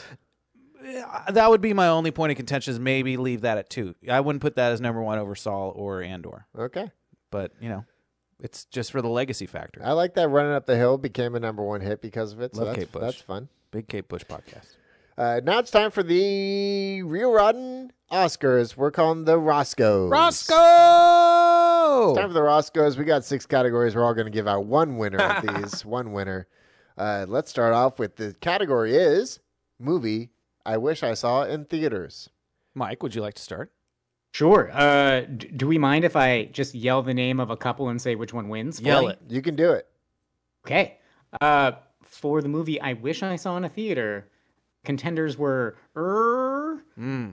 S2: that would be my only point of contention. Is maybe leave that at two. I wouldn't put that as number one over Saul or Andor,
S1: Okay.
S2: but you know, it's just for the legacy factor.
S1: I like that Running Up the Hill became a number one hit because of it. So
S2: Love
S1: that's,
S2: Kate Bush.
S1: that's fun.
S2: Big Kate Bush podcast.
S1: Uh, now it's time for the Real Rotten Oscars. We're calling the Roscoes. It's time
S2: Roscoe.
S1: for the Roscoes. We got six categories. We're all going to give out one winner of
S4: <laughs>
S1: these. one winner. Uh, let's start off with the category is movie I wish I saw in theaters.
S2: Mike, would you like to start?
S4: Sure. Uh, d- do we mind if I just yell the name of a couple and say which one wins? for
S2: Yell
S4: me?
S2: it.
S1: You can do it.
S4: Okay. Uh, for the movie I wish I saw in a theater, contenders were er,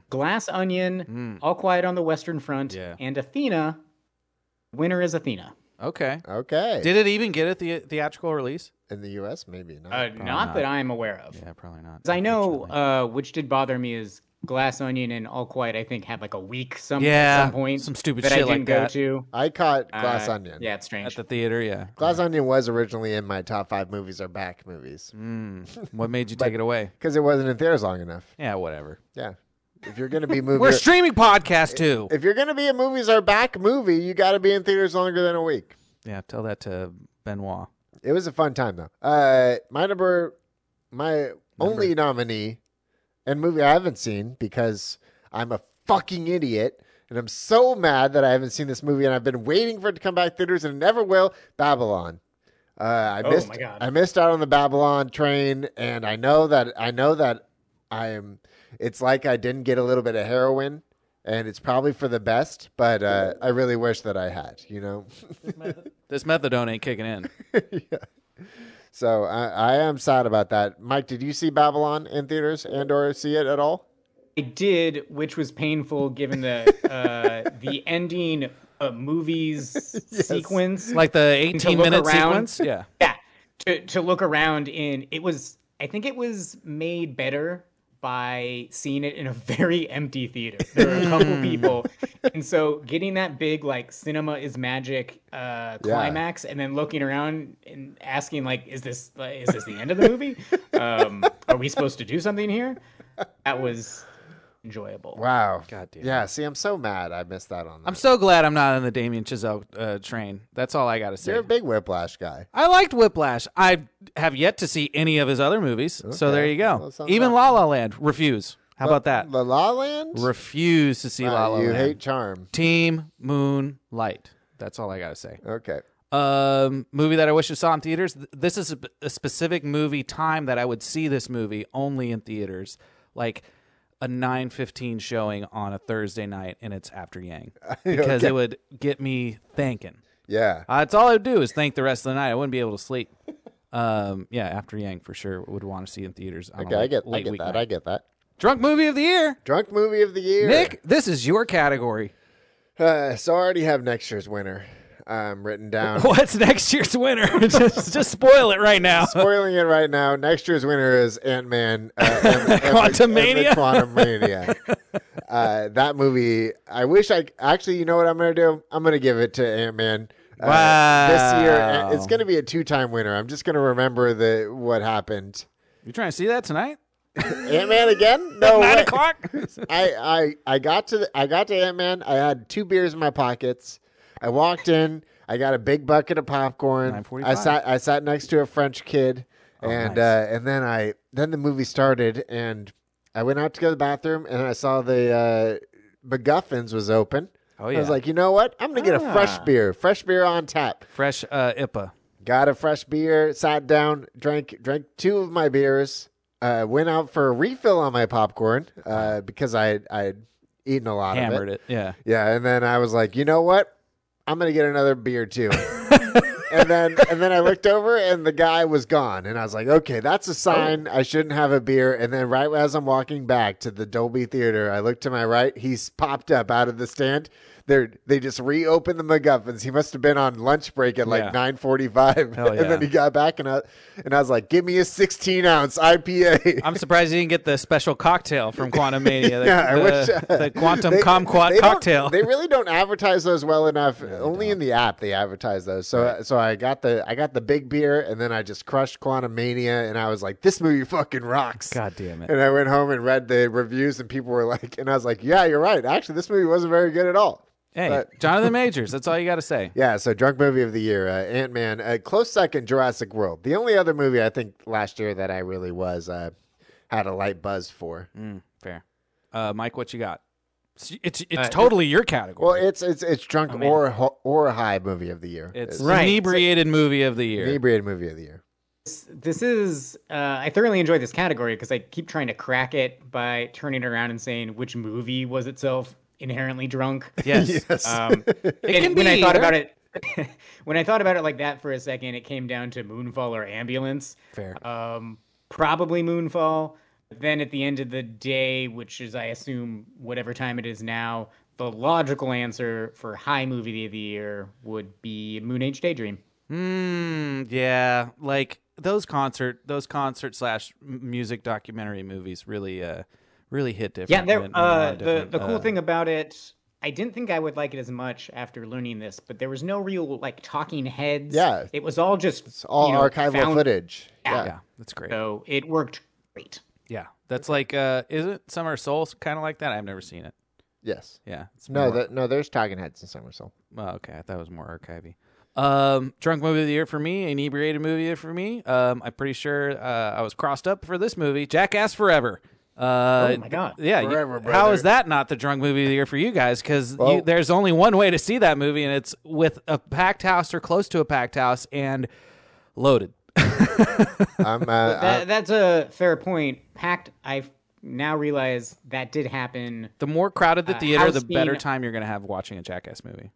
S4: Glass Onion, All Quiet on the Western Front,
S2: Yeah.
S4: and Athena. Winner is Athena.
S2: Okay.
S1: Okay.
S2: Did it even get a the- theatrical release?
S1: in the U.S., maybe not.
S4: Uh, not, that I'm aware of.
S2: Oh, Yeah, probably not.
S4: 'Cause I know, uh, which did bother me is Glass Onion and All Quiet. I think had like a week some
S2: Yeah,
S4: at some point
S2: some stupid
S4: that I
S2: shit
S4: didn't
S2: like
S4: go
S2: that.
S4: to.
S1: I caught Glass
S4: Uh,
S1: Onion.
S4: Yeah, it's strange.
S2: at the theater. Yeah.
S1: Glass Onion was originally in my top five movies or back movies
S4: Mm.
S2: Mm. <laughs> What made you take it away?
S1: because it wasn't in theaters long enough.
S2: Yeah, whatever.
S1: Yeah. If you're going to
S4: <laughs>
S1: be movie,
S2: We're a streaming podcast too.
S1: if you're going to be a movies or back movie, you got to be in theaters longer than a week.
S2: yeah, tell that to Benoit.
S1: It was a fun time though. Uh, my number, my only nominee, and movie I haven't seen because I'm a fucking idiot, and I'm so mad that I haven't seen this movie, and I've been waiting for it to come back to theaters, and it never will. Babylon. Uh, I
S4: Oh,
S1: missed.
S4: my God.
S1: I missed out on the Babylon train, and I know that I know that I am. It's like I didn't get a little bit of heroin, and it's probably for the best. But uh, I really wish that I had. You know. <laughs>
S2: This methadone ain't kicking in.
S1: So I, I am sad about that. Mike, did you see Babylon in theaters and or see it at all?
S4: I did, which was painful given the
S2: <laughs>
S4: uh, the ending uh, movies
S2: <laughs>
S4: sequence.
S2: Like the 18
S4: look
S2: minute
S4: around.
S2: sequence. Yeah.
S4: yeah, to to look around in it was. I think it was made better by seeing it in a <laughs> very empty theater. There were a couple people, and so getting that big like cinema is magic uh, climax, and then looking around and asking like, is this uh, is this the end of the movie? Um, are we supposed to do something here? That was enjoyable.
S1: Wow.
S2: God damn.
S1: Yeah, see, I'm so mad I missed out on that.
S2: I'm so glad I'm not on the Damien Chazelle uh, train. That's all I got to say.
S1: You're a big whiplash guy.
S2: I liked Whiplash. I have yet to see any of his other movies. So there you
S1: Well,
S2: go.
S1: sounds
S2: Even
S1: like-
S2: La La Land. Refuse. How about that?
S1: La La Land?
S2: Refuse to see
S1: Uh,
S2: La La
S1: you
S2: Land.
S1: hate charm.
S2: Team Moon Light. That's all I gotta say.
S1: Okay.
S2: Um, movie that I wish I saw in theaters. Th- This is a, a specific movie time that I would see this movie only in theaters, like a nine fifteen showing on a Thursday night, and it's
S1: <laughs>
S2: after Yang because it would get me thinking.
S1: Yeah.
S2: Uh, it's all I would do is think the rest of the night. I wouldn't be able to sleep. Um, yeah, after Yang for sure would want to see in theaters. On
S1: Okay,
S2: a
S1: I get I
S2: late
S1: get that.
S2: weeknight.
S1: I get that.
S2: Drunk movie of the year,
S1: Drunk movie of the year.
S2: Nick. This is your category.
S1: Uh, so I already have next year's winner um, written down.
S2: What's next year's winner? <laughs> just, just spoil it right now.
S1: Spoiling it right now. Next year's winner is Ant Man. Uh, and- and the-
S2: Quantumania?
S1: and the Quantumania. uh, that movie. I wish I actually. You know what I'm gonna do? I'm gonna give it to Ant Man. Uh, This year,
S2: Wow.
S1: uh, it's gonna be a two time winner. I'm just gonna remember the what happened.
S2: You trying to see that tonight?
S1: Ant Man again? No
S2: <laughs> Nine
S1: way.
S2: o'clock.
S1: <laughs> I, I I got to the, I got to Ant Man. I had two beers in my pockets. I walked in. I got a big bucket of popcorn. I
S2: 9:45.
S1: sat I sat next to a French kid,
S2: Oh,
S1: and uh, and then I then the movie started, and I went out to go to the bathroom, and I saw the uh, MacGuffins was open.
S2: Oh
S1: I was
S2: yeah. Ah.
S1: like, you know what? I'm gonna get a fresh beer. Fresh beer on tap.
S2: <laughs> Fresh uh, IPA.
S1: Got a fresh beer. Sat down, drank, drank two of my beers. Uh, went out for a refill on my popcorn uh, because I I'd eaten a lot of
S2: Hammered it. <laughs> Yeah.
S1: Yeah, and then I was like, you know what? I'm gonna get another beer
S2: <laughs>
S1: too. and then and then I looked over and the guy was gone. And I was like, okay,
S2: Oh.
S1: that's a sign I shouldn't have a beer. And then right as I'm walking back to the Dolby Theater, I look to my right, he's popped up out of the stand. They're, they just reopened the MacGuffins. He must have been on lunch break at like
S2: Yeah.
S1: 9:45, <laughs>
S2: Hell
S1: and then
S2: yeah.
S1: he got back and I and I was like, "Give me a 16 ounce
S2: <laughs>
S1: IPA."
S2: I'm surprised you didn't get the special cocktail from Quantum
S1: <laughs>
S2: Mania. The,
S1: yeah, I
S2: the,
S1: wish uh,
S2: the
S1: <laughs>
S2: Quantum
S1: They-
S2: Kumquat
S1: they don't-
S2: cocktail.
S1: They really don't advertise those well enough. Only in the app they advertise those. So so I got the I got the big beer and then I just crushed Quantum Mania and I was like, this movie fucking rocks.
S2: <laughs> God damn it.
S1: And I went home and read the reviews and people were like, and I was like, yeah, you're right. Actually, this movie wasn't very good at all.
S2: Hey,
S1: But- <laughs>
S2: Jonathan Majors. That's all you got to say.
S1: Yeah, so drunk movie of the year, uh, Ant Man, uh, close second, Jurassic World. The only other movie I think last year that I really was uh, had a light buzz for.
S2: Mm, fair. Uh, Mike, what you got? It's it's, it's totally your category.
S1: Well, it's it's it's drunk
S4: man.
S1: or ho- or high movie of the year.
S2: it's
S4: Right.
S2: inebriated movie of the year.
S1: Inebriated movie of the year. <laughs>
S4: This, this is uh, I thoroughly enjoy this category because I keep trying to crack it by turning it around and saying which movie was itself inherently drunk.
S2: Yes.
S1: <laughs>
S4: Um,
S2: It can
S4: when
S2: be
S4: I thought
S2: either.
S4: about it, <laughs> when I thought about it like that for a second, it came down to Moonfall or Ambulance.
S2: Fair.
S4: Um, probably Moonfall. But then at the end of the day, which is I assume whatever time it is now, the logical answer for high movie of the year would be Moon Age Daydream.
S2: Mm, yeah, like those concert, those concert slash m- music documentary movies really, uh, really hit different.
S4: Yeah, there,
S2: went in a lot
S4: uh,
S2: of
S4: the
S2: different,
S4: the cool
S2: uh,
S4: thing about it, I didn't think I would like it as much after learning this, but there was no real like talking heads.
S1: Yeah.
S4: it was all just
S1: It's all
S4: you know,
S1: archival
S4: found-
S1: footage. Yeah.
S2: Yeah, that's great.
S4: So it worked great.
S2: Yeah, that's like, uh, isn't Summer of Souls kind of like that? I've never seen it.
S1: Yes.
S2: Yeah, it's
S1: No,
S2: more-
S1: that no, there's Talking Heads in Summer Soul.
S2: Oh, okay, I thought it was more archivy. Um, drunk movie of the year for me, inebriated movie of the year for me. Um, I'm pretty sure uh, I was crossed up for this movie, Jackass Forever. Uh,
S4: Oh my God.
S2: Yeah, you-
S1: Forever,
S2: how
S1: brother.
S2: is that not the drunk movie of the year for you guys? Because
S1: Well-
S2: there's only one way to see that movie, and it's with a packed house or close to a packed house and loaded.
S1: I'm uh,
S4: That,
S1: I-
S4: that's a fair point. Packed. I now realize that did happen.
S2: The more crowded the
S4: Uh,
S2: theater, the
S4: house
S2: better
S4: being-
S2: time you're going to have watching a Jackass movie.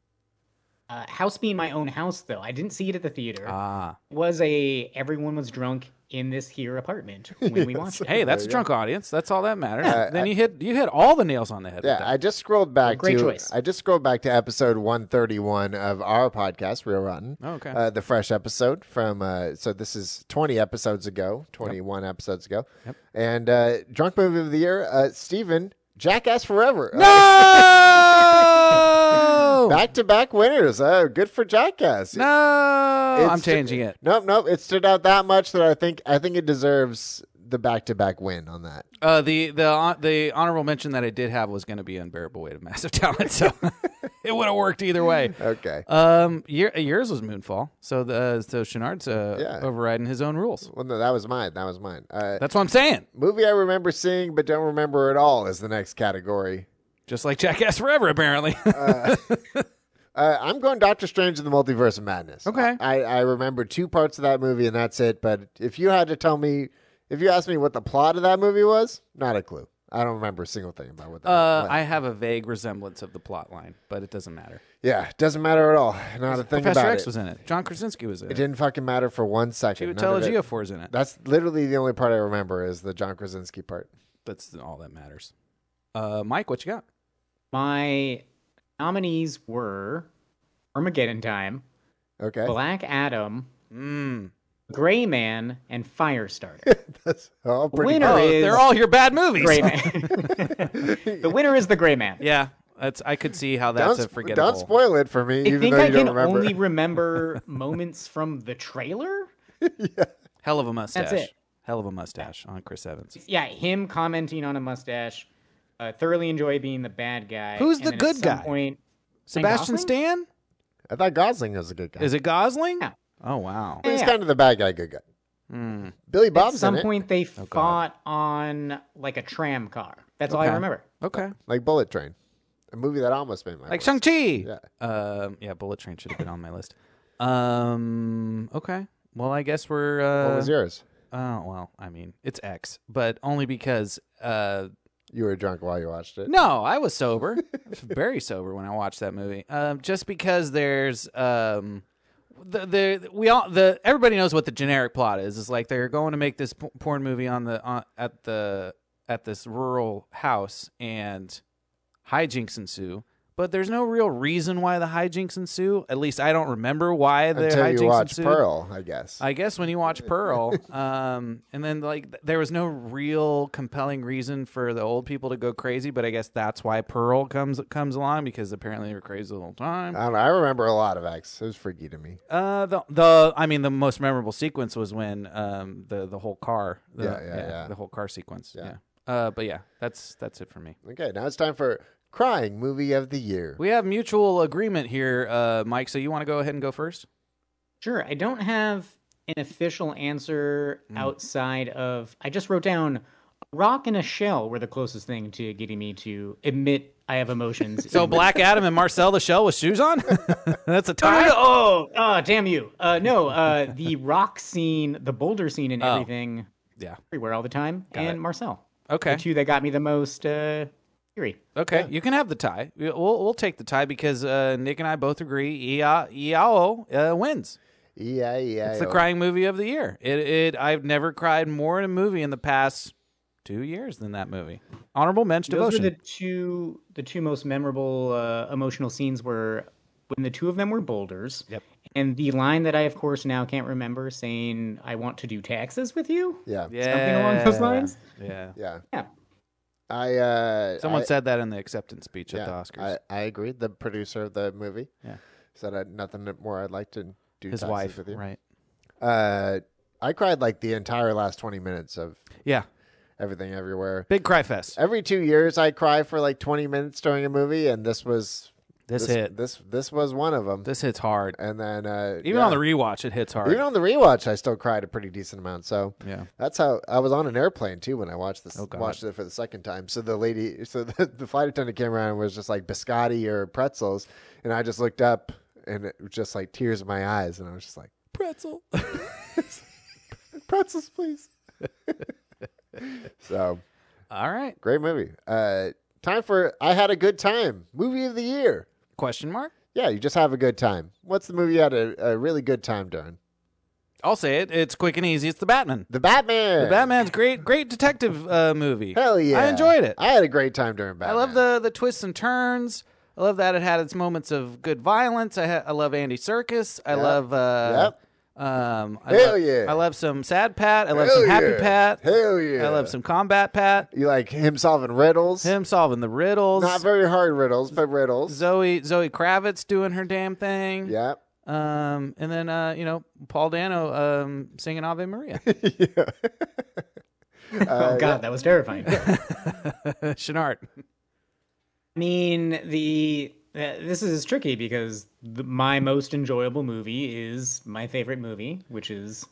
S4: Uh, house being my own house, though, I didn't see it at the theater.
S2: Ah,
S4: was a everyone was drunk in this here apartment when
S1: <laughs>
S4: we watched it.
S2: hey, that's a drunk audience. That's all that matters. then
S1: I-
S2: you hit you hit all the nails on the head. with
S1: yeah,
S2: that.
S1: I just scrolled back
S4: Great
S1: to
S4: choice.
S1: I just scrolled back to episode 131 of our podcast, Real Rotten.
S2: Oh, okay.
S1: Uh, the fresh episode from uh, so this is 20 episodes ago, 21 episodes ago, yep. and uh, drunk movie of the year, uh, Steven, Jackass Forever. Uh,
S2: No!
S1: Back to back winners. Uh, good for Jackass.
S2: no!
S1: It's
S2: Oh, I'm
S1: stu-
S2: changing it.
S1: Nope, nope. It stood out that much that I think I think it deserves the back to back win on that.
S2: Uh, the the hon- the honorable mention that I did have was going to be unbearable weight of massive talent, so <laughs> it would have worked either way.
S1: Okay.
S2: Um, your, yours was Moonfall, so the so Shenard's uh,
S1: Yeah.
S2: overriding his own rules.
S1: Well, no, that was mine. That was mine. Uh,
S2: That's what I'm saying.
S1: movie I remember seeing but don't remember at all is the next category.
S2: Just like Jackass Forever, apparently. <laughs>
S1: Uh, I'm going Doctor Strange in the Multiverse of Madness.
S2: Okay.
S1: I, I remember two parts of that movie and that's it. But if you had to tell me, if you asked me what the plot of that movie was, not a clue. I don't remember a single thing about what that
S2: uh,
S1: was.
S2: I have a vague resemblance of the plot line, but it doesn't matter.
S1: Yeah, doesn't matter at all. Not a thing
S2: Professor
S1: about
S2: X
S1: it.
S2: was in it. John Krasinski was in
S1: it
S2: it.
S1: didn't fucking matter for one second.
S2: David
S1: None of it-
S2: Telegeophore is in it.
S1: That's literally the only part I remember is the John Krasinski part.
S2: That's all that matters. Uh, Mike, what you got?
S4: My nominees were Armageddon Time,
S1: Okay.
S4: Black Adam,
S2: Mm.
S4: Gray Man, and
S1: <laughs>
S4: Firestarter.
S1: <laughs> That's all pretty
S4: Winner
S2: Oh,
S4: is
S2: they're all your bad movies.
S4: Gray Man. <laughs> the winner is the Gray Man.
S2: <laughs> Yeah, that's I could see how
S1: don't,
S2: that's a
S1: sp-
S2: forgettable.
S1: don't spoil it for me,
S4: I
S1: even
S4: think
S1: though you
S4: I can
S1: don't remember.
S4: only remember moments from the trailer.
S2: Hell of a mustache.
S4: That's it.
S2: Hell of a mustache on Chris Evans.
S4: Yeah, him commenting on a mustache. Uh, thoroughly enjoy being the bad guy.
S2: Who's
S4: and
S2: the
S4: then
S2: good
S4: at some
S2: guy?
S4: Point,
S2: Sebastian
S4: Gosling?
S2: Stan?
S1: I thought Gosling was a good guy.
S2: Is it Gosling?
S4: Yeah.
S2: Oh wow.
S1: He's
S4: Yeah.
S1: kind of the bad guy, good guy. Billy Bob's
S4: at some
S1: in it, Oh,
S4: point they fought on like a tram car. That's all I remember.
S2: Okay.
S1: like Bullet Train. A movie that almost made my
S2: like
S1: list.
S2: Shang Chi. Yeah. Um, yeah, Bullet Train should have been on my list. Um, okay. Well, I guess we're. Uh,
S1: What was yours?
S2: Oh well, I mean it's X, but only because. Uh,
S1: You were drunk while you watched it.
S2: no, I was sober, I was <laughs> very sober when I watched that movie. Um, just because there's um, the the we all the everybody knows what the generic plot is. It's like they're going to make this p- porn movie on the on, at the at this rural house and hijinks ensue. But there's no real reason why the hijinks ensue. At least I don't remember why the
S1: Until
S2: hijinks
S1: you watch
S2: ensue.
S1: Pearl, I guess.
S2: I guess when you watch
S1: <laughs>
S2: Pearl, um, and then like th- there was no real compelling reason for the old people to go crazy, but I guess that's why Pearl comes comes along because apparently they were crazy the whole time.
S1: I don't know. I remember a lot of X. It was freaky to me.
S2: Uh, the the I mean the most memorable sequence was when um the the whole car the,
S1: Yeah, yeah, yeah.
S2: the whole car sequence yeah. Uh, but yeah, that's that's it for me.
S1: Okay, now it's time for crying movie of the year.
S2: We have mutual agreement here, uh, Mike. So you want to go ahead and go first?
S4: Sure. I don't have an official answer
S2: Hmm.
S4: outside of I just wrote down a rock and a shell were the closest thing to getting me to admit I have emotions.
S2: So
S4: in-
S2: Black Adam and Marcel the Shell with
S1: <laughs>
S2: shoes on. <laughs> that's a tie.
S4: Oh, oh, damn you. Uh, no, uh,
S2: <laughs>
S4: the rock scene, the boulder scene, and
S2: Oh.
S4: everything,
S2: Yeah.
S4: everywhere all the time, and Marcel.
S2: Okay.
S4: The two that got me the most uh, eerie.
S2: Okay, you can have the tie. We- We'll we'll take the tie because uh, Nick and I both agree. Ia- Iao uh, wins.
S1: Yeah, yeah.
S2: It's the crying movie of the year. It it I've never cried more in a movie in the past two years than that movie. Honorable mention
S4: Those
S2: devotion.
S4: were the two the two most memorable uh, emotional scenes were when the two of them were boulders. Yep. And the line that I of course now can't remember saying I want to do taxes with you.
S1: Yeah, yeah,
S2: yeah,
S4: Something along those lines.
S2: Yeah.
S1: yeah.
S4: Yeah.
S1: I uh,
S2: Someone
S1: I,
S2: said that in the acceptance speech
S1: yeah,
S2: at the Oscars.
S1: I, I agree. The producer of the movie
S2: Yeah.
S1: said I, nothing more I'd like to do.
S2: His
S1: taxes
S2: wife,
S1: with you.
S2: right?
S1: Uh, I cried like the entire last twenty minutes of
S2: Yeah.
S1: everything everywhere.
S2: Big cry fest.
S1: Every two years, I cry for like twenty minutes during a movie, and this was
S2: This, hit.
S1: This this was one of them.
S2: This hits hard.
S1: and then uh,
S2: Even
S1: yeah.
S2: on the rewatch, it hits hard.
S1: Even on the rewatch, I still cried a pretty decent amount. So
S2: Yeah. Oh,
S1: that's how I was on an airplane too when I watched this.
S2: God.
S1: watched it for the second time. So the lady, so the, <laughs> the flight attendant came around and was just like biscotti or pretzels, and I just looked up and it was just like tears in my eyes, and I was just like
S2: pretzel.
S1: pretzels, please. <laughs> so
S2: <laughs> All right.
S1: great movie. Uh, time for I had a good time movie of the year.
S2: Question mark.
S1: Yeah, you just have a good time. What's the movie you had a, a really good time during?
S2: I'll say it. It's quick and easy. It's the Batman.
S1: The Batman.
S2: The <laughs> Batman's great, great detective uh, movie.
S1: Hell yeah!
S2: I enjoyed it. I,
S1: I had a great time during Batman.
S2: love the the twists and turns. I love that it had its moments of good violence. I, ha- I love Andy Circus. I love. Uh, Um, I
S1: Hell
S2: love,
S1: yeah.
S2: I love some sad Pat. I love
S1: Hell
S2: some happy
S1: yeah.
S2: Pat.
S1: Hell yeah.
S2: I love some combat Pat.
S1: You like him solving riddles.
S2: Him solving the riddles.
S1: Not very hard riddles, but riddles.
S2: Zoe Zoe Kravitz doing her damn thing.
S1: Yeah.
S2: Um, and then uh, you know Paul Dano um singing Ave
S1: <laughs>
S2: Maria. <laughs>
S4: oh god, that was terrifying. I
S2: Shenard.
S4: mean, the uh, this is tricky because the, my most enjoyable movie is my favorite movie, which is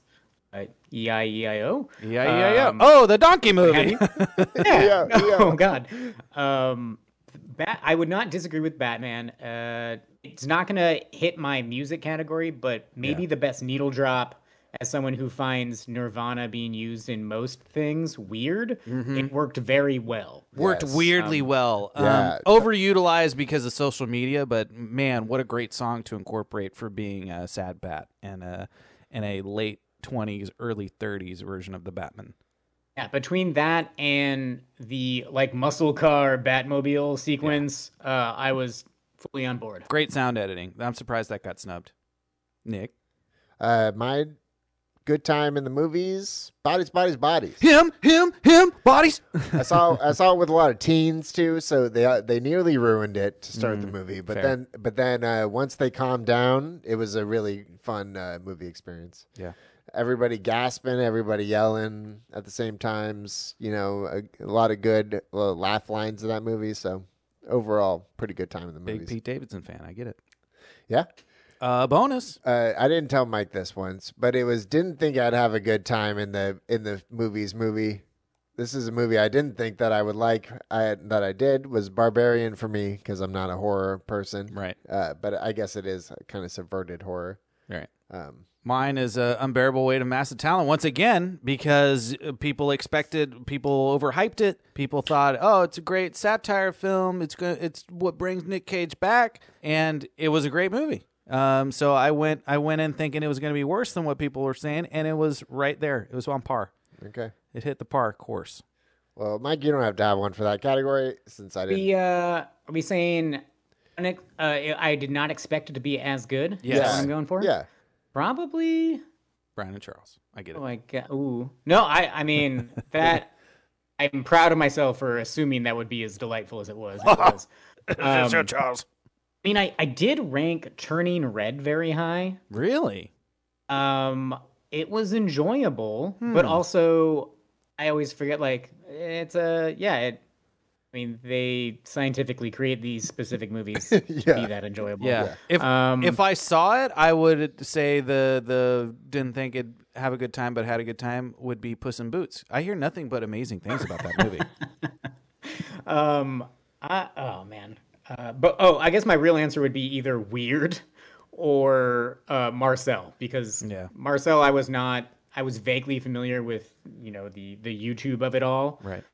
S4: uh, EIEIO.
S2: Yeah yeah yeah.
S4: Um,
S2: Oh, the
S1: <laughs>
S2: donkey <laughs> movie.
S4: yeah.
S1: Yeah, yeah.
S4: <laughs> Oh God. Um, Bat. I would not disagree with Batman. Uh, it's not gonna hit my music category, but maybe the best needle drop. As someone who finds Nirvana being used in most things weird, it worked very well.
S2: worked
S1: Yes.
S2: weirdly well. Um,
S1: yeah.
S2: Overutilized because of social media, but man, what a great song to incorporate for being a sad bat and a and a late twenties, early thirties version of the Batman.
S4: Yeah, between that and the like muscle car Batmobile sequence, uh, I was fully on board.
S2: Great sound editing. I'm surprised that got snubbed. Nick,
S1: Uh, my good time in the movies. Bodies, bodies, bodies.
S2: <laughs> him, him, him, bodies.
S1: I saw I saw it with a lot of teens too, so they uh, they nearly ruined it to start the movie. But
S2: Mm, fair.
S1: then but then uh, once they calmed down, it was a really fun uh, movie experience.
S2: Yeah.
S1: everybody gasping, everybody yelling at the same times. You know, a, a lot of good uh, laugh lines in that movie. So overall, pretty good time in the
S2: Big
S1: movies.
S2: Pete Davidson fan. I get it.
S1: Yeah.
S2: Uh, bonus.
S1: Uh, I didn't tell Mike this once, but it was didn't think I'd have a good time in the in the movies movie. This is a movie I didn't think that I would like. I that I did was Barbarian for me because I'm not a horror person,
S2: Right.
S1: Uh, but I guess it is kind of subverted horror.
S2: Right.
S1: Um,
S2: Mine is a unbearable weight of massive talent once again because uh, people expected, people overhyped it. People thought, oh, it's a great satire film. It's go- it's what brings Nick Cage back, and it was a great movie. Um, so I went, I went in thinking it was going to be worse than what people were saying, and it was right there. It was on par.
S1: okay.
S2: It hit the par course.
S1: Well, Mike, you don't have to have one for that category since I didn't.
S4: The, uh, are we saying uh, I did not expect it to be as good? Is that
S2: Yes.
S4: what I'm going for?
S1: Yeah.
S4: Probably
S2: Brian and Charles, I get it.
S4: like uh, ooh. No, I I mean that I'm proud of myself for assuming that would be as delightful as it was. It was. Um, I
S2: Charles,
S4: mean, I, I did rank Turning Red very high.
S2: really?
S4: Um, it was enjoyable, but also I always forget like it's a yeah. It, I mean, they scientifically create these specific movies to
S1: Yeah.
S4: be that enjoyable.
S2: Yeah. If
S4: Um,
S2: if I saw it, I would say the the didn't think it'd have a good time, but had a good time would be Puss in Boots. I hear nothing but amazing things about that movie.
S4: Um, I, oh man. Uh, but oh, I guess my real answer would be either weird or uh, Marcel because
S2: Yeah.
S4: Marcel, I was not. I was vaguely familiar with you know the the YouTube of it all,
S2: <laughs> right.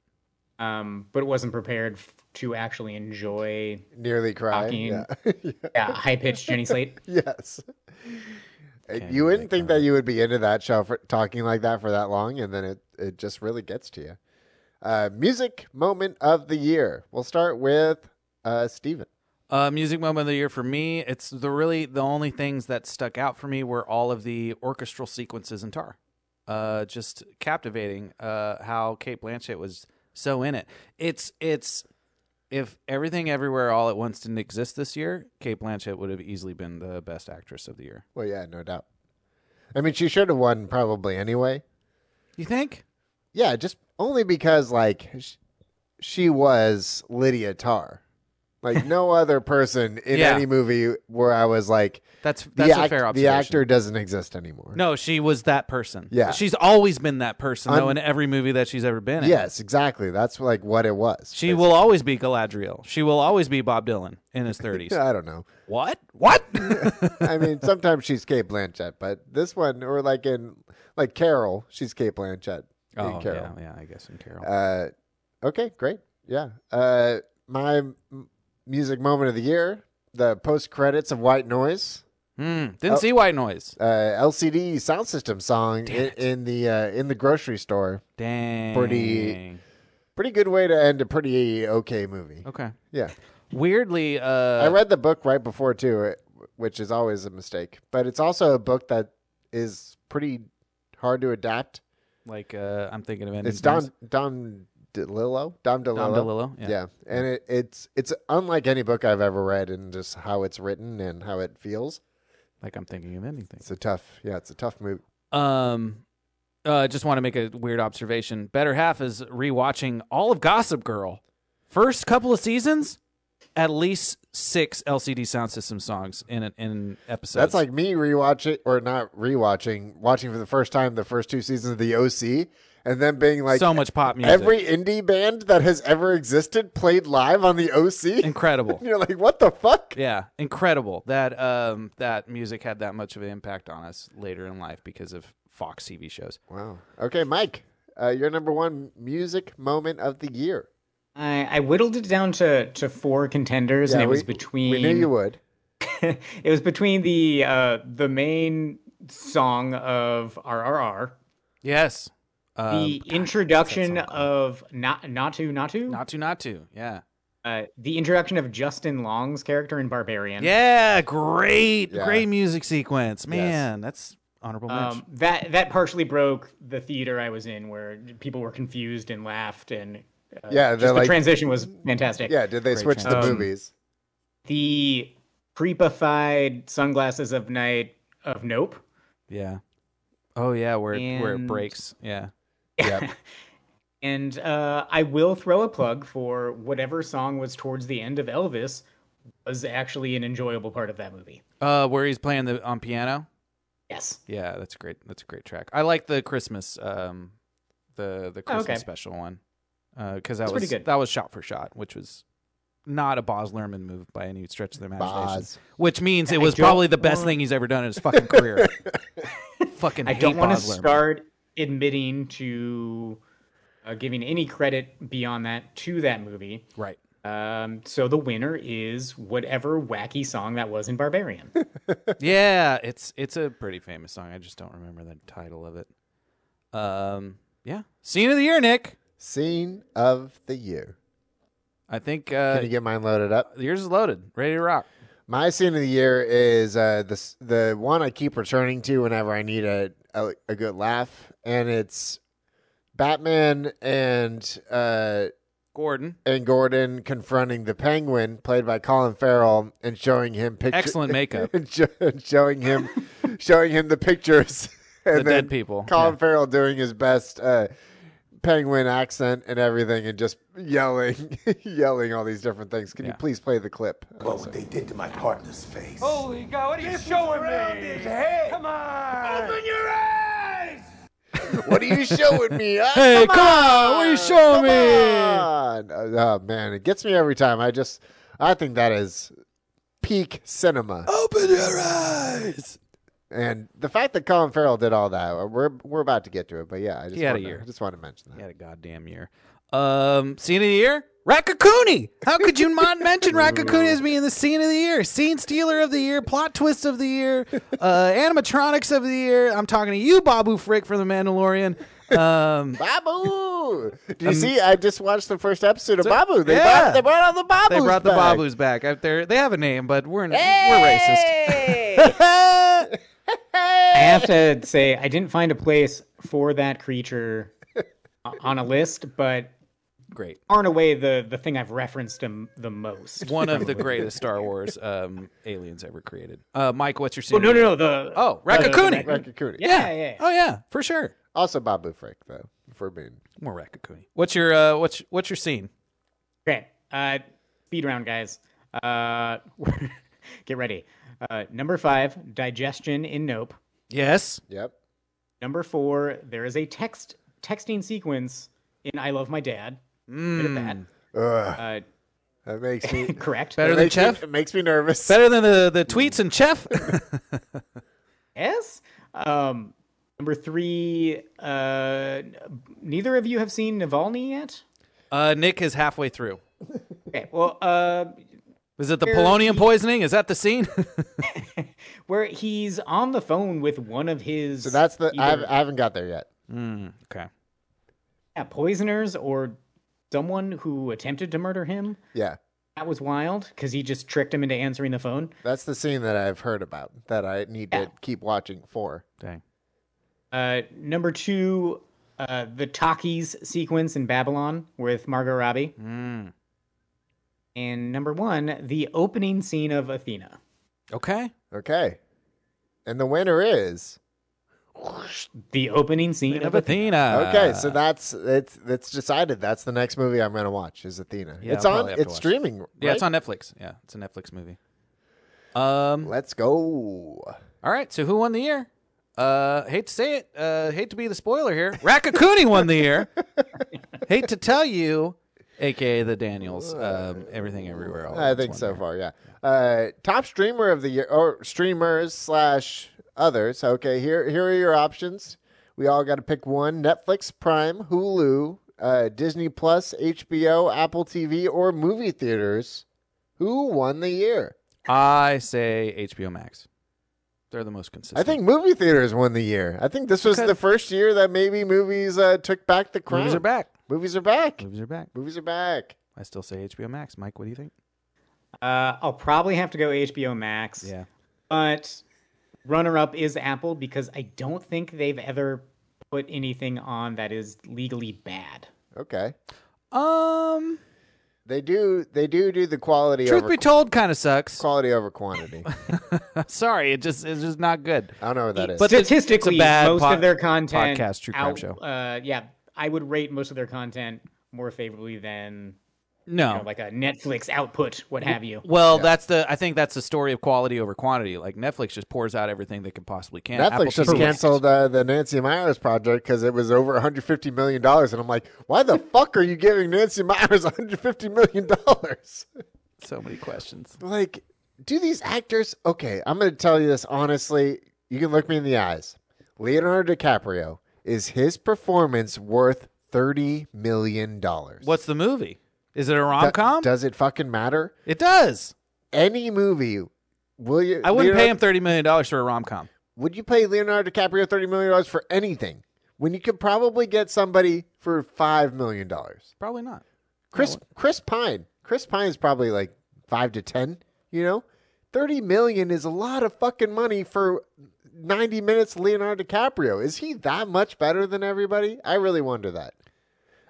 S4: um, but wasn't prepared f- to actually enjoy
S1: Nearly cried.
S4: Fucking-
S1: Yeah. <laughs>
S4: yeah, high pitched Jenny Slate.
S1: yes. Uh,
S2: Can't
S1: You wouldn't
S2: make
S1: think that you would be into that show for talking like that for that long, and then it, it just really gets to you. Uh, music moment of the year. We'll start with uh, Steven.
S2: Uh, music moment of the year for me. It's the really the only things that stuck out for me were all of the orchestral sequences in Tar. Uh, just captivating. Uh, how Kate Blanchett was so in it. It's it's if everything everywhere all at once didn't exist this year, Kate Blanchett would have easily been the best actress of the year.
S1: Well, yeah, no doubt. I mean, she should have won probably anyway.
S2: You think?
S1: Yeah, just only because like sh- she was Lydia Tarr. Like
S2: <laughs>
S1: no other person in
S2: Yeah.
S1: any movie where I was like,
S2: That's
S1: the
S2: that's a
S1: act-
S2: fair
S1: the
S2: observation.
S1: actor doesn't exist anymore.
S2: No, she was that person.
S1: Yeah.
S2: she's always been that person though
S1: Un-
S2: in every movie that she's ever been in.
S1: Yes, exactly. That's like what it was.
S2: she will always be Galadriel. She will always be Bob Dylan in his
S1: <laughs>
S2: thirties.
S1: I don't know.
S2: What?
S1: <laughs>
S2: What?
S1: I
S2: <laughs>
S1: mean, sometimes she's Kate Blanchett, but this one, or like in like Carol, she's Kate Blanchett in
S2: oh yeah,
S1: Carol.
S2: yeah. I guess in Carol.
S1: Uh, okay, great. Yeah. Uh, my m- music moment of the year: the post credits of White Noise.
S2: Hmm. didn't see white noise.
S1: uh, LCD sound system song in, in the uh, in the grocery store.
S2: Dang.
S1: Pretty- Pretty good way to end a pretty okay movie.
S2: Okay.
S1: Yeah,
S2: Weirdly, uh,
S1: I read the book right before too, it- which is always a mistake. But it's also a book that is pretty hard to adapt.
S2: like uh, I'm thinking of ending.
S1: It's Don Don DeLillo. Dom DeLillo.
S2: DeLillo, yeah.
S1: and it, it's it's unlike any book I've ever read in just how it's written and how it feels.
S2: like I'm thinking of ending things.
S1: It's a tough, yeah, it's a tough movie.
S2: Um, uh, I just want to make a weird observation. Better half is rewatching all of Gossip Girl. First couple of seasons, at least six LCD Sound System songs in an, in an episode.
S1: That's like me rewatching or not rewatching, watching for the first time the first two seasons of the OC, and then being like
S2: so much pop music.
S1: every indie band that has ever existed played live on the OC.
S2: <laughs> incredible.
S1: <laughs> You're like, what the fuck?
S2: Yeah, incredible that um that music had that much of an impact on us later in life because of Fox TV shows.
S1: Wow. Okay, Mike, uh, your number one music moment of the year.
S4: I, I whittled it down to, to four contenders, and it was between
S1: We knew you would.
S4: <laughs> it was between the uh, the main song of RRR,
S2: Yes, um,
S4: the introduction of Na- Natu Natu,
S2: not to, not to. Yeah,
S4: uh, the introduction of Justin Long's character in Barbarian.
S2: yeah, great,
S1: Yeah.
S2: great music sequence, man. That's honorable mention.
S4: Um, that that partially broke the theater I was in, where people were confused and laughed, and uh,
S1: Yeah,
S4: just
S1: they're
S4: the
S1: like-
S4: transition was
S1: <laughs>
S4: fantastic.
S1: Yeah, did they switch the
S4: transition.
S1: movies?
S4: The creepified sunglasses of night of Nope,
S2: Yeah. Oh yeah, where it, where it
S4: And-
S2: breaks. Yeah.
S1: Yep.
S4: and uh, I will throw a plug for whatever song was towards the end of Elvis was actually an enjoyable part of that movie.
S2: Uh, where he's playing the on piano.
S4: Yes,
S2: Yeah, that's a great. That's a great track. I like the Christmas um the the Christmas
S4: Oh, okay.
S2: special one, because that
S4: It's
S2: was
S4: pretty good.
S2: that was shot for shot, which was not a Boz Lerman move by any stretch of the imagination.
S1: Boz.
S2: Which means it was
S4: don't
S2: probably the best
S4: want-
S2: thing he's ever done in his fucking
S4: <laughs>
S2: career. fucking
S4: I
S2: hate
S4: don't want to
S2: Boz Lerman.
S4: start admitting to uh, giving any credit beyond that to that movie.
S2: Right.
S4: Um, so the winner is whatever wacky song that was in <laughs> Barbarian.
S2: yeah, it's it's a pretty famous song. I just don't remember the title of it. Um, yeah, scene of the year, Nick.
S1: Scene of the year.
S2: I think
S1: Can
S2: uh,
S1: you get mine loaded up?
S2: yours is loaded, ready to rock.
S1: My scene of the year is uh, the s- the one I keep returning to whenever I need a a, a good laugh, and it's Batman and uh,
S2: Gordon,
S1: and Gordon confronting the Penguin, played by Colin Farrell, and showing him pictures.
S2: excellent makeup.
S1: <laughs> showing him, showing him the pictures, <laughs> and
S2: The dead people.
S1: Colin Farrell doing his best uh, Penguin accent and everything, and just yelling, <laughs> yelling all these different things. Can
S2: Yeah.
S1: you please play the clip?
S5: Look what they did to my partner's face.
S6: Holy God, what are you showing me? His head. Come on. Open your eyes.
S1: What are you showing me? huh?
S2: Hey, come on, what are you
S1: Come
S2: showing me?
S1: on! Oh man, it gets me every time. I just, I think that is peak cinema.
S2: Open your eyes.
S1: And the fact that Colin Farrell did all that, we're we're about to get to it, but yeah, I just
S2: He had a
S1: want
S2: year.
S1: to, I just want to mention that.
S2: He had a goddamn year. Um, scene of the year? Rakakuni! How could you not mention Rakakuni as being the scene of the year? Scene stealer of the year, plot twist of the year, uh, animatronics of the year. I'm talking to you, Babu Frick from The Mandalorian. Um,
S1: Babu,
S2: <laughs>
S1: do you see? I just watched the first episode of Babu. They
S2: yeah.
S1: brought they brought out the Babu.
S2: they brought the Babus back. I, they're- they have a name, but we're, we're racist.
S4: I have to say, I didn't find a place for that creature o- on a list, but
S2: Great.
S4: aren't away the the thing I've referenced him the most.
S2: One of the greatest Star Wars um, aliens ever created. Uh, Mike, what's your scene?
S4: Oh, no, no, no. The
S2: Oh,
S4: the- the
S2: Rakakuni.
S4: Rakakuni.
S1: Rakakuni.
S2: Yeah.
S4: Yeah, yeah, yeah.
S2: Oh, yeah, for sure.
S1: Also Babu Frick though for being
S2: More Rakakuni. What's your uh, what's what's your scene?
S4: Okay. Uh, speed round, guys. Uh, <laughs> get ready. Uh, number five, digestion in Nope.
S2: Yes.
S1: yep.
S4: Number four, there is a text texting sequence in I Love My Dad. Look at that.
S1: Mm. Ugh,
S4: Uh,
S1: that makes me it
S4: <laughs>
S2: <laughs>
S4: correct.
S2: Better than
S1: makes me-
S2: Chef.
S1: It makes me nervous.
S2: Better than the the tweets and Chef. <laughs>
S4: Yes. Um, number three, uh, neither of you have seen Navalny yet.
S2: uh, Nick is halfway through.
S4: Okay. Well, uh,
S2: Is it the polonium poisoning? Is that the scene? <laughs>
S4: where he's on the phone with one of his.
S1: So that's the I,
S4: either-
S1: hav- I haven't got there yet.
S2: okay.
S4: yeah, poisoners or someone who attempted to murder him.
S1: Yeah,
S4: That was wild because he just tricked him into answering the phone.
S1: that's the scene that I've heard about that I need to keep watching for.
S2: Dang.
S4: Uh, number two, uh, the Takis sequence in Babylon with Margot Robbie. And number one, the opening scene of Athena.
S2: Okay.
S1: Okay, and the winner is
S4: The opening scene of Athena.
S2: Athena.
S1: Okay, so that's it's it's decided. That's the next movie I'm going to watch is Athena.
S2: Yeah,
S1: it's
S2: I'll
S1: on.
S2: probably have to
S1: It's
S2: watch
S1: streaming.
S2: yeah, it's
S1: right?
S2: on Netflix. Yeah, it's a Netflix movie. Um.
S1: Let's go.
S2: All right. So who won the year? Uh, hate to say it. Uh, hate to be the
S1: <laughs>
S2: spoiler here. Rakakuni won the year. hate to tell you, aka the Daniels. Um, everything everywhere. All at
S1: I
S2: Once
S1: think
S2: won
S1: so
S2: the year.
S1: far. Yeah. Uh, top streamer of the year or streamers slash others. Okay, here here are your options. We all got to pick one: Netflix, Prime, Hulu, uh, Disney Plus, HBO, Apple TV, or movie theaters. Who won the year?
S2: I say HBO Max. They're the most consistent.
S1: I think movie theaters won the year. I think this was
S2: Okay.
S1: the first year that maybe movies uh, took back the crown.
S2: movies are back. Mm.
S1: Movies are back.
S2: Movies are back.
S1: Movies are back.
S2: I still say HBO Max. Mike, what do you think?
S4: Uh, I'll probably have to go HBO Max. But runner up is Apple because I don't think they've ever put anything on that is legally bad.
S1: Okay.
S2: Um.
S1: They do. They do do the quality
S2: Truth
S1: over
S2: be told, kind of sucks.
S1: quality over quantity.
S2: <laughs> Sorry, it just it's just not good.
S1: I don't know what that is.
S2: But- it's- it's a
S4: statistically,
S2: bad
S4: most
S2: pod-
S4: of their content
S2: podcast, true crime
S4: out-
S2: show.
S4: Uh, yeah, I would rate most of their content more favorably than
S2: No.
S4: you know, like a Netflix output, what have you.
S2: well, that's the. I think that's the story of quality over quantity. Like Netflix just pours out everything they could possibly can.
S1: Netflix
S2: Apple
S1: just
S2: TV
S1: canceled uh, the Nancy Myers project because it was over 150 million dollars, and I'm like, why <laughs> the fuck are you giving Nancy Myers <laughs> 150 million dollars?
S2: <laughs> So many questions.
S1: like, do these actors? Okay, I'm going to tell you this honestly. You can look me in the eyes. Leonardo DiCaprio is his performance worth 30 million dollars.
S2: What's the movie? Is it a rom com?
S1: Does it fucking matter?
S2: It does.
S1: Any movie? Will you?
S2: I wouldn't pay
S1: Leonardo-
S2: him thirty million dollars for a rom com.
S1: Would you pay Leonardo DiCaprio thirty million dollars for anything when you could probably get somebody for five million dollars?
S2: Probably not.
S1: Chris Chris Pine. Chris Pine's probably like five to ten. You know, thirty million is a lot of fucking money for ninety minutes. Leonardo DiCaprio is he that much better than everybody? I really wonder that.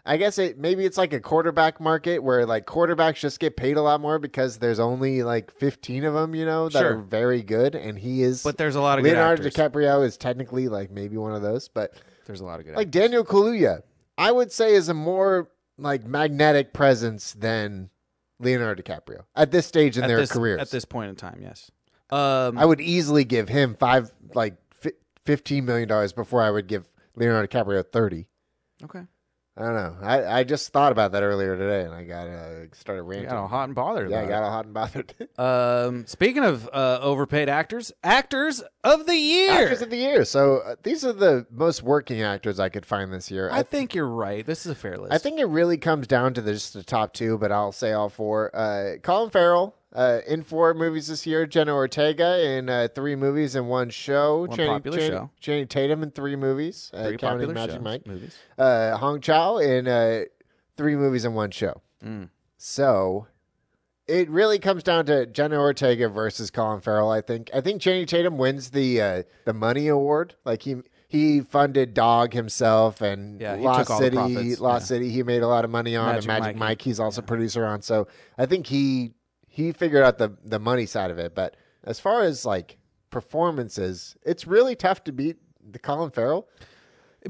S1: I guess it maybe it's like a quarterback market where like quarterbacks just get paid a lot more because there's only like 15 of them, you know, that
S2: Sure.
S1: are very good and he is
S2: But there's a lot of good
S1: Leonardo
S2: actors.
S1: DiCaprio is technically like maybe one of those, but
S2: There's a lot of good.
S1: like Daniel Kaluuya, I would say is a more like magnetic presence than Leonardo DiCaprio at this stage in
S2: at
S1: their
S2: this,
S1: careers.
S2: at this point in time. Yes. Um,
S1: I would easily give him five like fi- 15 million dollars before I would give Leonardo DiCaprio 30.
S2: okay.
S1: I don't know. I, I just thought about that earlier today, and I got uh, started
S2: I
S1: ranting.
S2: got all hot and bothered.
S1: yeah, I
S2: about it.
S1: got all hot and bothered.
S2: <laughs> Um, speaking of uh, overpaid actors, actors of the year.
S1: Actors of the year. So uh, these are the most working actors I could find this year.
S2: I think you're right. This is a fair list.
S1: I think it really comes down to the, just the top two, but I'll say all four. Uh, Colin Farrell uh, in four movies this year. Jenna Ortega in uh, three movies and one show.
S2: One popular show.
S1: Channing Tatum in three movies. Uh,
S2: Three
S1: counting
S2: popular
S1: Magic
S2: shows,
S1: Mike.
S2: movies.
S1: Uh, Hong Chow in uh, three movies and one show.
S2: Mm.
S1: So it really comes down to Jenna Ortega versus Colin Farrell. I think. I think Channing Tatum wins the uh, the money award. Like he he funded Dog himself and
S2: Yeah, he
S1: Lost
S2: took all the
S1: City.
S2: profits,
S1: Lost
S2: yeah.
S1: City. He made a lot of money on
S2: Magic
S1: and Magic
S2: Mike,
S1: Mike. He's also producer on. So I think he he figured out the the money side of it. But as far as like performances, it's really tough to beat the Colin Farrell.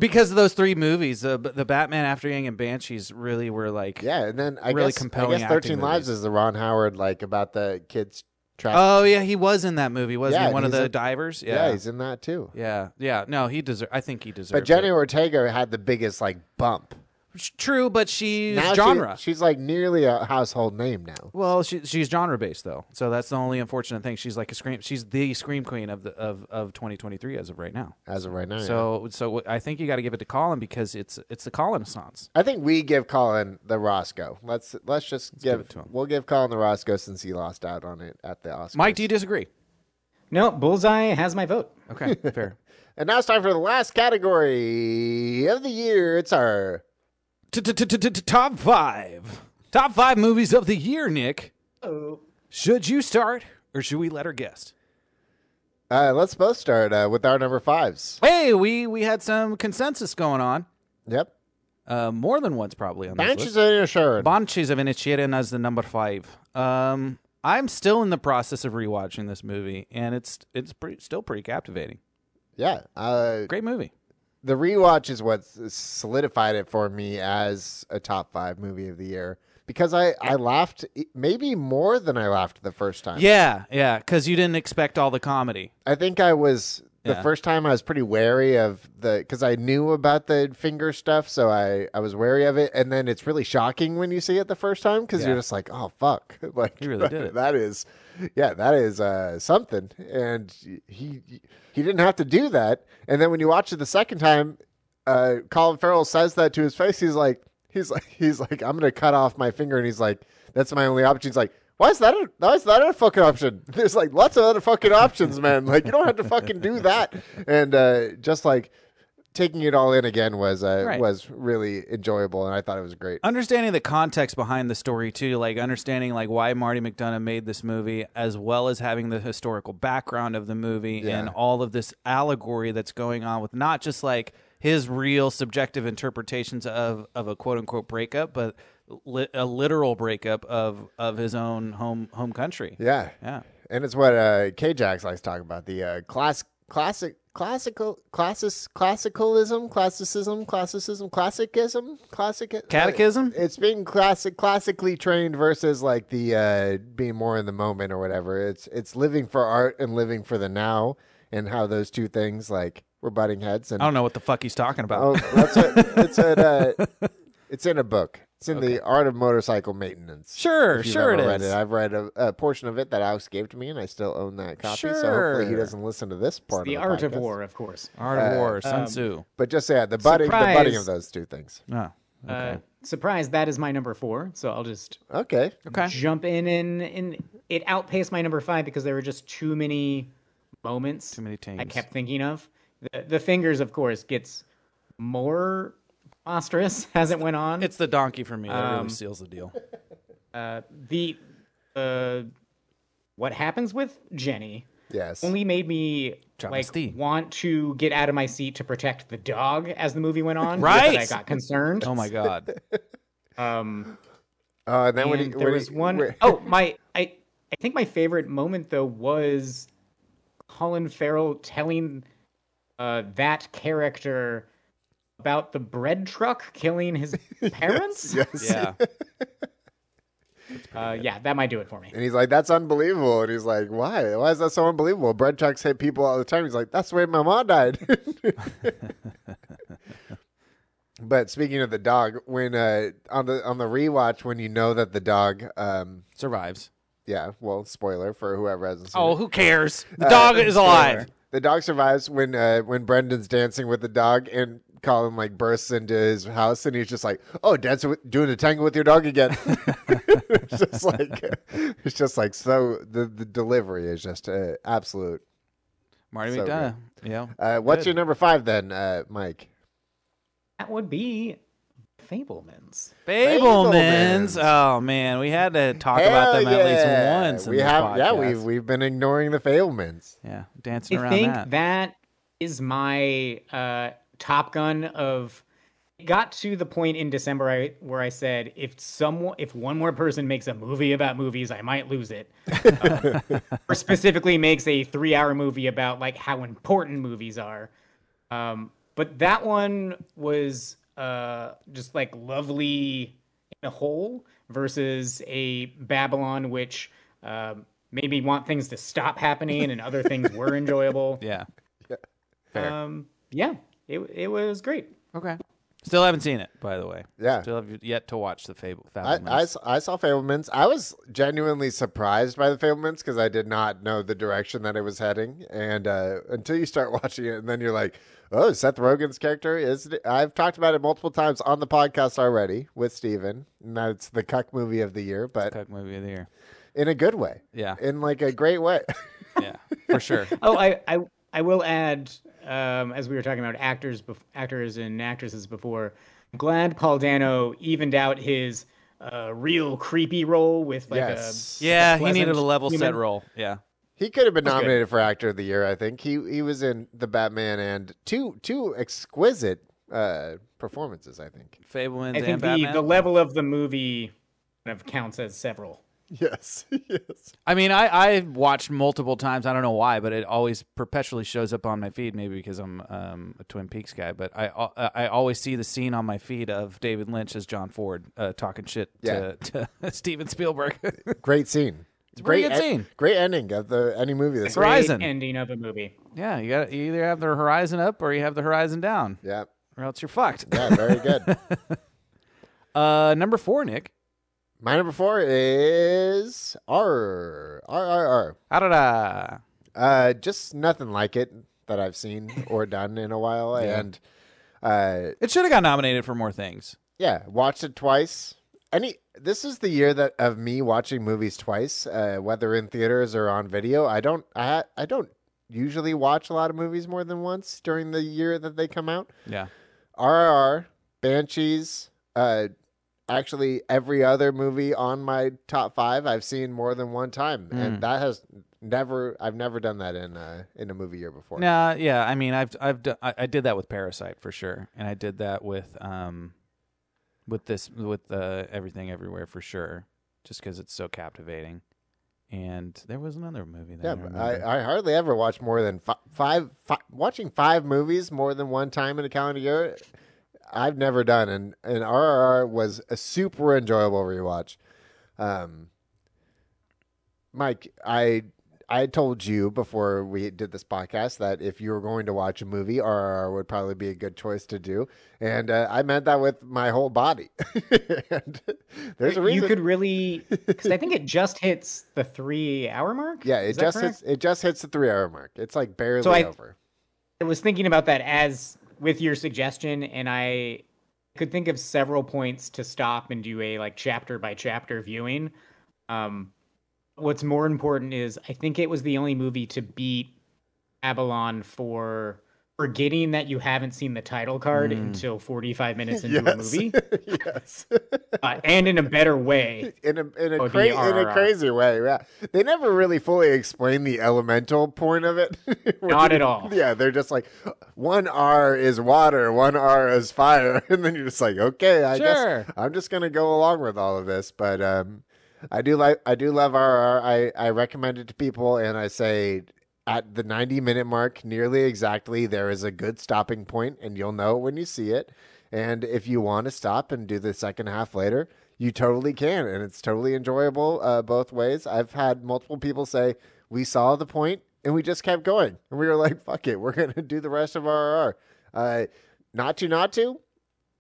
S2: because of those three movies, the the Batman After Yang and Banshees really were like.
S1: Yeah, and then I
S2: Really
S1: guess
S2: compelling
S1: I guess Thirteen
S2: acting
S1: Lives is the Ron Howard like about the kids. Tra-
S2: Oh yeah, he was in that movie, wasn't
S1: Yeah,
S2: he? One of
S1: he's
S2: the
S1: a-
S2: divers.
S1: yeah.
S2: Yeah.
S1: he's in that too.
S2: yeah, yeah. No, he deserved. I think he deserved.
S1: But Jenny
S2: it.
S1: Ortega had the biggest like bump.
S2: Sh- true, but she's
S1: Now she-
S2: genre.
S1: she's like nearly a household name now.
S2: well, she, she's genre based though, so that's the only unfortunate thing. She's like a scream. She's the scream queen of the of, of 2023 as of right now.
S1: As of right now, yeah.
S2: So so I think you got to give it to Colin because it's it's the Colin Renaissance.
S1: I think we give Colin the Roscoe. Let's let's just give,
S2: it to him.
S1: We'll give Colin the Roscoe since he lost out on it at the Oscars.
S2: Mike, do you disagree?
S4: No, Bullseye has my vote.
S2: Okay, fair.
S1: and now it's time for the last category of the year. It's our
S2: Top five, top five movies of the year, Nick.
S4: Oh.
S2: Should you start or should we let her guess?
S1: uh, let's both start uh, with our number fives.
S2: Hey, we we had some consensus going on,
S1: Yep,
S2: uh, more than once probably on this list.
S1: Banshees of Inisherin.
S2: Banshees of Inisherin as the number five. Um, I'm still in the process of rewatching this movie, and it's it's pretty, still pretty captivating.
S1: yeah, uh,
S2: Great movie.
S1: the rewatch is what s- solidified it for me as a top five movie of the year because I, I laughed e- maybe more than I laughed the first time.
S2: Yeah, yeah, because you didn't expect all the comedy.
S1: I think I was the
S2: Yeah.
S1: first time I was pretty wary of the because I knew about the finger stuff, so I, I was wary of it. And then it's really shocking when you see it the first time because
S2: Yeah.
S1: you're just like, oh fuck, <laughs> like
S2: He really did it.
S1: That is, yeah, that is uh, something. And he he didn't have to do that. And then when you watch it the second time, uh, Colin Farrell says that to his face. He's like, he's like, <laughs> he's like, I'm gonna cut off my finger, and he's like, that's my only option. He's like. Why is that? A, why is that a fucking option? <laughs> There's like lots of other fucking options, man. Like you don't have to fucking do that. And uh, just like taking it all in again was uh,
S2: Right.
S1: was really enjoyable, and I thought it was great.
S2: understanding the context behind the story too like understanding like why marty mcdonough made this movie as well as having the historical background of the movie and all of this allegory that's going on with not just like his real subjective interpretations of of a quote unquote breakup but li- a literal breakup of of his own home home country
S1: Yeah,
S2: yeah
S1: and it's what uh, K-Jax likes to talk about the uh, class classic classical classis, classicalism classicism classicism classicism classic
S2: Catechism?
S1: it's being classic classically trained versus like the uh being more in the moment or whatever it's it's living for art and living for the now and how those two things like were butting heads and <laughs>
S2: I don't know what the fuck he's talking
S1: oh
S2: about.
S1: that's it it's in uh it's in a book it's in the art of motorcycle maintenance
S2: <laughs> sure,
S1: if you've
S2: sure it
S1: ever
S2: is.
S1: read it. I've read a, a portion of it that Alex gave to me, and I still own that copy. So hopefully he
S2: Sure.
S1: doesn't listen to this part.
S4: the,
S1: of the
S4: art of
S1: podcast.
S4: war, of course. Uh,
S2: Art
S1: Uh,
S2: of War, Sun Tzu.
S1: But just yeah, the budding, the budding
S4: Surprise.
S1: of those two things.
S2: Oh,
S4: Uh, surprise, that is my number four. So I'll just
S1: Okay.
S2: okay.
S4: jump in and, and it outpaced my number five because there were just too many moments too
S2: many
S4: i
S2: tings.
S4: kept thinking of the, the fingers of course gets more preposterous <laughs> as it went on
S2: It's the donkey for me that really seals the deal.
S4: the uh, what happens with jenny
S1: Yes.
S4: only made me
S2: Travesty.
S4: like want to get out of my seat to protect the dog as the movie went on
S2: Right.
S4: because i got concerned
S2: Oh my god.
S1: Uh, and then when he,
S4: and there
S1: when
S4: was
S1: he-
S4: one
S1: where-
S4: oh my i i think my favorite moment though was colin farrell telling uh that character about the bread truck killing his parents
S1: yes.
S2: Yeah.
S4: uh yeah that might do it for me
S1: And he's like, "That's unbelievable." And he's like, "Why? Why is that so unbelievable?" Bread trucks hit people all the time. He's like, "That's the way my mom
S4: <laughs>
S1: died." <laughs> but speaking of the dog, when uh, on the on the rewatch, when you know that the dog, um,
S2: <laughs> Survives.
S1: yeah, well, spoiler for whoever hasn't seen it.
S2: Oh, who cares? The dog is alive.
S1: The dog survives when uh, when Brendan's dancing with the dog and Colin like bursts into his house and he's just like, "Oh, dancing with, doing a tango with your dog
S2: <laughs>
S1: again." <laughs> it's just like <laughs> it's just like so the, the delivery is just uh, absolute.
S2: Marty
S1: So
S2: McDonough. Yeah.
S1: Uh, what's your number 5 then, uh, Mike?
S4: that would be fablemans
S2: Fablemans.
S1: Fablemans.
S2: Oh man, we had to talk about them at least once. in
S1: We
S2: this
S1: have yeah,
S2: podcast.
S1: we've we've been ignoring the Failmans.
S2: yeah dancing
S4: I
S2: around
S4: think
S2: that.
S4: that is my uh, Top Gun of. It got to the point in December I, where I said, if someone, if one more person makes a movie about movies, I might lose it. Uh, or specifically, makes a three-hour movie about like how important movies are. Um, but that one was uh, just like lovely in a whole versus a Babylon, which um made me want things to stop happening and other things were <laughs> enjoyable.
S2: Yeah.
S4: Um, yeah, it, it was great.
S2: Okay. Still haven't seen it, by the way.
S1: Yeah.
S2: Still have yet to watch the Fable.
S1: I,
S2: Fablemans.
S1: I, s- I saw Fablemans. I was genuinely surprised by the Fablemans because I did not know the direction that it was heading. And uh, until you start <laughs> watching it, and then you're like, oh, Seth Rogen's character is. I've talked about it multiple times on the podcast already with Steven. And that's the cuck movie of the year, but
S2: Cook movie of the year.
S1: in a good way.
S2: Yeah.
S1: In like a great way. <laughs>
S2: Yeah, for <laughs> sure.
S4: Oh, I, I, I will add, um, as we were talking about actors, bef- actors and actresses before, I'm glad Paul Dano evened out his uh, real creepy role with like
S1: yes.
S2: Yeah, he
S4: pleasant
S2: needed a level set
S4: human.
S2: role. Yeah.
S1: He could have been nominated for actor of the year. I think he he was in the Batman and two two exquisite uh, performances. I think
S4: a,
S2: Fablemans
S4: I think
S2: and
S4: the,
S2: Batman.
S4: the level of the movie kind of counts as several.
S1: yes <laughs> yes.
S2: I mean, I I watched multiple times. I don't know why, but it always perpetually shows up on my feed. Maybe because I'm um, a Twin Peaks guy, but I al- I always see the scene on my feed of David Lynch as John Ford uh, talking shit
S1: Yeah.
S2: to, <laughs> to
S1: <laughs>
S2: Steven Spielberg.
S1: Great scene. It's
S2: a pretty good
S1: en-
S2: scene.
S1: Great ending of the any movie this
S2: Right.
S1: week.
S2: Horizon.
S4: Great ending of a movie.
S2: yeah, you got you either have the horizon up or you have the horizon down,
S1: Yeah.
S2: or else you're fucked.
S1: Yeah, very
S2: <laughs>
S1: good.
S2: Uh, number four, Nick.
S1: My number four is R. R R R.
S2: Ah-da-da.
S1: Uh just nothing like it that I've seen or done in a while. And uh
S2: It should have got nominated for more things.
S1: yeah, watched it twice. Any this is the year that of me watching movies twice, uh, whether in theaters or on video. I don't I ha- I don't usually watch a lot of movies more than once during the year that they come out.
S2: Yeah.
S1: RRR, Banshees, uh, actually every other movie on my top five I've seen more than one time, and that has never I've never done that in a, in a movie year before.
S2: Nah, yeah. I mean, I've I've do- I, I did that with Parasite for sure, and I did that with um, with this with uh, everything everywhere for sure, just because it's so captivating. and there was another movie that
S1: Yeah,
S2: I
S1: but
S2: remember.
S1: I, I hardly ever watch more than fi- five, fi- Watching five movies more than one time in a calendar year, I've never done, and and RRR was a super enjoyable rewatch. Um, Mike, I I told you before we did this podcast that if you were going to watch a movie, RRR would probably be a good choice to do, and uh, I meant that with my whole body. <laughs> and there's a reason.
S4: You could really, because I think
S1: <laughs>
S4: it just hits the three hour mark.
S1: yeah, it
S4: Is that
S1: just
S4: correct?
S1: hits, it just hits the three hour mark. It's like barely
S4: I-
S1: over.
S4: I was thinking about that as with your suggestion, and I could think of several points to stop and do a like chapter by chapter viewing. Um, what's more important is I think it was the only movie to beat Avalon for forgetting that you haven't seen the title card until 45 minutes into a movie
S1: <laughs> yes.
S4: uh, and in a better way
S1: in a in a,
S4: Oh, the
S1: cra- in a
S4: RRR.
S1: crazy way. Yeah, they never really fully explain the elemental point of it. <laughs> When
S4: Not
S1: you-
S4: at all.
S1: Yeah, they're just like one R is water, one R is fire, <laughs> and then you're just like, okay, I
S2: Sure.
S1: guess <laughs> I'm just gonna go along with all of this. But um, I do like I do love RR. I I recommend it to people, and I say. At the 90 minute mark, nearly exactly, there is a good stopping point, and you'll know it when you see it. And if you want to stop and do the second half later, you totally can, and it's totally enjoyable uh, both ways. I've had multiple people say we saw the point and we just kept going, and we were like, "Fuck it, we're gonna do the rest of RRR." Uh, not to, not to.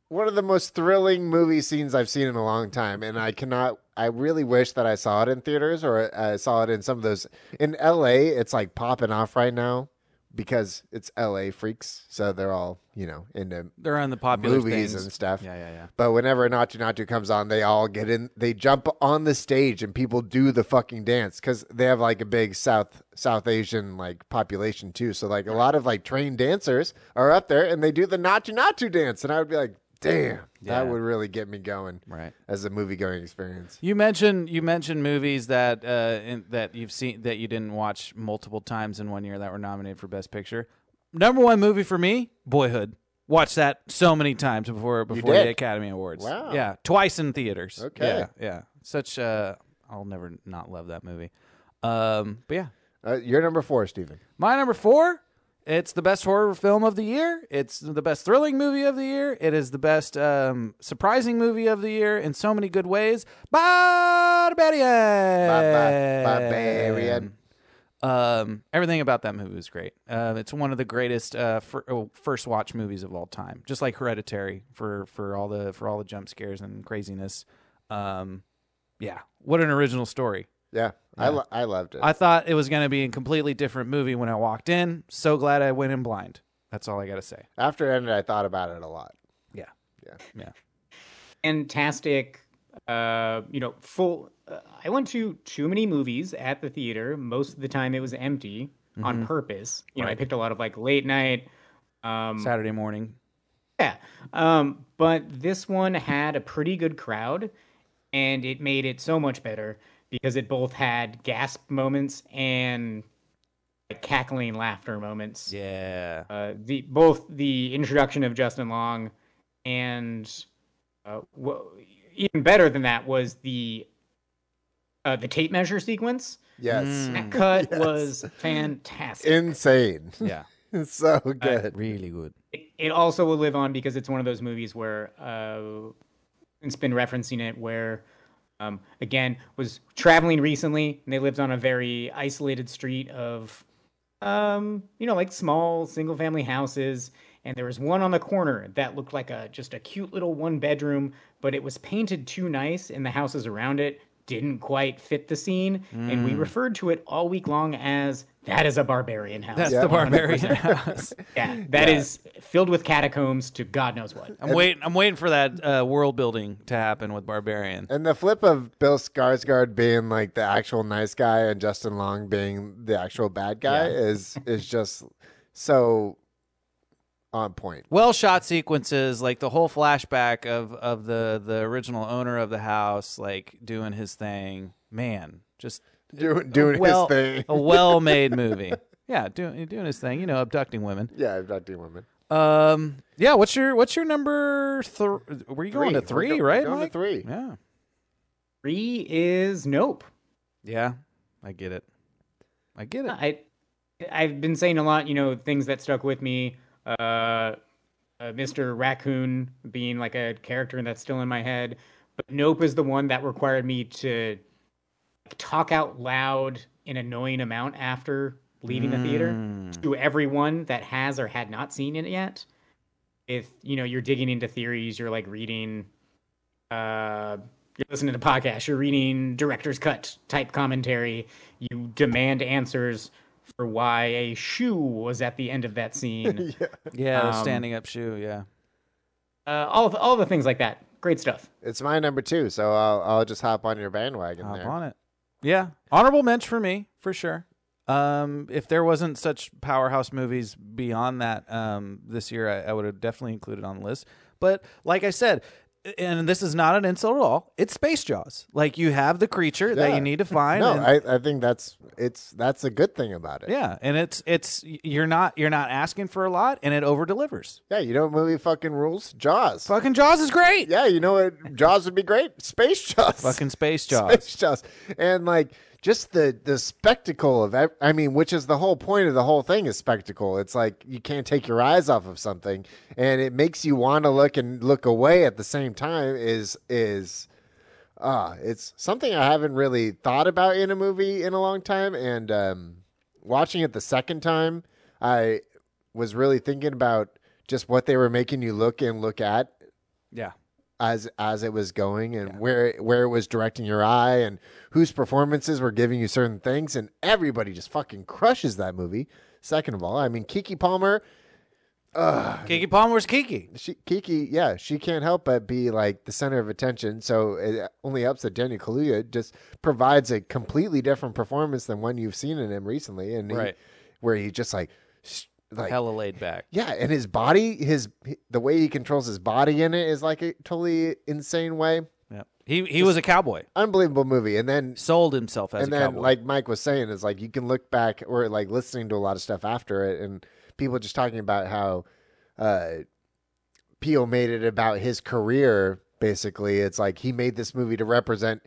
S1: One of the most thrilling movie scenes I've seen in a long time, and I cannot. I really wish that I saw it in theaters or I saw it in some of those in L.A. It's like popping off right now because it's L.A. freaks, so they're all you know into
S2: They're on the popular
S1: movies
S2: things.
S1: and stuff.
S2: Yeah, yeah, yeah.
S1: But whenever Natu Natu comes on, they all get in. They jump on the stage and people do the fucking dance because they have like a big South South Asian like population too. So like a lot of like trained dancers are up there and they do the Natu Natu dance, and I would be like, damn,
S2: Yeah.
S1: that would really get me going
S2: Right.
S1: as a movie going experience.
S2: You mentioned you mentioned movies that uh, in, that you've seen that you didn't watch multiple times in one year that were nominated for Best Picture. Number one movie for me, Boyhood. Watched that so many times before before
S1: did?
S2: the Academy Awards.
S1: Wow.
S2: Yeah, twice in theaters.
S1: Okay.
S2: Yeah, yeah. Such uh, I'll never not love that movie. Um, but yeah,
S1: Uh, you're number four, Stephen.
S2: my number four. It's the best horror film of the year. It's the best thrilling movie of the year. It is the best um, surprising movie of the year in so many good ways. Barbarian.
S1: Ba- ba- Barbarian.
S2: Um, everything about that movie was great. Uh, it's one of the greatest uh, fir- oh, first watch movies of all time. Just like Hereditary for for all the for all the jump scares and craziness. Um, yeah, what an original story.
S1: Yeah, I lo- I loved it.
S2: I thought it was going to be a completely different movie when I walked in. So glad I went in blind. That's all I got to say.
S1: After it ended, I thought about it a lot.
S2: Yeah. Yeah.
S4: fantastic uh you know full uh, i went to too many movies at the theater most of the time it was empty on purpose you know i picked a lot of like late night um
S2: Saturday morning.
S4: yeah um but this one had a pretty good crowd and it made it so much better because it both had gasp moments and like, cackling laughter
S2: <laughs>
S4: moments
S2: Yeah.
S4: uh, the both the introduction of Justin Long and uh, wha- even better than that was the uh, the tape measure sequence.
S1: Mm. Yes,
S2: Mm.
S4: That cut was fantastic.
S1: insane. <laughs>
S2: Yeah.
S1: so good.
S2: really good.
S4: It- it also will live on because it's one of those movies where uh, it's been referencing it where. Um, again, was traveling recently, and they lived on a very isolated street of um, you know, like small single family houses. And there was one on the corner that looked like a just a cute little one bedroom, but it was painted too nice, and the houses around it didn't quite fit the scene. And
S2: Mm.
S4: we referred to it all week long as that is a barbarian house.
S2: That's
S1: Yeah.
S2: the
S4: <laughs>
S2: barbarian house.
S4: yeah, that is filled with catacombs to God knows what.
S2: I'm waiting. I'm waiting for that uh, world building to happen with barbarian.
S1: And the flip of Bill Skarsgård being like the actual nice guy and Justin Long being the actual bad guy is is just so on point.
S2: well shot sequences like the whole flashback of of the the original owner of the house like doing his thing man just
S1: <laughs> Doing doing
S2: well,
S1: his thing.
S2: a well <laughs> made movie yeah doing doing his thing you know abducting women
S1: <laughs> Yeah, abducting women.
S2: um yeah what's your what's your number thr were you going to
S1: Three.
S2: three
S1: We're go-
S2: right
S1: going to
S2: Mike?
S1: three.
S2: yeah
S4: Three is nope.
S2: yeah I get it. I get it.
S4: I I've been saying a lot, you know, things that stuck with me. Uh, uh, Mr. Raccoon being like a character that's still in my head, but Nope is the one that required me to talk out loud an annoying amount after leaving the
S2: Mm.
S4: theater to everyone that has or had not seen it yet. If you know you're digging into theories, you're like reading uh, you're listening to podcasts, you're reading director's cut type commentary, you demand answers for why a shoe was at the end of
S1: <laughs>
S4: that scene.
S2: yeah, the
S4: um,
S2: standing up shoe. Yeah.
S4: uh, all the, all the things like that. Great stuff.
S1: It's my number two, so I'll I'll just hop on your bandwagon
S2: Hop
S1: there.
S2: on it. Yeah. Honorable mention for me, for sure. Um, if there wasn't such powerhouse movies beyond that um, this year, I, I would have definitely included on the list. But like I said, and this is not an insult at all, it's Space Jaws. Like you have the creature that
S1: Yeah.
S2: you need to find.
S1: No,
S2: and-
S1: I, I think that's it's that's a good thing about it.
S2: yeah, and it's it's you're not you're not asking for a lot, and it over delivers.
S1: Yeah, you know what movie fucking rules? Jaws.
S2: Fucking Jaws is great.
S1: Yeah, you know what Jaws would be great? Space Jaws.
S2: Fucking Space Jaws.
S1: <laughs> Space Jaws. And like just the the spectacle of ev- I mean, which is the whole point of the whole thing is spectacle. It's like you can't take your eyes off of something and it makes you want to look and look away at the same time is is ah, it's something I haven't really thought about in a movie in a long time and um watching it the second time, I was really thinking about just what they were making you look and look at
S2: Yeah.
S1: as as it was going and where where it was directing your eye and whose performances were giving you certain things and everybody just fucking crushes that movie. Second of all, I mean Kiki Palmer,
S2: Kiki Palmer's Kiki.
S1: she, Kiki, yeah, she can't help but be like the center of attention. So it only helps that Daniel Kaluuya just provides a completely different performance than one you've seen in him recently, and he-
S2: Right.
S1: where he just like s- like
S2: Hella laid back.
S1: Yeah, and his body, his the way he controls his body in it is like a totally insane way.
S2: Yeah. He he was a cowboy.
S1: Unbelievable movie. And then
S2: Sold himself as
S1: and
S2: a
S1: then
S2: cowboy.
S1: like Mike was saying is like you can look back or like listening to a lot of stuff after it and people just talking about how uh Peel made it about his career basically. It's like he made this movie to represent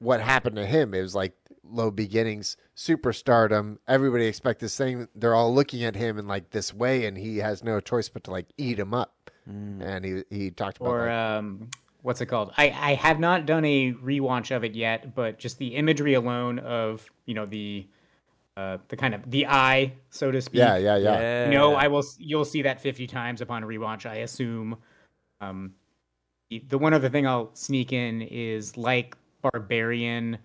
S1: what happened to him. It was like low beginnings, superstardom. Everybody expect this thing. They're all looking at him in like this way, and he has no choice but to like eat him up.
S2: Mm.
S1: And he he talked about
S4: Or
S1: like,
S4: um, what's it called? I, I have not done a rewatch of it yet, but just the imagery alone of you know the uh, the kind of the eye, so to speak.
S1: yeah, yeah, yeah,
S2: Yeah.
S4: No, I will. s- You'll see that fifty times upon rewatch, I assume. Um, the- the one other thing I'll sneak in is like Barbarian,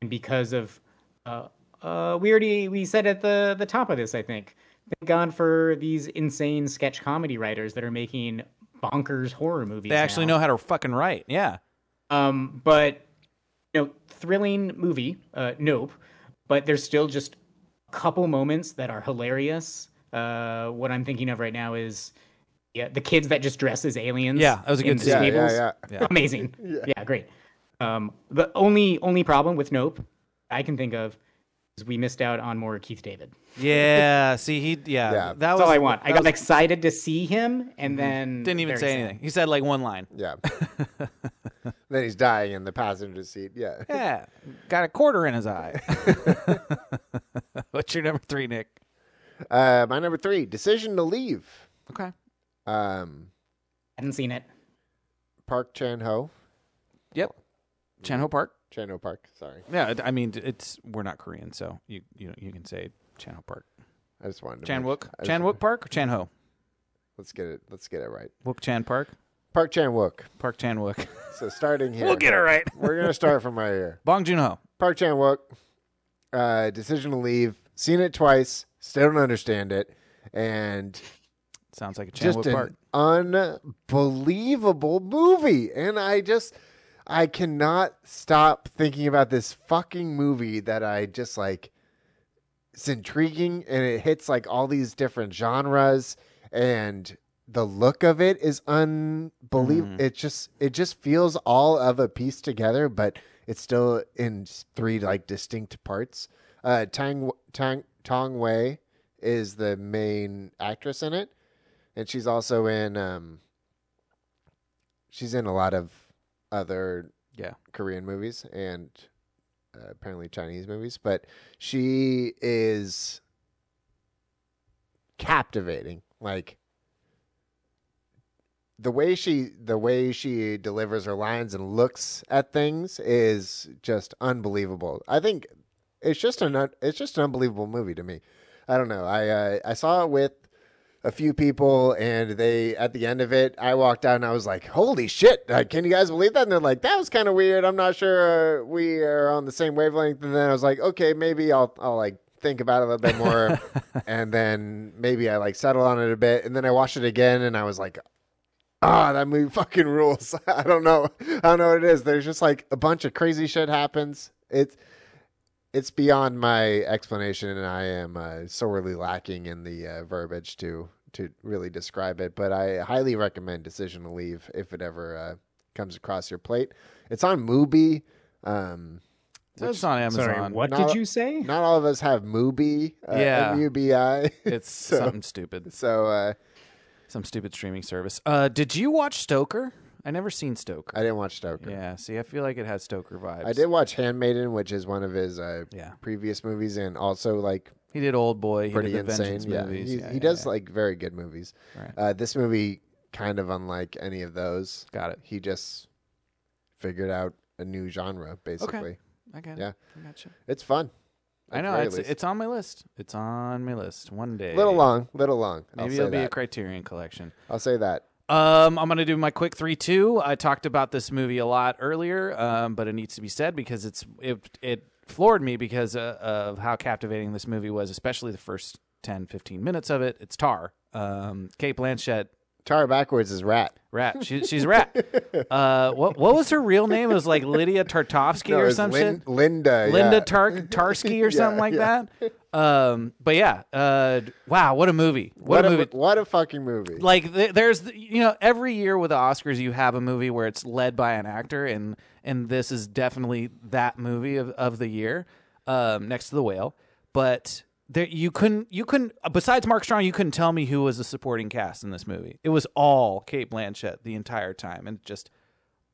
S4: and because of uh, uh, we already we said at the the top of this, I think thank God for these insane sketch comedy writers that are making bonkers horror movies.
S2: They actually
S4: now.
S2: know how to fucking write. Yeah.
S4: Um, but you know, thrilling movie. Uh, nope. But there's still just a couple moments that are hilarious. Uh, what I'm thinking of right now is yeah, the kids that just dress as aliens.
S2: Yeah, that was a good
S4: in
S2: scene. Yeah,
S1: yeah,
S4: stables.
S1: yeah.
S2: Yeah.
S4: Amazing. yeah. great. Um, the only only problem with Nope I can think of is we missed out on more Keith David.
S2: Yeah. See, he. Yeah.
S1: Yeah.
S2: That
S4: That's
S2: was.
S4: all I want. I got excited to see him, and then
S2: Didn't even
S4: very
S2: say
S4: sad.
S2: anything. He said like one line. <laughs>
S1: Yeah. then he's dying in the passenger seat. Yeah.
S2: Yeah. Got a quarter in his eye. <laughs> What's your number three, Nick?
S1: Uh, my number three, decision to leave.
S2: Okay.
S1: Um,
S4: Hadn't seen it.
S1: Park Chan Ho,
S2: Yep. Chanho Park.
S1: Chan Ho Park. Sorry,
S2: Yeah. I mean, it's we're not Korean, so you you you can say Chanho Park.
S1: I just wanted to. make-
S2: Chanwook.
S1: I just-
S2: Chanwook Park or Chanho?
S1: Let's get it. Let's get it right.
S2: Wook Chan Park.
S1: Park Chan Wook.
S2: Park Chan Wook. <laughs>
S1: So starting here,
S2: we'll get it right.
S1: We're gonna start from right here.
S2: Bong Joon Ho.
S1: Park Chan Wook. Uh, decision to leave. Seen it twice. Still don't understand it. And
S2: Sounds like a Chan
S1: just
S2: Wook Park.
S1: an unbelievable movie and i just i cannot stop thinking about this fucking movie that i just like it's intriguing and it hits like all these different genres and the look of it is unbelievable it just it just feels all of a piece together but it's still in s- three like distinct parts uh tang tang tong wei is the main actress in it and she's also in um she's in a lot of other
S2: Yeah.
S1: korean movies and uh, apparently Chinese movies, but she is captivating. Like the way she the way she delivers her lines and looks at things is just unbelievable. I think it's just an un- it's just an unbelievable movie to me. I don't know. I uh, I saw it with a few people and they at the end of it i walked out and i was like holy shit uh, can you guys believe that and they're like that was kind of weird i'm not sure uh, we are on the same wavelength and then i was like okay maybe i'll i'll like think about it a little bit more and then maybe i like settle on it a bit and then i watched it again and i was like ah that movie fucking rules <laughs> i don't know i don't know what it is there's just like a bunch of crazy shit happens it's it's beyond my explanation, and I am uh, sorely lacking in the uh, verbiage to to really describe it. But I highly recommend Decision to Leave if it ever uh, comes across your plate. It's on Mubi. Um,
S2: So it's on Amazon.
S4: Sorry, what
S1: Not-
S4: did you say?
S1: not all of us have Mubi. Uh,
S2: <laughs> Yeah. <laughs>
S1: M-U-B-I.
S2: It's
S1: So-
S2: something
S1: <laughs>
S2: stupid.
S1: so uh,
S2: Some stupid streaming service. Uh, did you watch Stoker? I never seen Stoker.
S1: I didn't watch Stoker.
S2: yeah. See, I feel like it has Stoker vibes.
S1: I did watch Handmaiden, which is one of his uh,
S2: Yeah.
S1: previous movies, and also like
S2: He did Old Boy. He
S1: pretty
S2: did the
S1: insane.
S2: Vengeance
S1: Yeah,
S2: movies.
S1: he,
S2: Yeah,
S1: he
S2: yeah,
S1: does
S2: yeah.
S1: like very good movies.
S2: Right.
S1: Uh, this movie kind of unlike any of those.
S2: Got it.
S1: He just figured out a new genre, basically.
S2: Okay.
S1: Yeah.
S2: I gotcha.
S1: It's fun.
S2: I
S1: At the
S2: know
S1: very
S2: it's
S1: least.
S2: it's on my list. It's on my list. One day,
S1: little long, little long.
S2: Maybe
S1: I'll
S2: it'll
S1: say
S2: be a
S1: that.
S2: Criterion collection.
S1: I'll say that.
S2: Um, I'm gonna do my quick three two. I talked about this movie a lot earlier, um, but it needs to be said because it's it it floored me because uh, of how captivating this movie was, especially the first 10, 15 minutes of it. It's Tar. Um, Kate Blanchett
S1: Tar backwards is rat.
S2: Rat. She, she's
S1: <laughs>
S2: a rat. Uh, what what was her real name? It was like Lydia
S1: <laughs>
S2: Tartovsky
S1: No,
S2: or
S1: it's
S2: some
S1: Lin-
S2: shit.
S1: Linda.
S2: Linda
S1: yeah.
S2: Tark Tarsky or
S1: <laughs> Yeah,
S2: something like
S1: yeah.
S2: that. Um, but yeah, uh, d- wow, what a movie! What, a movie!
S1: What a fucking movie.
S2: like th- there's th- you know every year with the Oscars you have a movie where it's led by an actor and and this is definitely that movie of, of the year um, next to the whale but there you couldn't you couldn't besides Mark Strong you couldn't tell me who was the supporting cast in this movie it was all Kate Blanchett the entire time and just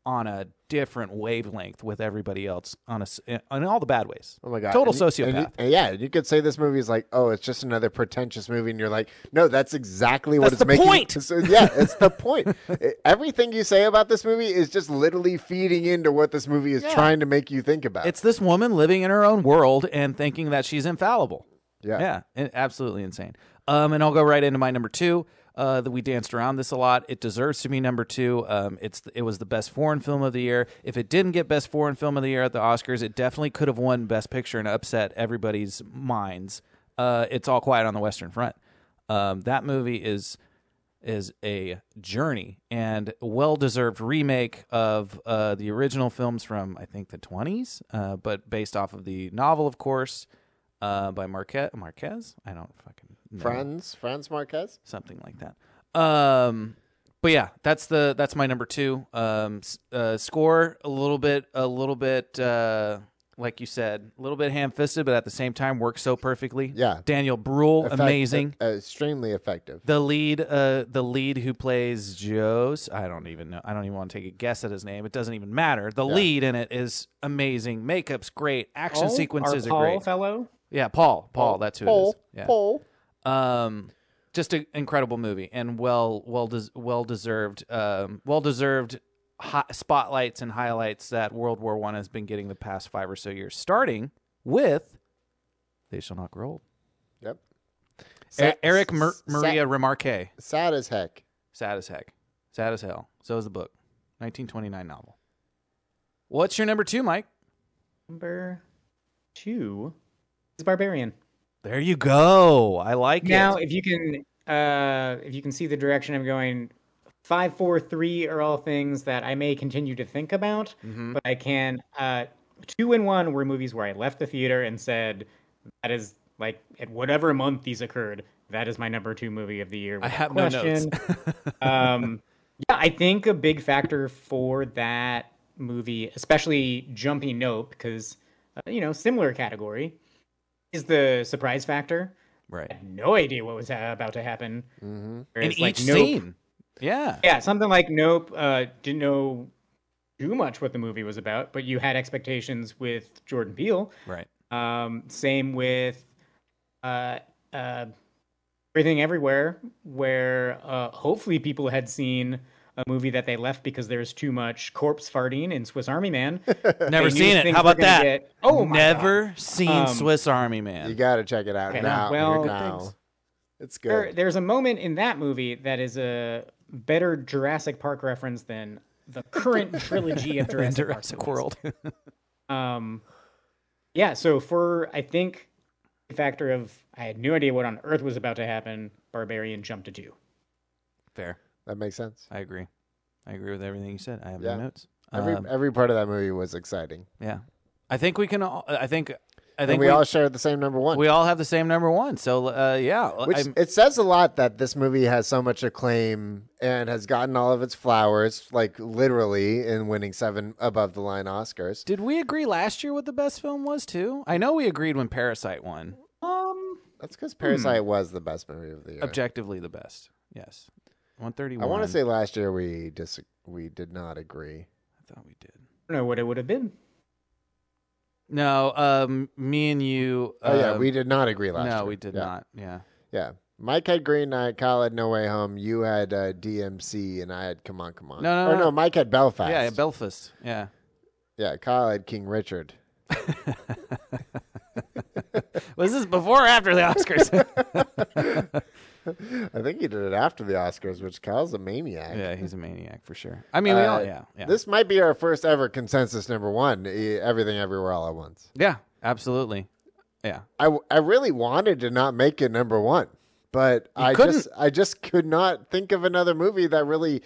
S2: on a different wavelength with everybody else on a s- in all the bad ways
S1: Oh my god!
S2: total
S1: And you-
S2: sociopath
S1: and you- and yeah, you could say this movie is like, oh, it's just another pretentious movie, and you're like, no, that's exactly what
S2: That's
S1: it's
S2: the
S1: making.
S2: point.
S1: <laughs> So, yeah, it's the point.
S2: <laughs>
S1: It- everything you say about this movie is just literally feeding into what this movie is trying to make you think about.
S2: It's this woman living in her own world and thinking that she's infallible.
S1: Yeah.
S2: Yeah. i- absolutely insane. Um, and I'll go right into my number two. Uh, that we danced around this a lot. It deserves to be number two. Um, it's it was the best foreign film of the year. If it didn't get best foreign film of the year at the Oscars, it definitely could have won best picture and upset everybody's minds. Uh, it's all quiet on the Western Front. Um, that movie is is a journey and well deserved remake of uh, the original films from I think the 20s, uh, but based off of the novel, of course, uh, by Marquez. Marquez, I don't fucking know.
S1: Franz Franz Marquez.
S2: something like that. Um, but yeah, that's the that's my number two. Um, s- uh, score a little bit, a little bit. Uh, like you said, a little bit ham-fisted, but at the same time works so perfectly.
S1: Yeah.
S2: Daniel Bruhl,
S1: Effect-
S2: amazing
S1: uh, extremely effective.
S2: the lead uh the lead who plays Joe's I don't even know I don't even want to take a guess at his name it doesn't even matter the lead in it is amazing makeup's great action
S4: Paul?
S2: sequences
S4: Our
S2: are
S4: Paul
S2: great
S4: fellow.
S2: yeah Paul Paul that's who
S1: Paul,
S2: it is yeah
S1: Paul.
S2: um just an incredible movie and well well des- well deserved um well deserved hi- spotlights and highlights that World War 1 has been getting the past 5 or so years starting with They Shall Not Grow Old
S1: Yep.
S2: E-
S1: Sa-
S2: Eric Mer-
S1: s- sa-
S2: Maria Remarque
S1: Sad as heck.
S2: Sad as heck. Sad as hell. So is the book. 1929 novel. What's your number two, Mike?
S4: Number two is Barbarian.
S2: There you go. I like
S4: Now, if you can, uh, if you can see the direction I'm going, five, four, three are all things that I may continue to think about,
S2: Mm-hmm.
S4: but I can. Uh, two and one were movies where I left the theater and said, "That is like at whatever month these occurred, that is my number two movie of the year."
S2: I
S4: without
S2: have no <laughs> notes.
S4: um, <laughs> yeah, I think a big factor for that movie, especially Jumpy Nope, because uh, you know similar category, is the surprise factor
S2: right.
S4: no idea what was ha- about to happen.
S2: In
S4: Whereas,
S2: each
S4: like, Nope-
S2: scene. Yeah.
S4: yeah, something like Nope uh, didn't know too much what the movie was about, but you had expectations with Jordan Peele.
S2: Right.
S4: Um, same with uh, uh, Everything Everywhere, where uh, hopefully people had seen a movie that they left because there's too much corpse farting in Swiss
S2: <laughs>
S4: Army Man.
S2: Never
S4: knew
S2: seen it.
S4: things
S2: How
S4: were
S2: about
S4: gonna
S2: that?
S4: get- Oh my
S2: never seen
S4: Um,
S2: Swiss Army
S1: You
S2: <laughs> Man.
S1: got to check it out
S4: Okay,
S1: now.
S4: well,
S1: now.
S4: thanks.
S1: It's
S2: Er,
S4: There,
S1: good.
S4: there's a moment in that movie that is a better Jurassic Park reference than the
S2: <laughs>
S4: current trilogy of Jurassic,
S2: Jurassic
S4: Park
S2: World.
S4: Um, yeah, so for I think the factor of I had no idea what on earth was about to happen, Barbarian jumped to two.
S2: <laughs> Fair.
S1: That makes sense.
S2: I agree. I agree with everything you said. I have
S1: Yeah.
S2: no notes.
S1: Every
S2: Um,
S1: every part of that movie was exciting.
S2: yeah. I think we can all. I think. I
S1: And
S2: think
S1: we,
S2: we,
S1: all shared the same number one.
S2: we all have the same number one. So uh, yeah.
S1: Which
S2: I'm-
S1: it says a lot that this movie has so much acclaim and has gotten all of its flowers, like literally, in winning seven above the line Oscars.
S2: did we agree last year what the best film was too? I know we agreed when Parasite won.
S4: Um,
S1: That's
S2: Hmm.
S1: because Parasite was the best movie of the year.
S2: Objectively the best. Yes. One thirty
S1: I
S2: one.
S1: want to say last year we dis- we did not agree.
S2: I thought we did.
S4: I don't know what it would have been.
S2: No. Um. Me and you.
S1: Oh yeah,
S2: um,
S1: we did not agree last
S2: No,
S1: year.
S2: we did
S1: Yeah,
S2: not. Yeah.
S1: Yeah. Mike had Green Knight, Kyle had No Way Home, you had uh, DMC, and I had Come On, Come On.
S2: No, no,
S1: or
S2: no.
S1: no. Mike had Belfast.
S2: Yeah. Belfast. Yeah.
S1: yeah. Kyle had King Richard.
S2: Was this before or after the
S1: <laughs>
S2: Oscars?
S1: I think he did it after the Oscars, which Kyle's a maniac.
S2: yeah, he's a maniac for sure. I mean, we
S1: Uh,
S2: all. Yeah. Yeah.
S1: This might be our first ever consensus number one. e- Everything, everywhere, all at once.
S2: Yeah. Absolutely. Yeah.
S1: I, w- I really wanted to not make it number one, but I just
S2: couldn't.
S1: I just could not think of another movie that really.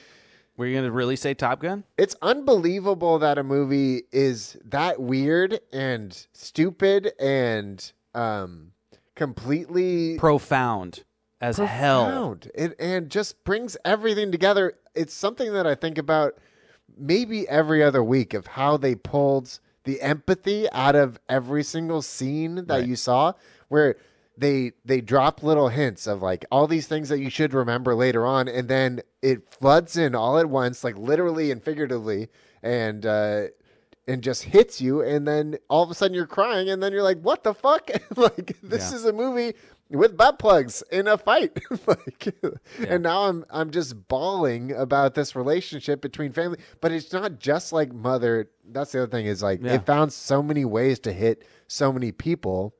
S2: Were you gonna really say Top Gun?
S1: It's unbelievable that a movie is that weird and stupid and um completely
S2: Profound as hell.
S1: profound. It and just brings everything together. It's something that I think about maybe every other week of how they pulled the empathy out of every single scene that you saw where they they drop little hints of like all these things that you should remember later on and then it floods in all at once like literally and figuratively and uh and just hits you and then all of a sudden you're crying and then you're like what the fuck <laughs> like this
S2: Yeah.
S1: is a movie with butt plugs in a fight <laughs> like and now i'm i'm just bawling about this relationship between family but it's not just like mother that's the other thing is like
S2: Yeah.
S1: it found so many ways to hit so many people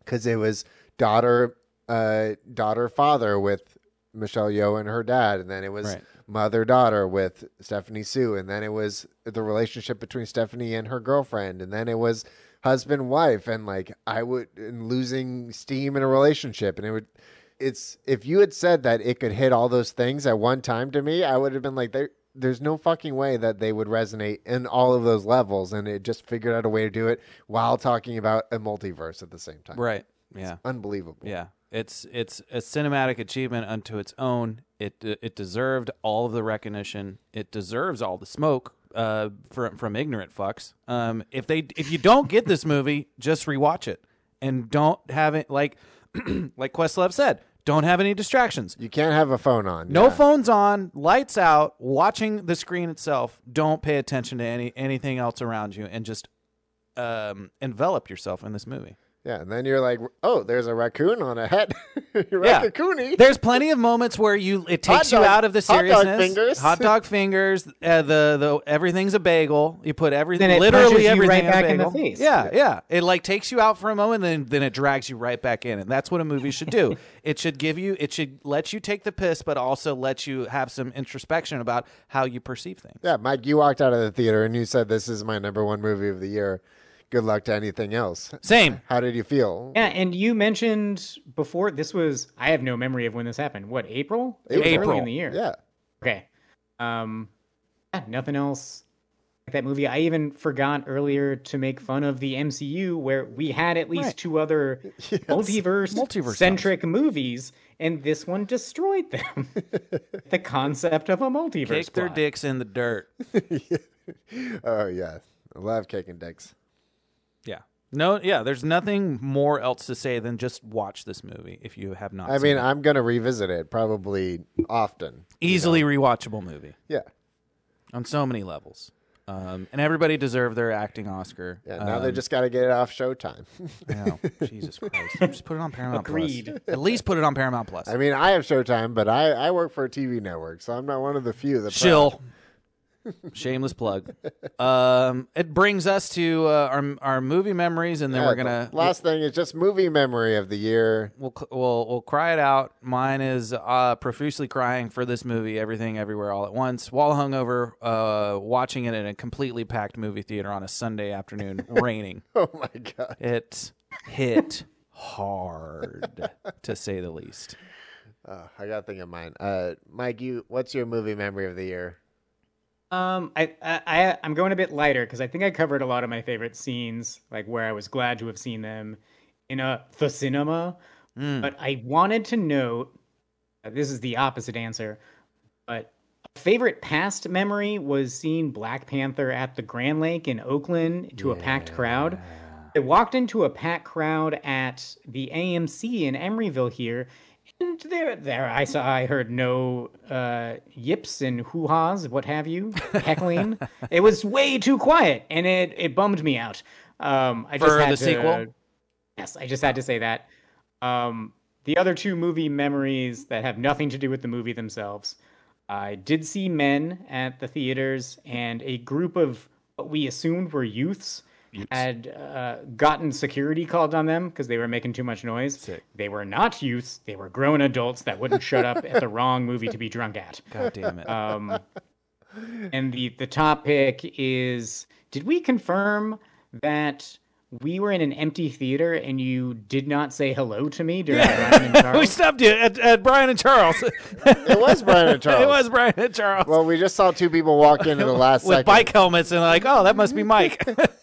S1: because it was daughter uh daughter father with michelle Yeoh and her dad and then it was
S2: Right.
S1: mother daughter with Stephanie Sue, and then it was the relationship between Stephanie and her girlfriend, and then it was husband wife, and like I would and losing steam in a relationship, and it would. It's if you had said that it could hit all those things at one time to me, I would have been like there. There's no fucking way that they would resonate in all of those levels, and it just figured out a way to do it while talking about a multiverse at the same time.
S2: Right. Yeah.
S1: Unbelievable.
S2: Yeah. It's it's a cinematic achievement unto its own. It it deserved all of the recognition. It deserves all the smoke uh, from from ignorant fucks. Um, if they if you don't get this movie, just rewatch it and don't have it like <clears throat> like Questlove said. Don't have any distractions.
S1: You can't have a phone on.
S2: No
S1: Yeah.
S2: phones on, lights out, watching the screen itself. Don't pay attention to any anything else around you, and just um, envelop yourself in this movie.
S1: Yeah, and then you're like, oh, there's a raccoon on a head. <laughs>
S2: Yeah.
S1: Raccoonie.
S2: There's plenty of moments where you it takes
S1: dog-
S2: you out of the
S1: hot dog
S2: seriousness.
S1: fingers.
S2: Hot dog fingers, uh, the the everything's a bagel. You put everything,
S4: Then it punches
S2: literally
S4: you
S2: everything
S4: right
S2: in a
S4: back in the
S2: bagel.
S4: face.
S2: Yeah, yeah. It like takes you out for a moment, then then it drags you right back in, and that's what a movie should do.
S4: <laughs>
S2: it should give you, it should let you take the piss, but also let you have some introspection about how you perceive things.
S1: Yeah, Mike, you walked out of the theater and you said, "This is my number one movie of the year." Good luck to anything else.
S2: Same.
S1: How did you feel?
S4: Yeah, and you mentioned before this was I have no memory of when this happened. What April? It was
S2: April.
S4: early in the year.
S1: Yeah,
S4: Okay. Um, yeah, nothing else. Like that movie, I even forgot earlier to make fun of the MCU, where we had at least
S2: Right.
S4: two other multiverse,
S2: Multiverse
S4: centric movies, and this one destroyed them. the concept of a multiverse.
S2: Kick their
S4: plot.
S2: dicks in the dirt.
S1: Oh yeah, I love kicking dicks.
S2: Yeah. No, yeah. There's nothing more else to say than just watch this movie if you have not.
S1: I
S2: seen
S1: mean,
S2: it.
S1: I'm gonna revisit it probably often.
S2: easily rewatchable movie.
S1: Yeah,
S2: on so many levels. Um, and everybody deserved their acting Oscar.
S1: Yeah, now they just got to get it off Showtime. <laughs>
S2: No, Jesus Christ. Just put it on Paramount
S4: Agreed.
S2: Plus. At least put it on Paramount Plus.
S1: I mean, I have Showtime, but I, I work for a TV network, so I'm not one of the few that
S2: Chill. <laughs> Shameless plug. Um, it brings us to uh, our our movie memories, and then
S1: Yeah,
S2: we're gonna
S1: the last thing is just movie memory of the year. <laughs>
S2: we'll cl- we'll we'll cry it out. Mine is uh, profusely crying for this movie, everything, everywhere, all at once. While hungover, uh, watching it in a completely packed movie theater on a Sunday afternoon, <laughs> raining.
S1: Oh my god!
S2: It hit hard, to say the least.
S1: Oh, I got to think of mine. Uh, Mike, you, what's your movie memory of the year?
S4: Um, I, I, I I'm going a bit lighter because I think I covered a lot of my favorite scenes, like where I was glad to have seen them in a the cinema.
S2: Mm.
S4: But I wanted to note uh, this is the opposite answer, but a favorite past memory was seeing Black Panther at the Grand Lake in Oakland to a packed crowd. I walked into a packed crowd at the AMC in Emeryville here, and there, there I saw, I heard no uh, yips and hoo ha's, what have you,
S2: <laughs>
S4: heckling. it was way too quiet, and it it bummed me out. Um, I just
S2: For
S4: had
S2: the
S4: to-
S2: sequel?
S4: Yes, I just had to say that. Um, the other two movie memories that have nothing to do with the movie themselves. I did see men at the theaters, and a group of what we assumed were youths had uh, gotten security called on them because they were making too much noise. They were not youths; they were grown adults that wouldn't shut up at the wrong movie to be drunk at.
S2: God damn it.
S4: Um, and the the topic is: Did we confirm that? We were in an empty theater, and you did not say hello to me during
S2: <laughs>
S4: Ryan and Charles.
S2: we stopped you at, at Brian and <laughs> Charles.
S1: It was Brian
S2: <laughs>
S1: and Charles.
S2: it was Brian and Charles
S1: Well, we just saw two people walk in at the last
S2: <laughs> with
S1: second.
S2: bike helmets, and like, oh, that must be Mike.
S1: <laughs>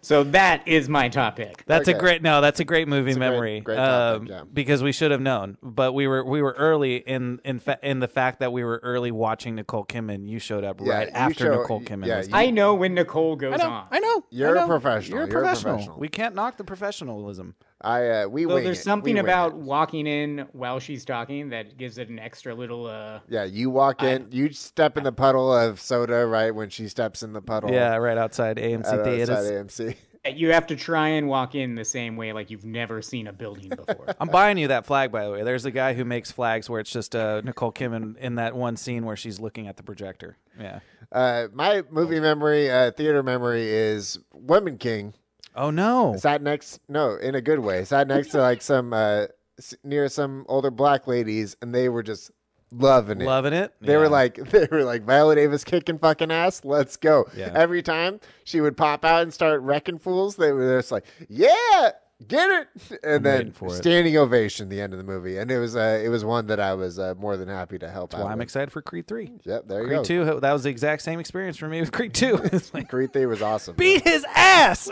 S4: So that is my topic.
S2: That's a
S1: Okay.
S2: great no. That's a great movie
S1: great-
S2: memory. um,
S1: great topic, yeah.
S2: Because we should have known, but we were we were early in in fa- in the fact that we were early watching Nicole Kidman. You showed up
S1: Yeah,
S2: right
S1: you
S2: after
S1: show-
S2: Nicole Kidman.
S1: yeah,
S2: was-
S1: you-
S4: I know when Nicole goes
S2: I know.
S4: on.
S2: I know.
S1: You're
S2: I
S1: a
S2: know.
S1: professional,
S2: You're a
S1: you're a
S2: professional.
S1: professional.
S2: We can't knock the professionalism.
S1: I uh, we
S4: So
S1: wing
S4: there's
S1: it. We
S4: something
S1: wing
S4: about
S1: it.
S4: walking in while she's talking that gives it an extra little. Uh,
S1: Yeah, you walk in, you step in the puddle of soda right when she steps in the puddle.
S2: Yeah, right outside AMC
S1: at outside
S2: theaters.
S1: AMC.
S4: that you have to try and walk in the same way, like you've never seen a building before. <laughs>
S2: I'm buying you that flag, by the way. There's a guy who makes flags where it's just uh, Nicole Kidman in that one scene where she's looking at the projector. Yeah.
S1: Uh, my movie memory, uh, theater memory is Women King.
S2: Oh no.
S1: Sat next, no, in a good way. Sat next to like some uh, s- near some older black ladies, and they were just loving it.
S2: Loving it.
S1: They were like, <laughs> they were like, Viola Davis kicking fucking ass. Let's go.
S2: Yeah.
S1: Every time she would pop out and start wrecking fools, they were just like, yeah, get it. And
S2: waiting
S1: then
S2: for it.
S1: standing ovation at the end of the movie. And it was, uh, it was one that I was uh, more than happy to help out.
S2: Well, I'm
S1: with.
S2: excited for Creed Three.
S1: Yep, there you
S2: Creed
S1: go.
S2: Two. That was the exact same experience for me with Creed Two. <laughs> It's like
S1: Creed Three was awesome.
S2: beat his ass.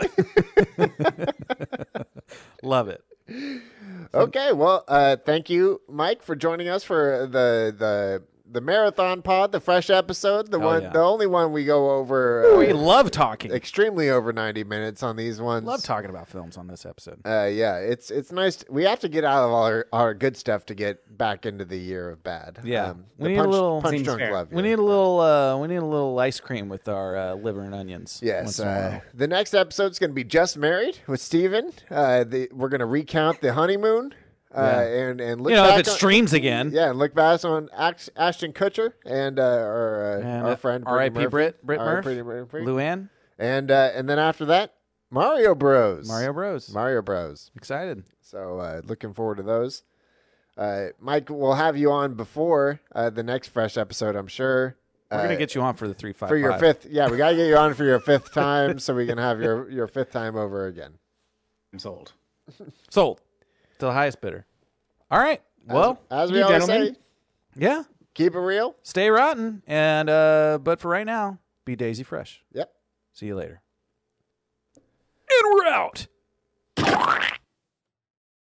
S2: <laughs> Love it.
S1: Okay, well, uh, thank you, Mike, for joining us for the the the marathon pod, the fresh episode, the
S2: Oh,
S1: one,
S2: yeah.
S1: the only one we go over
S2: We
S1: uh,
S2: love talking.
S1: extremely over ninety minutes on these ones.
S2: Love talking about films on this episode.
S1: Uh, yeah, it's it's nice. t- we have to get out of our, our good stuff to get back into the year of bad. Um,
S2: Yeah.
S1: the
S2: We need a
S1: punch,
S2: little-
S1: punch
S4: Seems
S1: drunk
S4: fair.
S1: love.
S2: We
S1: year.
S2: need a little. Uh, we need a little ice cream with our uh, liver and onions.
S1: Yes.
S2: once in a
S1: Uh,
S2: while.
S1: the next episode's going to be Just Married with Steven. Uh, the, we're going to recount the honeymoon. Uh, and and look
S2: you know, if
S1: back
S2: it
S1: on-
S2: streams again.
S1: Yeah, and look back on Ax- Ashton Kutcher and uh, our, uh,
S2: And, uh,
S1: our friend Brittany
S2: R.I.P.
S1: Murphy.
S2: Britt- Britt
S1: R.I.P.
S2: Murph.
S1: Murphy.
S2: Luann,
S1: and uh, and then after that, Mario Bros.
S2: Mario Bros.
S1: Mario Bros.
S2: Excited.
S1: So uh, looking forward to those. Uh, Mike, we'll have you on before uh, the next fresh episode, I'm sure.
S2: We're
S1: uh,
S2: gonna get you on for the three five
S1: for your fifth. Yeah, we gotta get you on for your fifth
S2: <laughs>
S1: time, so we can have your your fifth time over again.
S4: I'm sold.
S2: sold to the highest bidder. All right.
S1: Uh,
S2: Well,
S1: As we
S4: You
S1: always
S4: gentlemen.
S1: say,
S2: yeah.
S1: keep it real.
S2: Stay rotten, and uh, but for right now, be Daisy Fresh.
S1: Yep.
S2: See you later. And we're out.